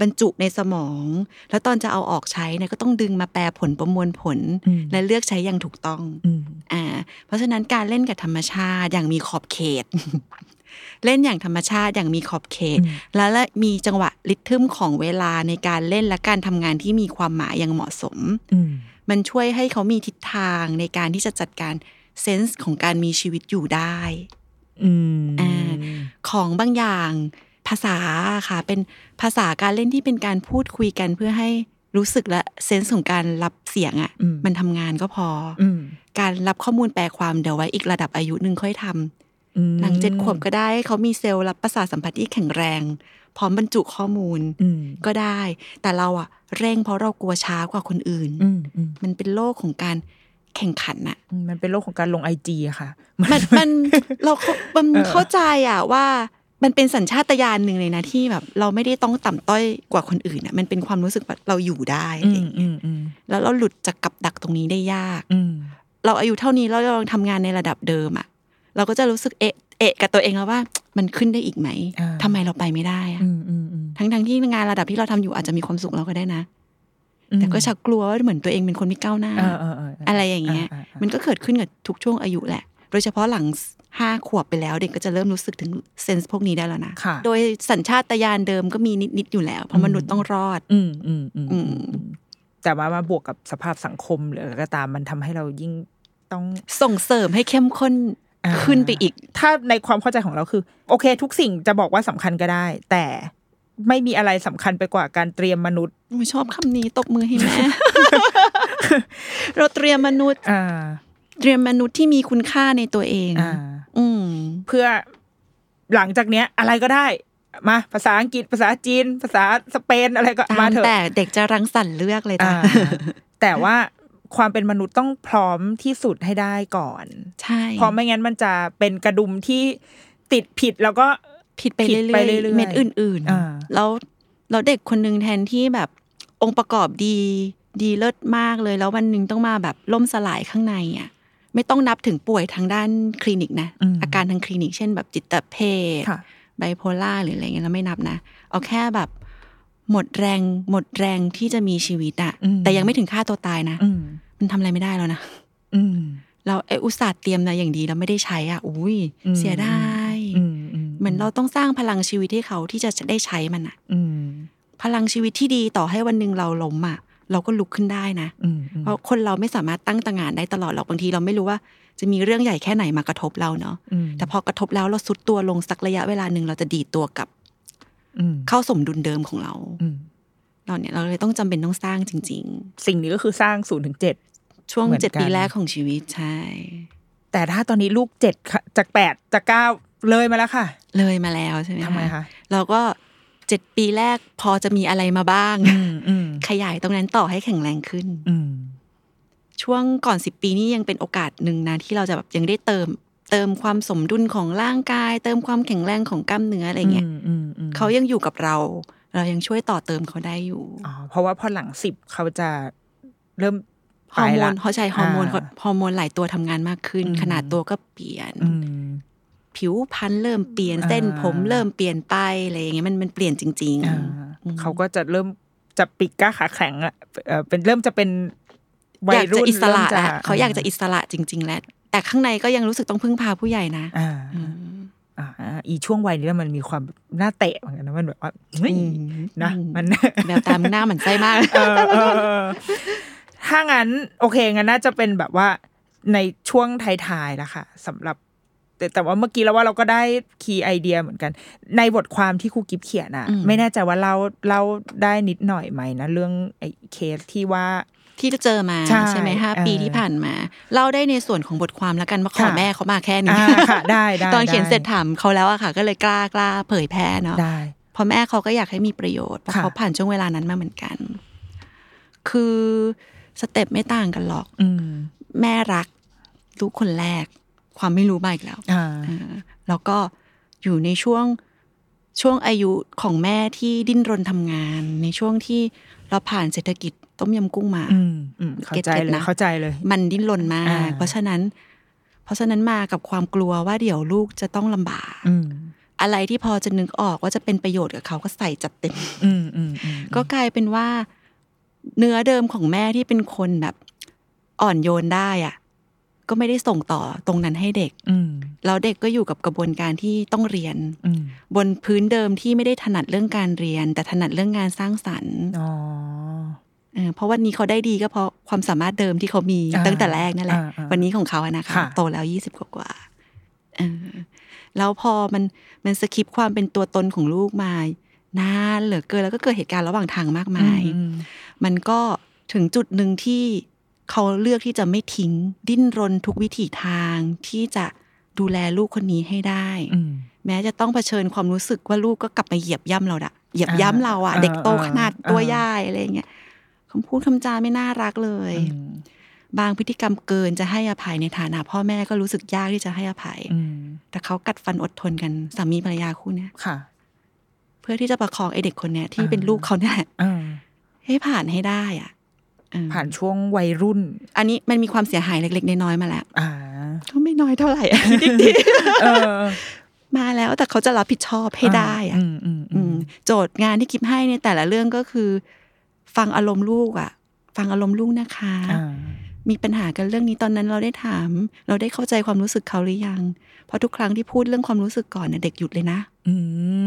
S3: บรรจุในสมอง แล้วตอนจะเอาออกใช้เนะก็ต้องดึงมาแปลผลประมวลผล
S2: อืม
S3: และเลือกใช้อย่างถูกต้อง
S2: อืม
S3: อ่าเพราะฉะนั้นการเล่นกับธรรมชาติอย่างมีขอบเขต เล่นอย่างธรรมชาติอย่างมีขอบเขต
S2: อืม
S3: แล้วและมีจังหวะริทึมของเวลาในการเล่นและการทำงานที่มีความหมายอย่างเหมาะสม
S2: อืม
S3: มันช่วยให้เขามีทิศทางในการที่จะจัดการเซนส์ของการมีชีวิตอยู่ได้
S2: อืม
S3: อ่า ของบางอย่างภาษาค่ะ เป็นภาษาการเล่นที่เป็นการพูดคุยกันเพื่อให้รู้สึกและเซนส์ของการรับเสียงอะ่ะ
S2: อืม
S3: มันทำงานก็พออ
S2: อืม
S3: การรับข้อมูลแปลความเดี๋ยวไว้อีกระดับอายุหนึ่งค่อยทำ
S2: อืม
S3: หลังเจ็ดขวบก็ได้ เขามีเซลล์รับประสาทสัมผัสที่แข็งแรง พร้อมบรรจุข้อมูล
S2: อืม
S3: ก็ได้ แต่เราอะเร่งเพราะเรากลัวช้ากว่าคนอื่น
S2: อืมอืม
S3: มันเป็นโลกของการแข่งขันอะ
S2: อืมมันเป็นโลกของการลงไอจีค่ะ
S3: มันมันเราเข้ามัน
S2: เออ
S3: เข้าใจอะว่ามันเป็นสัญชาตญาณหนึ่งเลยนะที่แบบ เราไม่ได้ต้องต่ำต้อยกว่าคนอื่นอะมันเป็นความรู้สึกว่าเราอยู่ได้
S2: อื
S3: อะไรอ
S2: ม
S3: ย่าง
S2: อื
S3: เงี้ย
S2: มอืม
S3: แล้วเราหลุดจากกับดักตรงนี้ได้ยาก
S2: อืม
S3: เราอายุเท่านี้แล้วเราลองทำงานในระดับเดิมอะเราก็จะรู้สึกเอะเอะกับตัวเองแล้วว่า มันขึ้นได้อีกไหม
S2: อ่า
S3: ทำไมเราไปไม่ได้อะ
S2: อืมอืมอืม
S3: ทั้งทั้งที่งานระดับที่เราทำอยู่อาจจะมีความสุขเราก็ได้นะ
S2: อืม
S3: แต่ก็ชักกลัวว่าเหมือนตัวเองเป็นคนไม่ก้าวหน้า
S2: เออเออเออเออ
S3: อะไรอย่างเงี้ย
S2: าา
S3: มันก็เกิดขึ้นกับทุกช่วงอายุแหละ โดยเฉพาะหลังห้าขวบไปแล้ว เด็กก็จะเริ่มรู้สึกถึงเซนส์พวกนี้ได้แล้วนะ
S2: ค่ะ
S3: โดยสัญชาตญาณเดิมก็มีนิดๆอยู่แล้ว เพราะมนุษย์ต้องรอด
S2: อืมอืมอืม
S3: อื
S2: อื
S3: ม
S2: มอืมแต่ว่ามาบวกกับสภาพสังคมหรืออะไรก็ตามมันทำให้เรายิ่งต้อง
S3: ส่งเสริมให้เข้มข้น
S2: อ่า
S3: ขึ้นไปอีก
S2: ถ้าในความเข้าใจของเราคือ โอเค ทุกสิ่งจะบอกว่าสำคัญก็ได้ แต่ไม่มีอะไรสำคัญไปกว่าการเตรียมมนุษย์
S3: หนูชอบคำนี้ตบมือให้แม่ เราเตรียมมนุษย์
S2: อ่า
S3: เตรียมมนุษย์ที่มีคุณค่าในตัวเอง
S2: อ่า
S3: อืม
S2: เพื่อหลังจากเนี้ยอะไรก็ได้มาภาษาอังกฤษภาษาจีน ภาษาสเปนอะไรก็
S3: ตาม
S2: าม เถอะ
S3: แต่เด็กจะรังสรรค์เลือกเลยจ้ะ
S2: อ่าแต่ว่าความเป็นมนุษย์ต้องพร้อมที่สุดให้ได้ก่อน
S3: ใช่
S2: เพราะไม่งั้นมันจะเป็นกระดุมที่ติดผิดแล้วก็
S3: ผิดไป
S2: ผิ
S3: เรื่
S2: ดไปเรื่
S3: อ
S2: อยยๆ
S3: ๆเม็ดอื่น
S2: อ่า
S3: แล้วแล้วเด็กคนหนึ่งแทนที่แบบองค์ประกอบดีดีเลิศมากเลย แล้ววันหนึ่งต้องมาแบบล่มสลายข้างในอ่ะ ไม่ต้องนับถึงป่วยทางด้านคลินิกนะอาการทางคลินิก เช่นแบบจิตเภท
S2: ค่ะ
S3: ไบโพล่าหรืออะไรเงี้ยเราไม่นับนะ เอาแค่แบบหมดแรงหมดแรงที่จะมีชีวิตอะ
S2: อืม
S3: แต่ยังไม่ถึงฆ่าตัวตายนะ
S2: อืม
S3: มันทำอะไรไม่ได้แล้วนะ
S2: อืม
S3: เราไออุตส่าห์เตรียมนะอย่างดีแล้วไม่ได้ใช้อะอุ้ย
S2: อืม
S3: เสียดาย
S2: อืมอื
S3: เหมือนเราต้องสร้างพลังชีวิตให้เขาที่จะได้ใช้มันอะ
S2: อืม
S3: พลังชีวิตที่ดีต่อให้วันหนึ่งเราล้มอ่ะ เราก็ลุกขึ้นได้นะ
S2: อืมอืม
S3: เพราะคนเราไม่สามารถตั้งตางานได้ตลอดหรอกบางทีเราไม่รู้ว่า จะมีเรื่องใหญ่แค่ไหนมากระทบเราเนาะ
S2: อืม
S3: แต่พอกระทบแล้วเราสุดตัวลงสักระยะเวลาหนึ่งเราจะดีดตัวกลับ
S2: อืม
S3: เข้าสมดุลเดิมของเรา
S2: อืม
S3: เราเนี่ยเราเลยต้องจำเป็นต้องสร้างจริง
S2: สิ่งนี้ก็คือสร้างศูนย์ถึงเจ็ด
S3: ๆ ช่วง
S2: เหมือน
S3: เจ็ด
S2: กัน
S3: ปีแรกของชีวิตใช่
S2: แต่ถ้าตอนนี้ลูกเจ็ดค่ะจากแปดจากเก้าเลยมาแล้วค่ะ
S3: เลยมาแล้วใช่ไหม
S2: ทำไมคะ
S3: เราก็เจ็ดปีแรกพอจะมีอะไรมาบ้าง
S2: อืมอืม
S3: ขยายตรงนั้นต่อให้แข็งแรงขึ้น
S2: อืม
S3: ช่วงก่อนสิบปีนี้ยังเป็นโอกาสหนึ่งนะที่เราจะแบบยังได้เติม เติมความสมดุลของร่างกาย เติมความแข็งแรงของกล้ามเนื้ออะไรเงี้ย
S2: มอืมอืม
S3: เขายังอยู่กับเรา เรายังช่วยต่อเติมเขาได้อยู่
S2: อ๋อเพราะว่าพอหลังสิบเขาจะเริ่ม
S3: ฮอร์โม
S2: ไปละ
S3: นเขาใช้ฮอร์โมนเขา
S2: า
S3: ฮอร์โมนหลายตัวทำงานมากขึ้น
S2: อืม
S3: ขนาดตัวก็เปลี่ยน
S2: อืม
S3: ผิวพรรณเริ่มเปลี่ยน
S2: อ่า
S3: เส้นผมเริ่มเปลี่ยนไปอะไรอย่างเงี้ยมันมันเปลี่ยนจริง
S2: อ่า
S3: อืม
S2: เขาก็จะเริ่มจะปิกกล้าขาแข็งอ่ะเอ่อเป็นเริ่มจะเป็น
S3: ๆ
S2: วั
S3: อย ยากจะ
S2: รุ่น
S3: อิสระ
S2: ม
S3: แล้วเขาอยากจะอิสระจริง ๆ แล้วแต่ข้างในก็ยังรู้สึกต้องพึ่งพาผู้ใหญ่นะ
S2: อ่า
S3: อืม
S2: อ่าอีช่วงวัยนี้มันมีความน่าเตะเหมือนกันนะมันแบบว่าเฮ้ย
S3: อืม
S2: นะ
S3: อืม
S2: มัน
S3: แมวตามหน้าเหมือนไส้มาก
S2: เออเออเออถ้างั้น โอเคงั้นน่าจะเป็นแบบว่าในช่วงท้ายๆแล้วค่ะสำหรับ แต่แต่ว่าเมื่อกี้เราว่าเราก็ได้คีย์ไอเดียเหมือนกัน ในบทความที่ครูกิฟเขียนอ่ะ
S3: อืม
S2: ไม่แน่ใจว่าเราเล่าได้นิดหน่อยไหมนะ เรื่องไอ้เคสที่ว่า
S3: ที่เจอมา
S2: ใช่
S3: ไหมห้า
S2: เออ
S3: ปีที่ผ่านมาเล่าได้ในส่วนของบทความแล้วกันว่าขอ
S2: ค่ะ
S3: แม่เขามาแค่นี้
S2: อ่าค่ะได้ได้
S3: ตอนเขียน
S2: ได้
S3: เสร็จถามเขาแล้วอะค่ะ ก็เลยกล้ากล้าเผยแพร่เนาะ
S2: ได้
S3: เพราะแม่เขาก็อยากให้มีประโยชน์เพราะ
S2: ค่ะ
S3: เขาผ่านช่วงเวลานั้นมาเหมือนกัน คือสเต็ปไม่ต่างกันหรอก
S2: อืม
S3: แม่รักลูกคนแรก ความไม่รู้มาอีกแล้ว
S2: อ่า
S3: เออแล้วก็อยู่ในช่วงช่วงอายุของแม่ที่ดิ้นรนทำงาน ในช่วงที่เราผ่านเศรษฐกิจต้มยำกุ้งมา
S2: อืมอืมเข้าใจ
S3: เก็ต
S2: เลย
S3: นะ
S2: เข้าใจเลย
S3: มันดิ้นรนมาก
S2: อ่า
S3: เพราะฉะนั้น เพราะฉะนั้นมากับความกลัวว่าเดี๋ยวลูกจะต้องลำบาก
S2: อืม
S3: อะไรที่พอจะนึกออกว่าจะเป็นประโยชน์กับเขาก็ใส่จัดเต็ม
S2: อืมอืมอืม
S3: ก็กลายเป็นว่า เนื้อเดิมของแม่ที่เป็นคนแบบ อ่อนโยนได้อ่ะ ก็ไม่ได้ส่งต่อตรงนั้นให้เด็ก
S2: อืม
S3: แล้วเด็กก็อยู่กับกระบวนการที่ต้องเรียน
S2: อืม
S3: บนพื้นเดิมที่ไม่ได้ถนัดเรื่องการเรียน แต่ถนัดเรื่องงานสร้างสรรค์
S2: อ๋อ
S3: เออเพราะวันนี้เขาได้ดีก็เพราะความสามารถเดิมที่เขามี
S2: า
S3: ตั้งแต่แรกนั่นแหละ
S2: อ่าอ่า
S3: วันนี้ของเขาอะนะคะ
S2: ค่ะ
S3: โตแล้วยี่สิบกว่าๆเออแล้วพอมันมันสคิปความเป็นตัวตนของลูกมานานเหลือเกินแล้วก็เกิดเหตุการณ์ระหว่างทางมากมาย
S2: อืม
S3: มันก็ถึงจุดหนึ่งที่เขาเลือกที่จะไม่ทิ้ง ดิ้นรนทุกวิถีทางที่จะดูแลลูกคนนี้ให้ได้
S2: อืม
S3: แม้จะต้องเผชิญความรู้สึกว่าลูกก็กลับมาเหยียบย่ำเราดะเหยียบย่ำเราอ่ะ
S2: อ่า
S3: เด็กโตขนาดตัว
S2: อ่า
S3: ใหญ่อะไรอย่างเงี้ยคำพูดคำจาไม่น่ารักเลย
S2: อืม
S3: บางพฤติกรรมเกินจะให้อภัยในฐานะพ่อแม่ก็รู้สึกยากที่จะให้อภัย
S2: อืม
S3: แต่เขากัดฟันอดทนกันสามีภรรยาคู่เนี้ย
S2: ค่ะ
S3: เพื่อที่จะประคองไอเด็กคนเนี้ยที่
S2: อ่า
S3: เป็นลูกเขาเนี่ย
S2: อ่า
S3: ให้ผ่านให้ได้อ่ะเออ
S2: ผ่านช่วงวัยรุ่น
S3: อันนี้มันมีความเสียหายเล็กๆน้อยๆมาแล้ว
S2: อ่า
S3: ก็ไม่น้อยเท่าไหร่ นิดเดียว
S2: เออ
S3: มาแล้วแต่เขาจะรับผิดชอบให้ได้อ่ะ
S2: อืมอืม
S3: อื
S2: อื
S3: ม
S2: ม
S3: โจทย์งานที่กิฟให้ในแต่ละเรื่องก็คือ ฟังอารมณ์ลูกอ่ะ ฟังอารมณ์ลูกนะคะ
S2: อ่า
S3: มีปัญหากันเรื่องนี้ตอนนั้นเราได้ถาม เราได้เข้าใจความรู้สึกเขาหรือยัง เพราะทุกครั้งที่พูดเรื่องความรู้สึกก่อนเนี่ยเด็กหยุดเลยนะ
S2: อื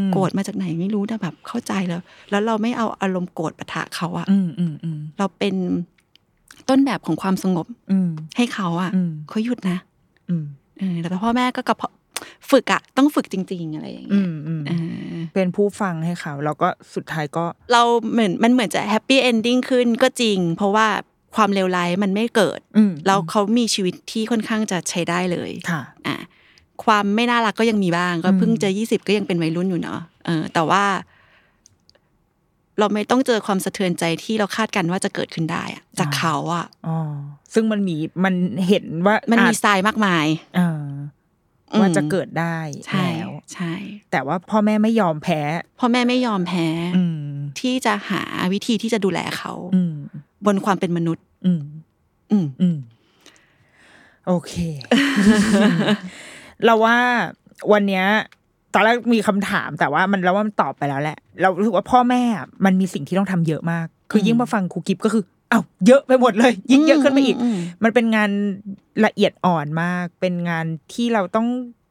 S2: ม
S3: โกรธมาจากไหนไม่รู้แต่แบบเข้าใจแล้ว แล้วเราไม่เอาอารมณ์โกรธปะทะเขาอ่ะ
S2: อืมอืมอืม
S3: เราเป็นต้นแบบของความสงบ
S2: อืม
S3: ให้เขาอ่ะ
S2: อืม
S3: เขาหยุดนะ
S2: อืม
S3: เออแต่พ่อแม่ก็กระเพาะฝึกอ่ะต้องฝึกจริง ๆ อะไรอย่าง
S2: อื
S3: เงี้ย
S2: มอืม
S3: เออ
S2: เป็นผู้ฟังให้เขาแล้วก็สุดท้ายก็
S3: เราเหมือนมันเหมือนจะแฮปปี้เอนดิ้งขึ้นก็จริง เพราะว่าความเลวร้ายมันไม่เกิด
S2: อืม
S3: แล้วเขามีชีวิตที่ค่อนข้างจะใช้ได้เลย
S2: ค่ะ
S3: อ่ะความไม่น่ารักก็ยังมีบ้าง ก็
S2: อืม
S3: เพิ่งจะยี่สิบก็ยังเป็นวัยรุ่นอยู่เนาะเออ แต่ว่า เราไม่ต้องเจอความสะเทือนใจที่เราคาดกันว่าจะเกิดขึ้นได้อะจากเขาอ่ะ
S2: อ๋อซึ่งมันมีมันเห็นว่า
S3: มันมี
S2: อาจ
S3: ทรายมากมาย
S2: อ่า
S3: อืม
S2: ว่าจะเกิดได้
S3: ใช่
S2: แล้ว
S3: ใช่
S2: แต่ว่าพ่อแม่ไม่ยอมแพ้
S3: พ่อแม่ไม่ยอมแพ้
S2: อืม
S3: ที่จะหาวิธีที่จะดูแลเขา
S2: อืม
S3: บนความเป็นมนุษย์
S2: อืม
S3: อืม
S2: อืม โอเค เราว่าวันเนี้ยตอนแรกมีคำถามแต่ว่ามันเราว่ามันตอบไปแล้วแหละ เรารู้สึกว่าพ่อแม่อะมันมีสิ่งที่ต้องทำเยอะมาก คือยิ่งมาฟังครูกิฟก็คือเอ้าวเยอะไปหมดเลย ยิ่งเยอะขึ้นไปอีก
S3: อืมอืม
S2: มันเป็นงานละเอียดอ่อนมาก เป็นงานที่เราต้อง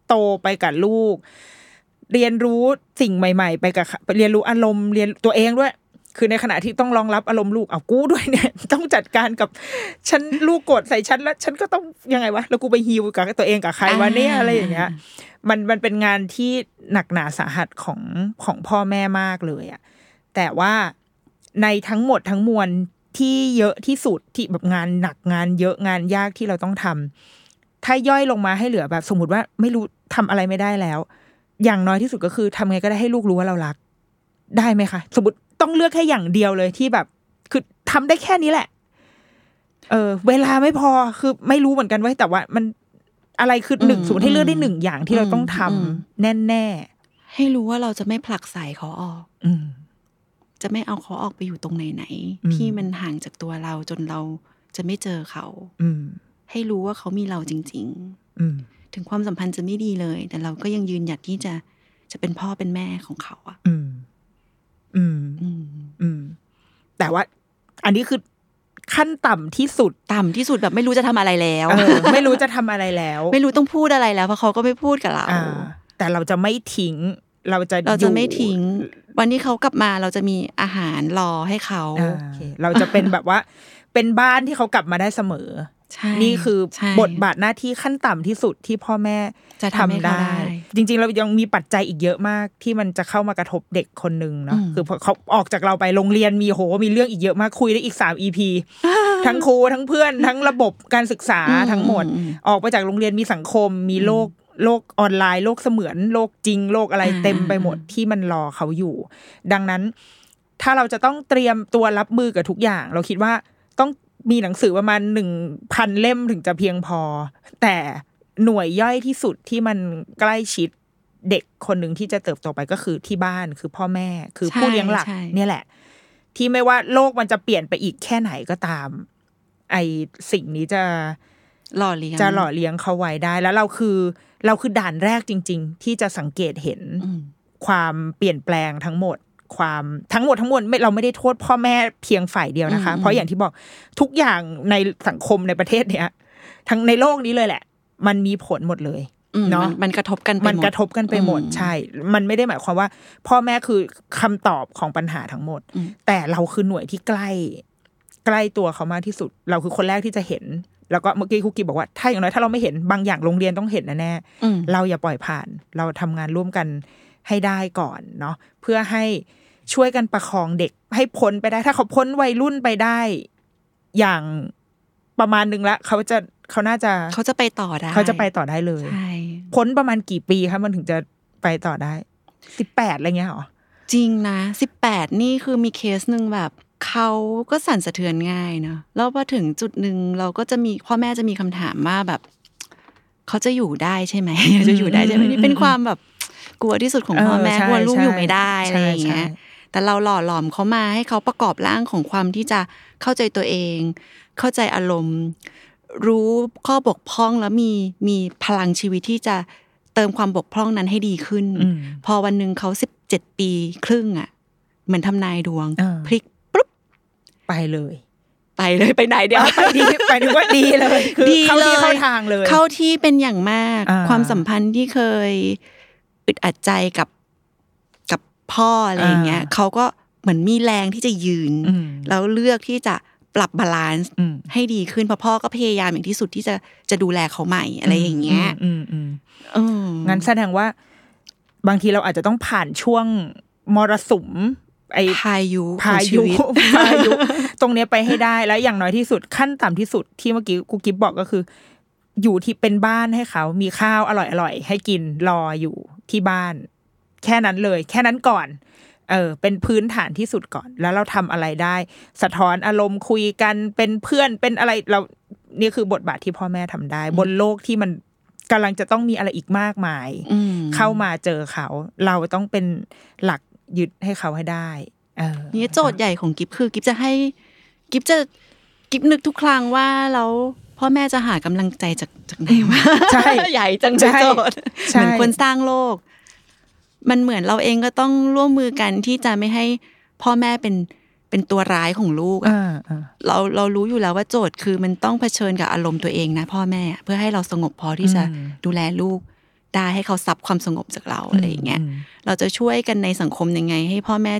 S2: โตไปกับลูก เรียนรู้สิ่งใหม่ ๆ ไปกับเรียนรู้อารมณ์เรียนตัวเองด้วย คือในขณะที่ต้องรองรับอารมณ์ลูกเอากูด้วยเนี่ย ต้องจัดการกับฉันลูกโกรธใส่ฉันแล้ว ฉันก็ต้องยังไงวะแล้วกูไปฮิวกับตัวเองกับใครวะเนี่ยอะไรอย่างเงี้ย มันมันเป็นงานที่หนักหนาสาหัสของของพ่อแม่มากเลยอะแต่ว่าในทั้งหมดทั้งมวลที่เยอะที่สุดที่แบบงานหนักงานเยอะงานยากที่เราต้องทำถ้าย่อยลงมาให้เหลือแบบสมมติว่าไม่รู้ทำอะไรไม่ได้แล้ว อย่างน้อยที่สุดก็คือทำไงก็ได้ให้ลูกรู้ว่าเรารัก ได้ไหมคะ สมมติต้องเลือกแค่อย่างเดียวเลยที่แบบ คือทำได้แค่นี้แหละ เออ เวลาไม่พอคือไม่รู้เหมือนกันไว้ยแต่ว่ามันอะไรคือหนึ่ง
S3: อืม
S2: สมมติให้เลือกได้หนึ่งอย่างที่เราต้องทำ
S3: อืม
S2: แน่
S3: ให้รู้ว่าเราจะไม่ผลักใส่เขาออก
S2: ๆอืม
S3: จะไม่เอาเขาออกไปอยู่ตรงไหนไหนๆ
S2: อืม
S3: ที่มันห่างจากตัวเราจนเราจะไม่เจอเขา
S2: อืม
S3: ให้รู้ว่าเขามีเราจริง
S2: อืม
S3: ๆ ถึงความสัมพันธ์จะไม่ดีเลย แต่เราก็ยังยืนหยัดที่จะจะเป็นพ่อเป็นแม่ของเขาอะ
S2: อืม อืม
S3: อืม
S2: อืม แต่ว่า อันนี้คือขั้นต่ำที่สุด
S3: ต่ำที่สุดแบบไม่รู้จะทำอะไรแล้ว
S2: เออไม่รู้จะทำอะไรแล้ว
S3: ไม่รู้ต้องพูดอะไรแล้วเพราะเขาก็ไม่พูดกับเรา
S2: อ่า แต่เราจะไม่ทิ้ง เราจะ
S3: เราจะ
S2: อยู่
S3: ไม่ทิ้ง วันที่เขากลับมาเราจะมีอาหารรอให้เขา
S2: อ่าโอเค เราจะเป็นแบบว่า เป็นบ้านที่เขากลับมาได้เสมอ
S3: ใช่
S2: นี่คือ
S3: ใช่
S2: บทบาทหน้าที่ขั้นต่ำที่สุดที่พ่อแม่
S3: จะทำ
S2: ทำ
S3: ให้เขา
S2: ได้
S3: ได้
S2: จริง ๆ เรายังมีปัจจัยอีกเยอะมากที่มันจะเข้ามากระทบเด็กคนหนึ่งเนาะ
S3: อืม
S2: คือพอเขาออกจากเราไปโรงเรียนมีโหมีเรื่องอีกเยอะมากคุยได้อีกสาม อีพีทั้งครูทั้งเพื่อนทั้งระบบการศึกษาทั้งหมด
S3: อือื
S2: ออกไปจากโรงเรียนมีสังคมมีโลกโลกออนไลน์ โลกเสมือนโลกจริง โลกอะไร
S3: อ่า
S2: เต็มไปหมดที่มันรอเขาอยู่ ดังนั้นถ้าเราจะต้องเตรียมตัวรับมือกับทุกอย่าง เราคิดว่าต้องมีหนังสือประมาณหนึ่งพันเล่มถึงจะเพียงพอ แต่หน่วยย่อยที่สุดที่มันใกล้ชิดเด็กคนหนึ่งที่จะเติบโตไปก็คือที่บ้านคือพ่อแม่คือผู้เลี้ยงหลัก
S3: ใช่ใช่
S2: เนี่ยแหละ ที่ไม่ว่าโลกมันจะเปลี่ยนไปอีกแค่ไหนก็ตาม ไอสิ่งนี้จะ
S3: หล่อเลี้ยง
S2: จะหล่อเลี้ยงเขาไว้ได้แล้วเราคือ เราคือด่านแรกจริง ๆ ที่จะสังเกตเห็น
S3: อืม
S2: ความเปลี่ยนแปลงทั้งหมด ความทั้งหมดทั้งมวลไม่เราไม่ได้โทษพ่อแม่เพียงฝ่ายเดียวนะคะ
S3: อืม
S2: เพราะอย่างที่บอกทุกอย่างในสังคมในประเทศเนี้ยทั้งในโลกนี้เลยแหละ มันมีผลหมดเลย
S3: อืม
S2: เนอะ
S3: มันมันกระทบกันไป
S2: มัน
S3: หด
S2: กระทบกันไปหมด
S3: อืม
S2: ใช่ มันไม่ได้หมายความว่า พ่อแม่คือคำตอบของปัญหาทั้งหมด
S3: อืม
S2: แต่เราคือหน่วยที่ใกล้ ใกล้ตัวเขามากที่สุด เราคือคนแรกที่จะเห็น แล้วก็เมื่อกี้คุกกี้บอกว่าถ้าอย่างน้อยถ้าเราไม่เห็นบางอย่างโรงเรียนต้องเห็นแน่
S3: อืม
S2: ๆเราอย่าปล่อยผ่าน เราทำงานร่วมกันให้ได้ก่อนเนาะเพื่อให้ช่วยกันประคองเด็กให้พ้นไปได้ ถ้าเขาพ้นวัยรุ่นไปได้ อย่างประมาณนึงละเขาจะเขาน่าจะ
S3: เขาจะไปต่อได้
S2: เขาจะไปต่อได้เลย
S3: ใช่
S2: พ้นประมาณกี่ปีคะมันถึงจะไปต่อได้สิบแปดอะไรเงี้ยเหรอ
S3: จริงนะสิบแปดนี่คือมีเคสหนึ่งแบบเขาก็สั่นสะเทือนง่ายเนอะแล้วพอถึงจุดหนึ่งเราก็จะมีพ่อแม่จะมีคำถามว่าแบบ เขาจะอยู่ได้ใช่ไหม จะอยู่ได้ใช่ไหม
S2: อืมอืม
S3: นี่เป็นความแบบกลัวที่สุดของพ่อแม่
S2: เออก
S3: ลัวลูก
S2: ใช่
S3: อยู่ไม่ได้
S2: ใช่
S3: อะไรอย่างเงี้ย
S2: ใช่
S3: แต่เราหล่อหลอมเขามาให้เขาประกอบร่างของความที่จะเข้าใจตัวเอง เข้าใจอารมณ์ รู้ข้อบกพร่องแล้วมีมีพลังชีวิตที่จะเติมความบกพร่องนั้นให้ดีขึ้น
S2: อืม
S3: พอวันหนึ่งเขาสิบเจ็ดปีครึ่งอ่ะ เหมือนทำนายดวง
S2: อ่า
S3: พลิกปุ๊บ
S2: ไปเลย
S3: ไปเลยไปไหนเดียว
S2: ไปดี ไปดูว่าดีเลยคือ
S3: ดี
S2: เข้าที่
S3: เลย
S2: เข้าทางเลย
S3: เข้าที่เป็นอย่างมาก
S2: อ่า
S3: ความสัมพันธ์ที่เคยอึดอัดใจกับกับพ่ออะไรอย่างเงี้ยเขาก็เหมือนมีแรงที่จะยืน
S2: อืม
S3: แล้วเลือกที่จะปรับบาลานซ์
S2: อืม
S3: ให้ดีขึ้นเพราะพ่อก็พยายามอย่างที่สุดที่จะจะดูแลเขาใหม่อะไรอย่างเงี้ย
S2: อืมอืม
S3: เออ
S2: อืมงั้นแสดงว่า บางทีเราอาจจะต้องผ่านช่วงมรสุมไอ
S3: พายุ
S2: พา
S3: ของชี
S2: ยุ
S3: วิต
S2: พายุ ตรงเนี้ยไปให้ได้แล้วอย่างน้อยที่สุดขั้นต่ำที่สุดที่เมื่อกี้กูกิฟบอกก็คือ อยู่ที่เป็นบ้านให้เขามีข้าวอร่อยๆให้กินรออยู่ที่บ้าน แค่นั้นเลย แค่นั้นก่อน เออ เป็นพื้นฐานที่สุดก่อน แล้วเราทำอะไรได้ สะท้อนอารมณ์คุยกันเป็นเพื่อนเป็นอะไรเรานี่คือบทบาทที่พ่อแม่ทำได้ บนโลกที่มันกำลังจะต้องมีอะไรอีกมากมาย
S3: อืม
S2: เข้ามาเจอเขา เราต้องเป็นหลักยึดให้เขาให้ได้เออ
S3: นี่โจทย์ใหญ่ของกิฟคือกิฟจะให้กิฟจะกิฟนึกทุกครั้งว่าแล้วพ่อแม่จะหากำลังใจจากจากไหนวะ
S2: ใช่
S3: ใหญ่จังเลย
S2: ใช่
S3: โจทย์
S2: ใช่
S3: เหมือนคนสร้างโลก มันเหมือนเราเองก็ต้องร่วมมือกันที่จะไม่ให้พ่อแม่เป็นเป็นตัวร้ายของลูกอะ
S2: อ่าอ่า
S3: เราเรารู้อยู่แล้วว่าโจทย์คือมันต้องเผชิญกับอารมณ์ตัวเองนะ พ่อแม่อะเพื่อให้เราสงบพอที่จะดูแลลูกได้ให้เขาซับความสงบจากเราอะไรอย่างเงี้ย
S2: ม
S3: เราจะช่วยกันในสังคมยังไง ให้พ่อแม่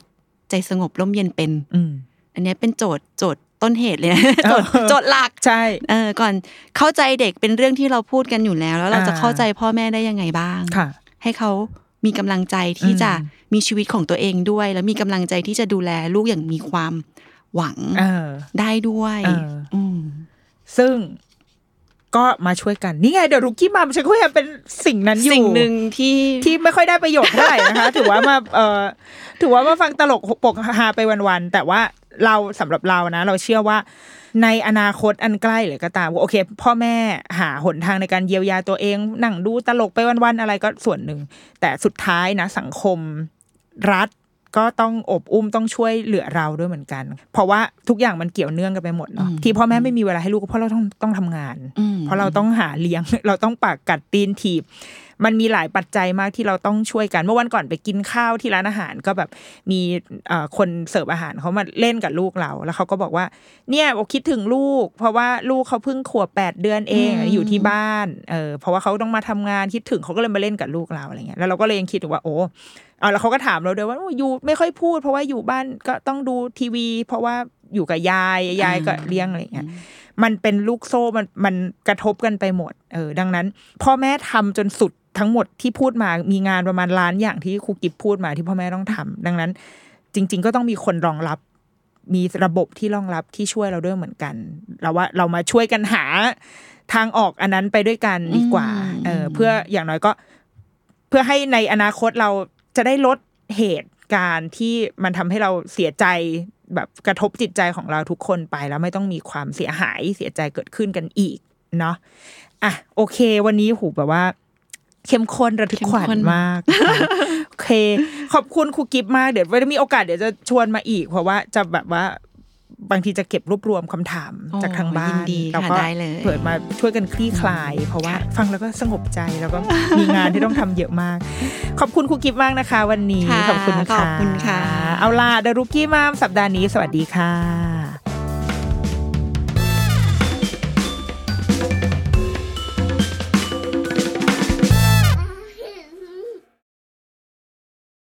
S3: ใจสงบร่มเย็นเป็น
S2: อืม
S3: อันเนี้ยเป็นโจทย์โจทย์ต้นเหตุเลยนะ
S2: เอ
S3: โจ
S2: อ
S3: ทย์โจทย์หลัก
S2: ใช่
S3: เออก่อนเข้าใจเด็กเป็นเรื่องที่เราพูดกันอยู่แล้ว แล้วเราจะ
S2: อ่า
S3: เข้าใจพ่อแม่ได้ยังไงบ้าง
S2: ค่ะ
S3: ให้เขามีกำลังใจที่
S2: อืม
S3: จะมีชีวิตของตัวเองด้วย แล้วมีกำลังใจที่จะดูแลลูกอย่างมีความหวัง
S2: เออ
S3: ได้ด้วย
S2: เออ
S3: ม
S2: ซึ่งก็มาช่วยกัน นี่ไงเดี๋ยวรุกกี้มาฉันก็ยังเป็นสิ่งนั้นอยู่
S3: สิ่งหนึ่งที่
S2: ที่ไม่ค่อยได้ประโยชน์เท่าไหร่นะคะ ถือว่ามาเอ่อถือว่ามาฟังตลกปกฮาไปวันๆแต่ว่าเราสำหรับเรานะ เราเชื่อว่าในอนาคตอันใกล้หรือก็ตามโอเค พ่อแม่หาหนทางในการเยียวยาตัวเองหนั่งดูตลกไปวันๆอะไรก็ส่วนหนึ่ง แต่สุดท้ายนะ สังคมรัฐก็ต้องอบอุ้มต้องช่วยเหลือเราด้วยเหมือนกัน เพราะว่าทุกอย่างมันเกี่ยวเนื่องกันไปหมดเนาะ
S3: อืม
S2: ที่พ่อแม่ไม่มีเวลาให้ลูกก็เพราะเราต้องต้องทำงาน
S3: อืม
S2: เพราะเราต้องหาเลี้ยง เราต้องปากกัดตีนถีบ มันมีหลายปัจจัยมากที่เราต้องช่วยกัน เมื่อวันก่อนไปกินข้าวที่ร้านอาหารก็แบบมีเอ่อคนเสิร์ฟอาหารเขามาเล่นกับลูกเรา แล้วเขาก็บอกว่า เนี่ยโอคิดถึงลูก เพราะว่าลูกเขาเพิ่งขวบแปดเดือนเอง
S3: อืม
S2: อยู่ที่บ้านเออเพราะว่าเขาต้องมาทำงานคิดถึงเขาก็เลยมาเล่นกับลูกเราอะไรเงี้ยแล้วเราก็เลยยังคิดอยู่ว่าโอ้เอาแล้วเขาก็ถามเราด้วยว่าโอ้อยู่ไม่ค่อยพูด เพราะว่าอยู่บ้านก็ต้องดูทีวี เพราะว่าอยู่กับยายยายก็เลี้ยงอะไรเงี้ย มันเป็นลูกโซ่มันมันกระทบกันไปหมด เออ ดังนั้น พ่อแม่ทำจนสุดทั้งหมดที่พูดมามีงานประมาณล้านอย่างที่ครูกิฟพูดมาที่พ่อแม่ต้องทำดังนั้น จริง ๆ ก็ต้องมีคนรองรับ มีระบบที่รองรับที่ช่วยเราด้วยเหมือนกัน เราว่าเรามาช่วยกันหาทางออกอันนั้นไปด้วยกันดีกว่า
S3: อืม
S2: เออ เพื่ออย่างน้อยก็ เพื่อให้ในอนาคตเราจะได้ลดเหตุการณ์ที่มันทำให้เราเสียใจแบบกระทบจิตใจของเราทุกคนไปแล้วไม่ต้องมีความเสียหายเสียใจเกิดขึ้นกันอีกเนาะอ่ะโอเค วันนี้หูแบบว่า เข้มข้นระทึกขวัญ
S3: เข้มข้น
S2: มากค่ะโอเค ขอบคุณครูกิฟมากเดี๋ยวไว้มีโอกาสเดี๋ยวจะชวนมาอีก เพราะว่าจะแบบว่าบางทีจะเก็บรวบรวมคำถาม
S3: โอ้
S2: จากทางบ้า
S3: ยิ
S2: น
S3: นดี
S2: แล้ว
S3: ค่ะ
S2: ก็
S3: ได้เลย
S2: เปิดมาช่วยกันคลี่คลาย เพราะว่าฟังแล้วก็สงบใจแล้วก็มีงานที่ต้องทำเยอะมาก ขอบคุณครูกิฟมากนะคะ วันนี้
S3: ค่ะ
S2: ขอบคุณค่ะ
S3: ขอบคุณค่ะ
S2: เอาล่ะเดรุกี้มามสัปดาห์นี้ สวัสดีค่ะ